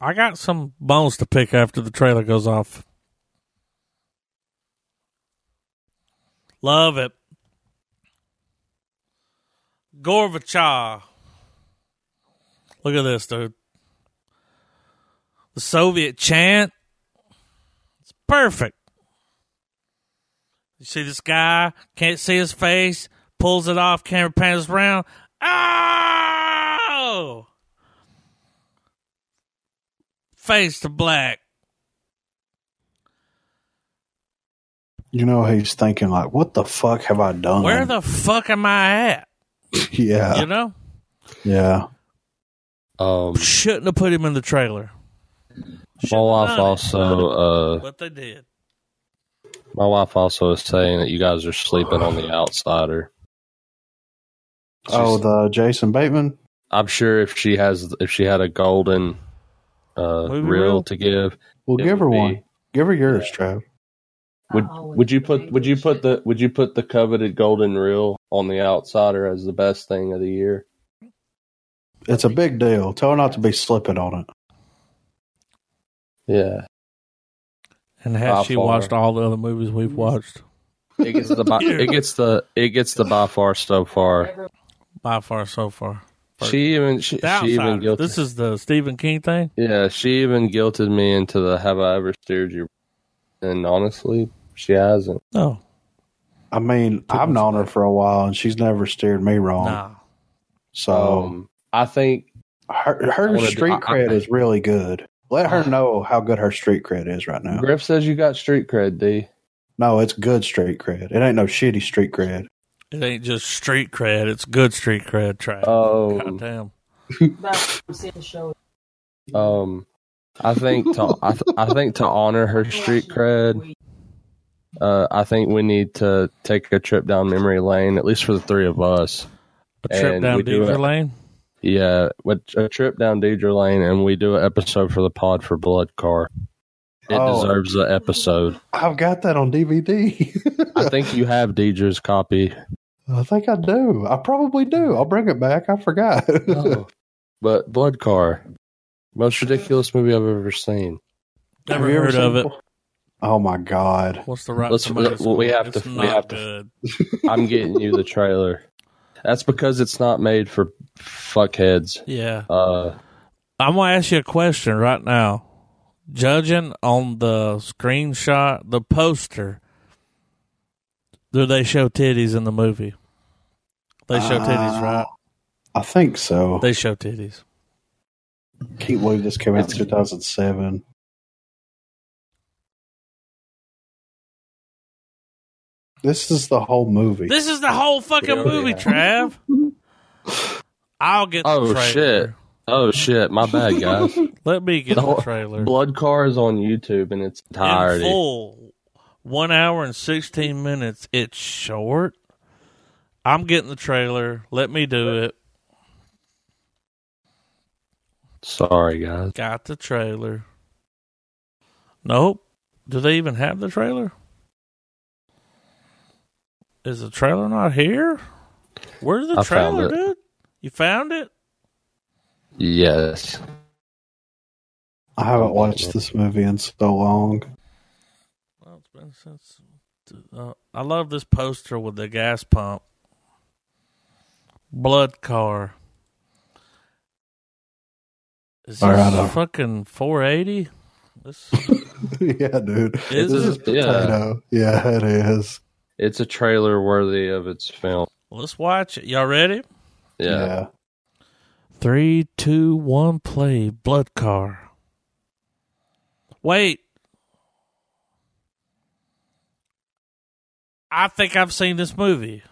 I got some bones to pick after the trailer goes off. Love it. Gorbachev. Look at this, dude. The Soviet chant. It's perfect. You see this guy, can't see his face, pulls it off, camera pans around. Oh! Face to black.
You know he's thinking like, what the fuck have I
Uh-huh.
done?
Where the fuck am I at?
Uh,
yeah,
You know?
yeah.
Um,
Shouldn't have put him in the trailer.
my
Shouldn't have
wife
done it,
also, uh,
But they did.
my wife also is saying that you guys are sleeping on the outsider. She's-
Oh, the Jason Bateman.
I'm sure if she has, if she had a golden uh,
Movie
reel
reel?
to give,
Well,
It
give her
would be-
one. Give her yours, Trav.
would would you put would you put the would you put the coveted golden reel on the outsider as the best thing of the year?
It's a big deal. Tell her not to be slipping on it.
Yeah,
And has
By
she
far.
watched all the other movies we've watched?
it gets the by, it gets the it gets the by far so far.
By far, so far.
She even she,
The
she even
Outsider.
guilted.
This is the Stephen King thing.
yeah, she even guilted me into the have I ever steered you? And honestly, she hasn't.
No,
I mean, I've known her for a while, and she's never steered me wrong.
nah.
So
Um, I think
her,
I
her
wanna do-
street
I- I-
cred is really good. Let
Ah.
her know how good her street cred is right now.
Griff says you got street cred. D.
No, it's good street cred. It ain't no shitty street cred.
It ain't just street cred. It's good street cred trash.
Oh.
goddamn!
Um, I think to I, th- I think to honor her street cred, uh, I think we need to take a trip down memory lane, at least for the three of us.
A trip
And
down
we do
Deeper
it.
Lane.
Yeah, with a trip down Deidre Lane, and we do an episode for the Pod for Blood Car. It
Oh.
deserves an episode.
I've got that on DVD.
I think you have Deidre's copy,
I think I do. I probably do. I'll bring it back. I forgot.
but Blood Car, most ridiculous movie I've ever seen.
Have
Never
you ever
heard
seen
of it.
Oh my god.
What's the right?
Let's- well, we have
it's
to- we
Not
have to-
good.
I'm getting you the trailer. That's because it's not made for fuckheads.
Yeah,
Uh,
I'm gonna ask you a question right now. Judging on the screenshot, the poster, do they show titties in the movie? They show titties,
Uh,
right?
I think so.
They show titties.
can't believe this came out in 2007. This is the whole movie.
This is the whole fucking
Yeah.
movie, Trav. I'll get.
Oh,
the trailer.
shit. Oh shit, my bad, guys.
Let me get
The
the
whole-
trailer.
Blood Car is on YouTube in its
in
entirety.
full. One hour and sixteen minutes. It's short. I'm getting the trailer. Let me do it.
Sorry, guys.
Got the trailer. Nope. Do they even have the trailer? Is the trailer not here? Where's the
I found
trailer,
it.
dude? You found it?
Yes.
I haven't watched this movie in so long.
Well, it's been since. Uh, I love this poster with the gas pump. Blood car. Is this
All right, uh,
fucking 480? This
yeah, dude.
Is
this
it?
is potato. Yeah. it is.
It's a trailer worthy of its film.
Let's watch it. Y'all ready?
Yeah.
Three, two, one, play. Blood car. Wait. I think I've seen this movie.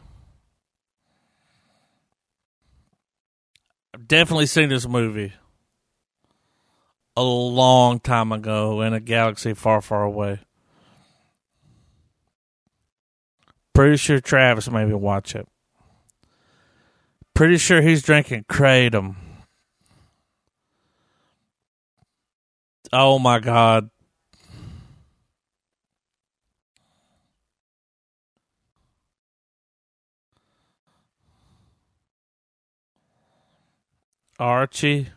I've definitely seen this movie a long time ago in a galaxy far, far away. Pretty sure Travis made me watch it. Pretty sure he's drinking kratom. Oh my god. Archie.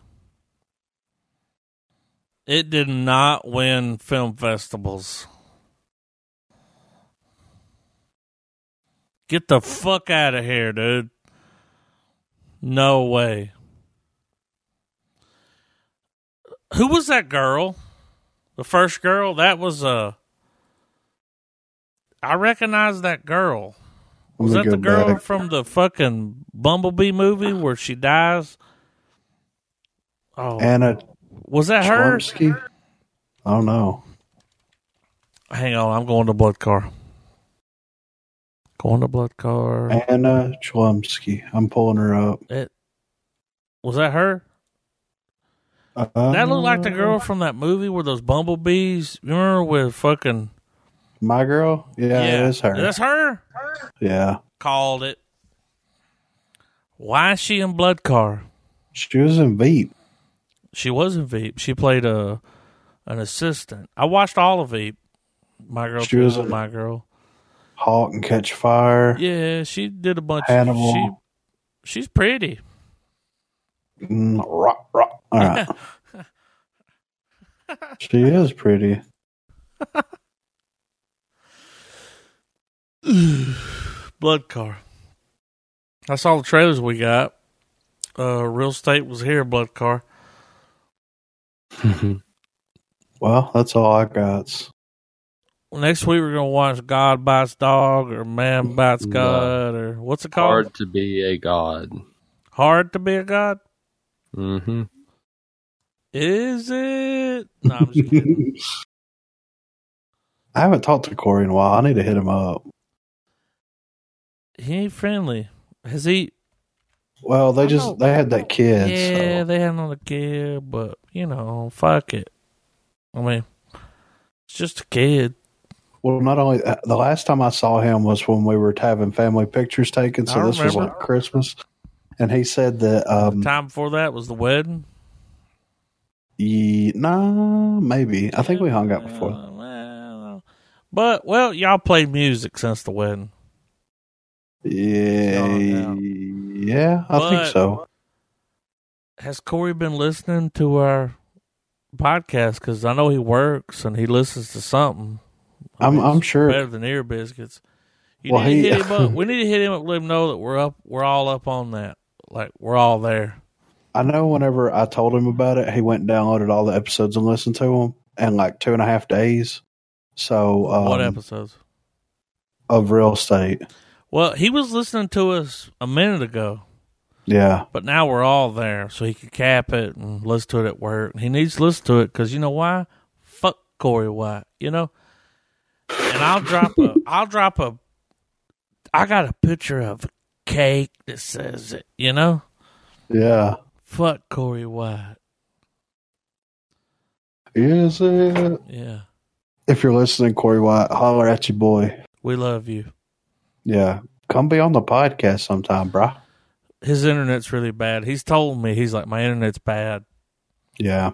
It did not win film festivals. Get the fuck out of here, dude. No way. Who was that girl? The first girl? That was Uh, I recognize that girl.
Let
Was
me
that the
go
girl
back.
from the fucking Bumblebee movie where she dies? Oh,
Anna
was that her?
Chlumsky? I don't know.
Hang on, I'm going to blood car. Going to blood car.
Anna Chlumsky. I'm pulling her up.
It was that her.
Uh,
That looked like the girl from that movie where those bumblebees. You remember with fucking
My girl? Yeah, it is her.
That's her.
yeah.
Called it. Why is she in blood car?
She was in Veep.
She was in Veep. She played a an assistant. I watched all of Veep. My girl,
She was
Too,
a-
my girl.
Hawk and Catch Fire.
Yeah, she did a bunch.
Hannibal.
She, she's pretty.
Mm, rock, rock. All right. she is pretty.
Blood Car. That's all the trailers we got. Uh, Real Estate was here, Blood Car.
Well, that's all I got.
Next week we're gonna watch God Bites Dog or Man Bites
No.
God or what's it called?
Hard to be a god.
Hard to be a God?
hmm
Is it? No, I'm just kidding.
I haven't talked to Corey in a while. I need to hit him up.
he ain't friendly. Has he?
Well, they
I
just
know.
they had that kid.
yeah,
so-
they had another kid, but you know, fuck it. I mean, it's just a kid.
Well, not only uh, the last time I saw him was when we were having family pictures taken. So
I
this was
remember.
like Christmas, and he said that um,
Time before that was the wedding.
ye- nah, maybe I think we hung out before.
Uh, well, But well, y'all played music since the wedding.
Yeah, yeah, I think
But-
so.
Has Corey been listening to our podcast? Because I know he works and he listens to something. I
I'm
mean,
I'm
it's better
sure.
than ear biscuits. You
Well,
need
he-
to hit him up. We need to hit him up. Let him know that we're up. We're all up on that. Like we're all there.
I know. Whenever I told him about it, he went and downloaded all the episodes and listened to them in like two and a half days. So um,
what episodes?
of real estate?
Well, he was listening to us a minute ago,
Yeah,
but now we're all there, so he can cap it and listen to it at work. He needs to listen to it because you know why? Fuck Corey White, you know. And I'll drop a. I'll drop a. I got a picture of a cake that says it, you know.
yeah.
Fuck Corey White.
Is it?
Yeah,
If you're listening, Corey White, holler at your boy.
we love you.
Yeah. Come be on the podcast sometime, bruh.
his internet's really bad. He's told me he's like my internet's bad
Yeah.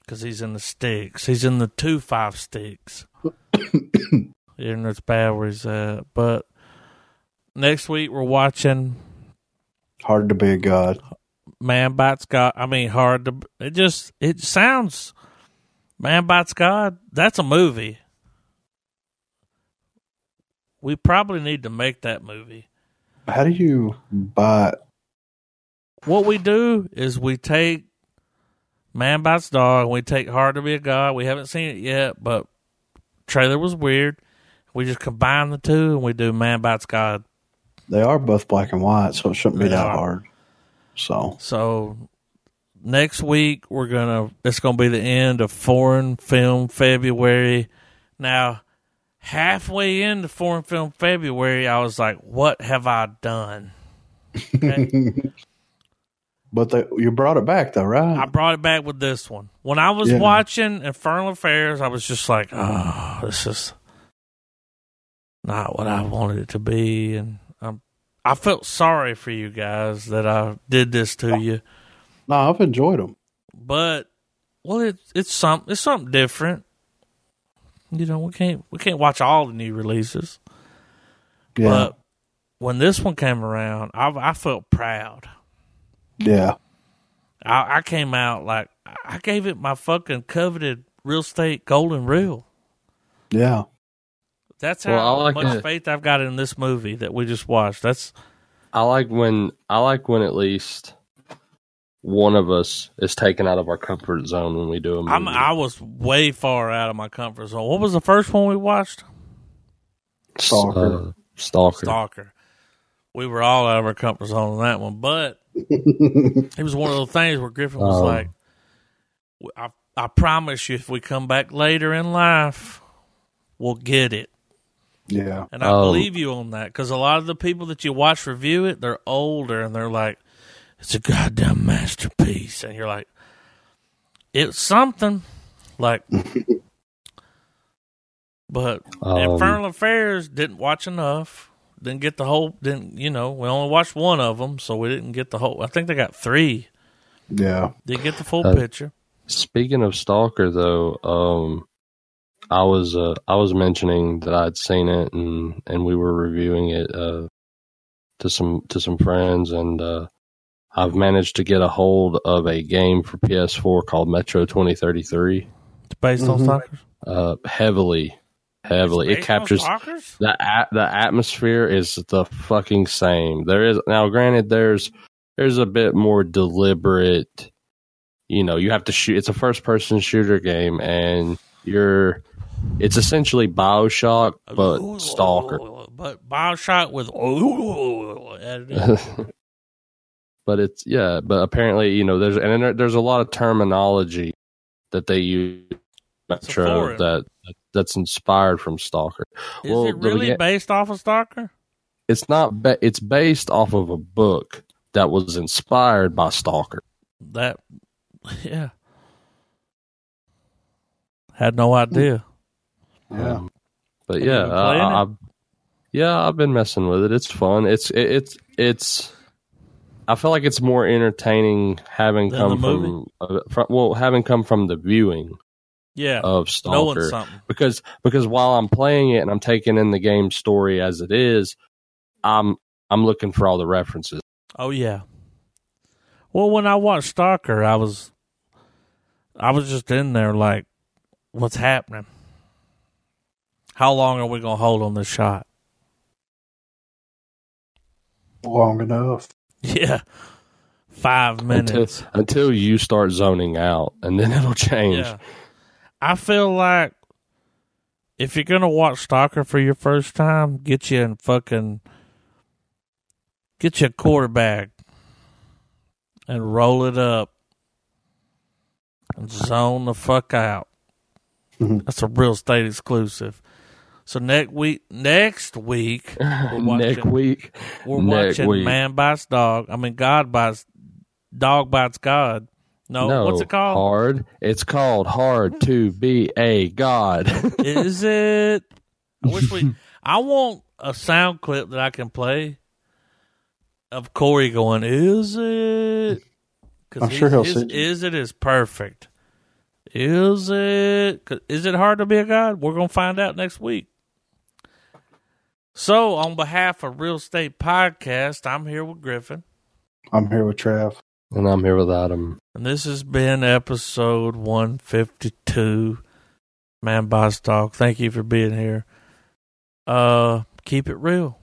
because he's in the sticks. He's in the two five sticks. the internet's bad where he's at. But next week we're watching
Hard to be a god.
Man Bites God. I mean, hard to. It just it sounds Man Bites God. That's a movie. We probably need to make that movie.
How do you buy
What we do is we take Man Bites Dog. We take Hard to Be a God. We haven't seen it yet, but trailer was weird. We just combine the two and we do Man Bites God.
They are both black and white, so it shouldn't be
They
that
are.
hard. So
So next week we're gonna it's gonna be the end of foreign film February. Now halfway into foreign film February, I was like, "What have I done?" Okay.
but they, you brought it back though, right?
I brought it back with this one. When I was
Yeah.
watching Infernal Affairs, I was just like, "Oh, this is not what I wanted it to be," and I'm, I felt sorry for you guys that I did this to you.
no, I've enjoyed them.
but well, it, it's some it's something different. You know, we can't we can't watch all the new releases,
Yeah,
but when this one came around, I, I felt proud.
yeah,
I, I came out like I gave it my fucking coveted real estate golden reel.
yeah.
That's how
Well, I like
much
that.
faith I've got in this movie that we just watched. That's
I like when I like when at least one of us is taken out of our comfort zone when we do a movie.
I'm I was way far out of my comfort zone. What was the first one we watched?
Stalker.
Uh, stalker.
Stalker. We were all out of our comfort zone on that one, but it was one of those things where Griffin was
Um,
like, "W- I, I promise you, if we come back later in life, we'll get it.
yeah,
And I
Oh.
believe you on that because a lot of the people that you watch review it, they're older and they're like, it's a goddamn masterpiece. And you're like, it's something. Like, but
Um,
Infernal Affairs didn't watch enough. Didn't get the whole. Didn't you know? We only watched one of them, so we didn't get the whole. I think they got three.
yeah.
Didn't get the full
Uh,
picture.
Speaking of Stalker, though, um, I was uh, I was mentioning that I'd seen it and and we were reviewing it uh, to some to some friends, and uh, I've managed to get a hold of a game for PS4 called Metro 2033.
It's based on
Mhm.
stalkers.
Uh, heavily, heavily,
It's
it
based on
captures
stalkers.
the at, the atmosphere is the fucking same. There is now, granted, there's there's a bit more deliberate. You know, you have to shoot. It's a first person shooter game, and you're. It's essentially Bioshock, but Stalker.
But Bioshock with.
but it's yeah. But apparently, you know, there's and there, there's a lot of terminology that they use. Metro
foreign.
that that's inspired from Stalker.
Is
Well,
it
the-
really
yeah.
based off of Stalker?
It's not. Ba- it's based off of a book that was inspired by Stalker.
That. Yeah. Had no idea.
Yeah.
Um, but
Have you
yeah,
been playing
I, I, I've- yeah, I've been messing with it. It's fun. It's it, it's it's. I feel like it's more entertaining having
Than
come
the
from, uh, from well having come from the viewing
Yeah.
of
knowing
Oh, Stalker
something.
because because while I'm playing it and I'm taking in the game story as it is, I'm I'm looking for all the references.
Oh yeah. Well, when I watched Stalker, I was, I was just in there like, what's happening? How long are we gonna hold on this shot?
Long enough.
Yeah, five
Until,
minutes.
until you start zoning out, and then it'll change.
Yeah, I feel like if you're gonna watch Stalker for your first time, get you in fucking, get you a quarterback, and roll it up, and zone the fuck out.
Mhm.
That's a real estate exclusive. So next week, next week we're watching,
Next week,
we're
next
watching
week.
Man Bites Dog. I mean, God bites Dog bites God. No, what's it called?
Hard. It's called Hard to Be a God.
Is it? I wish we. I want a sound clip that I can play of Corey going. Is it? 'Cause
I'm
his-
sure he'll
his,
send you.
Is it is perfect. Is it? 'cause Is it hard to be a god? We're gonna find out next week. So, on behalf of Real Estate Podcast, I'm here with Griffin.
I'm here with Trav.
and I'm here without him.
And this has been episode 152. Man Boss Talk, thank you for being here. Uh, keep it real.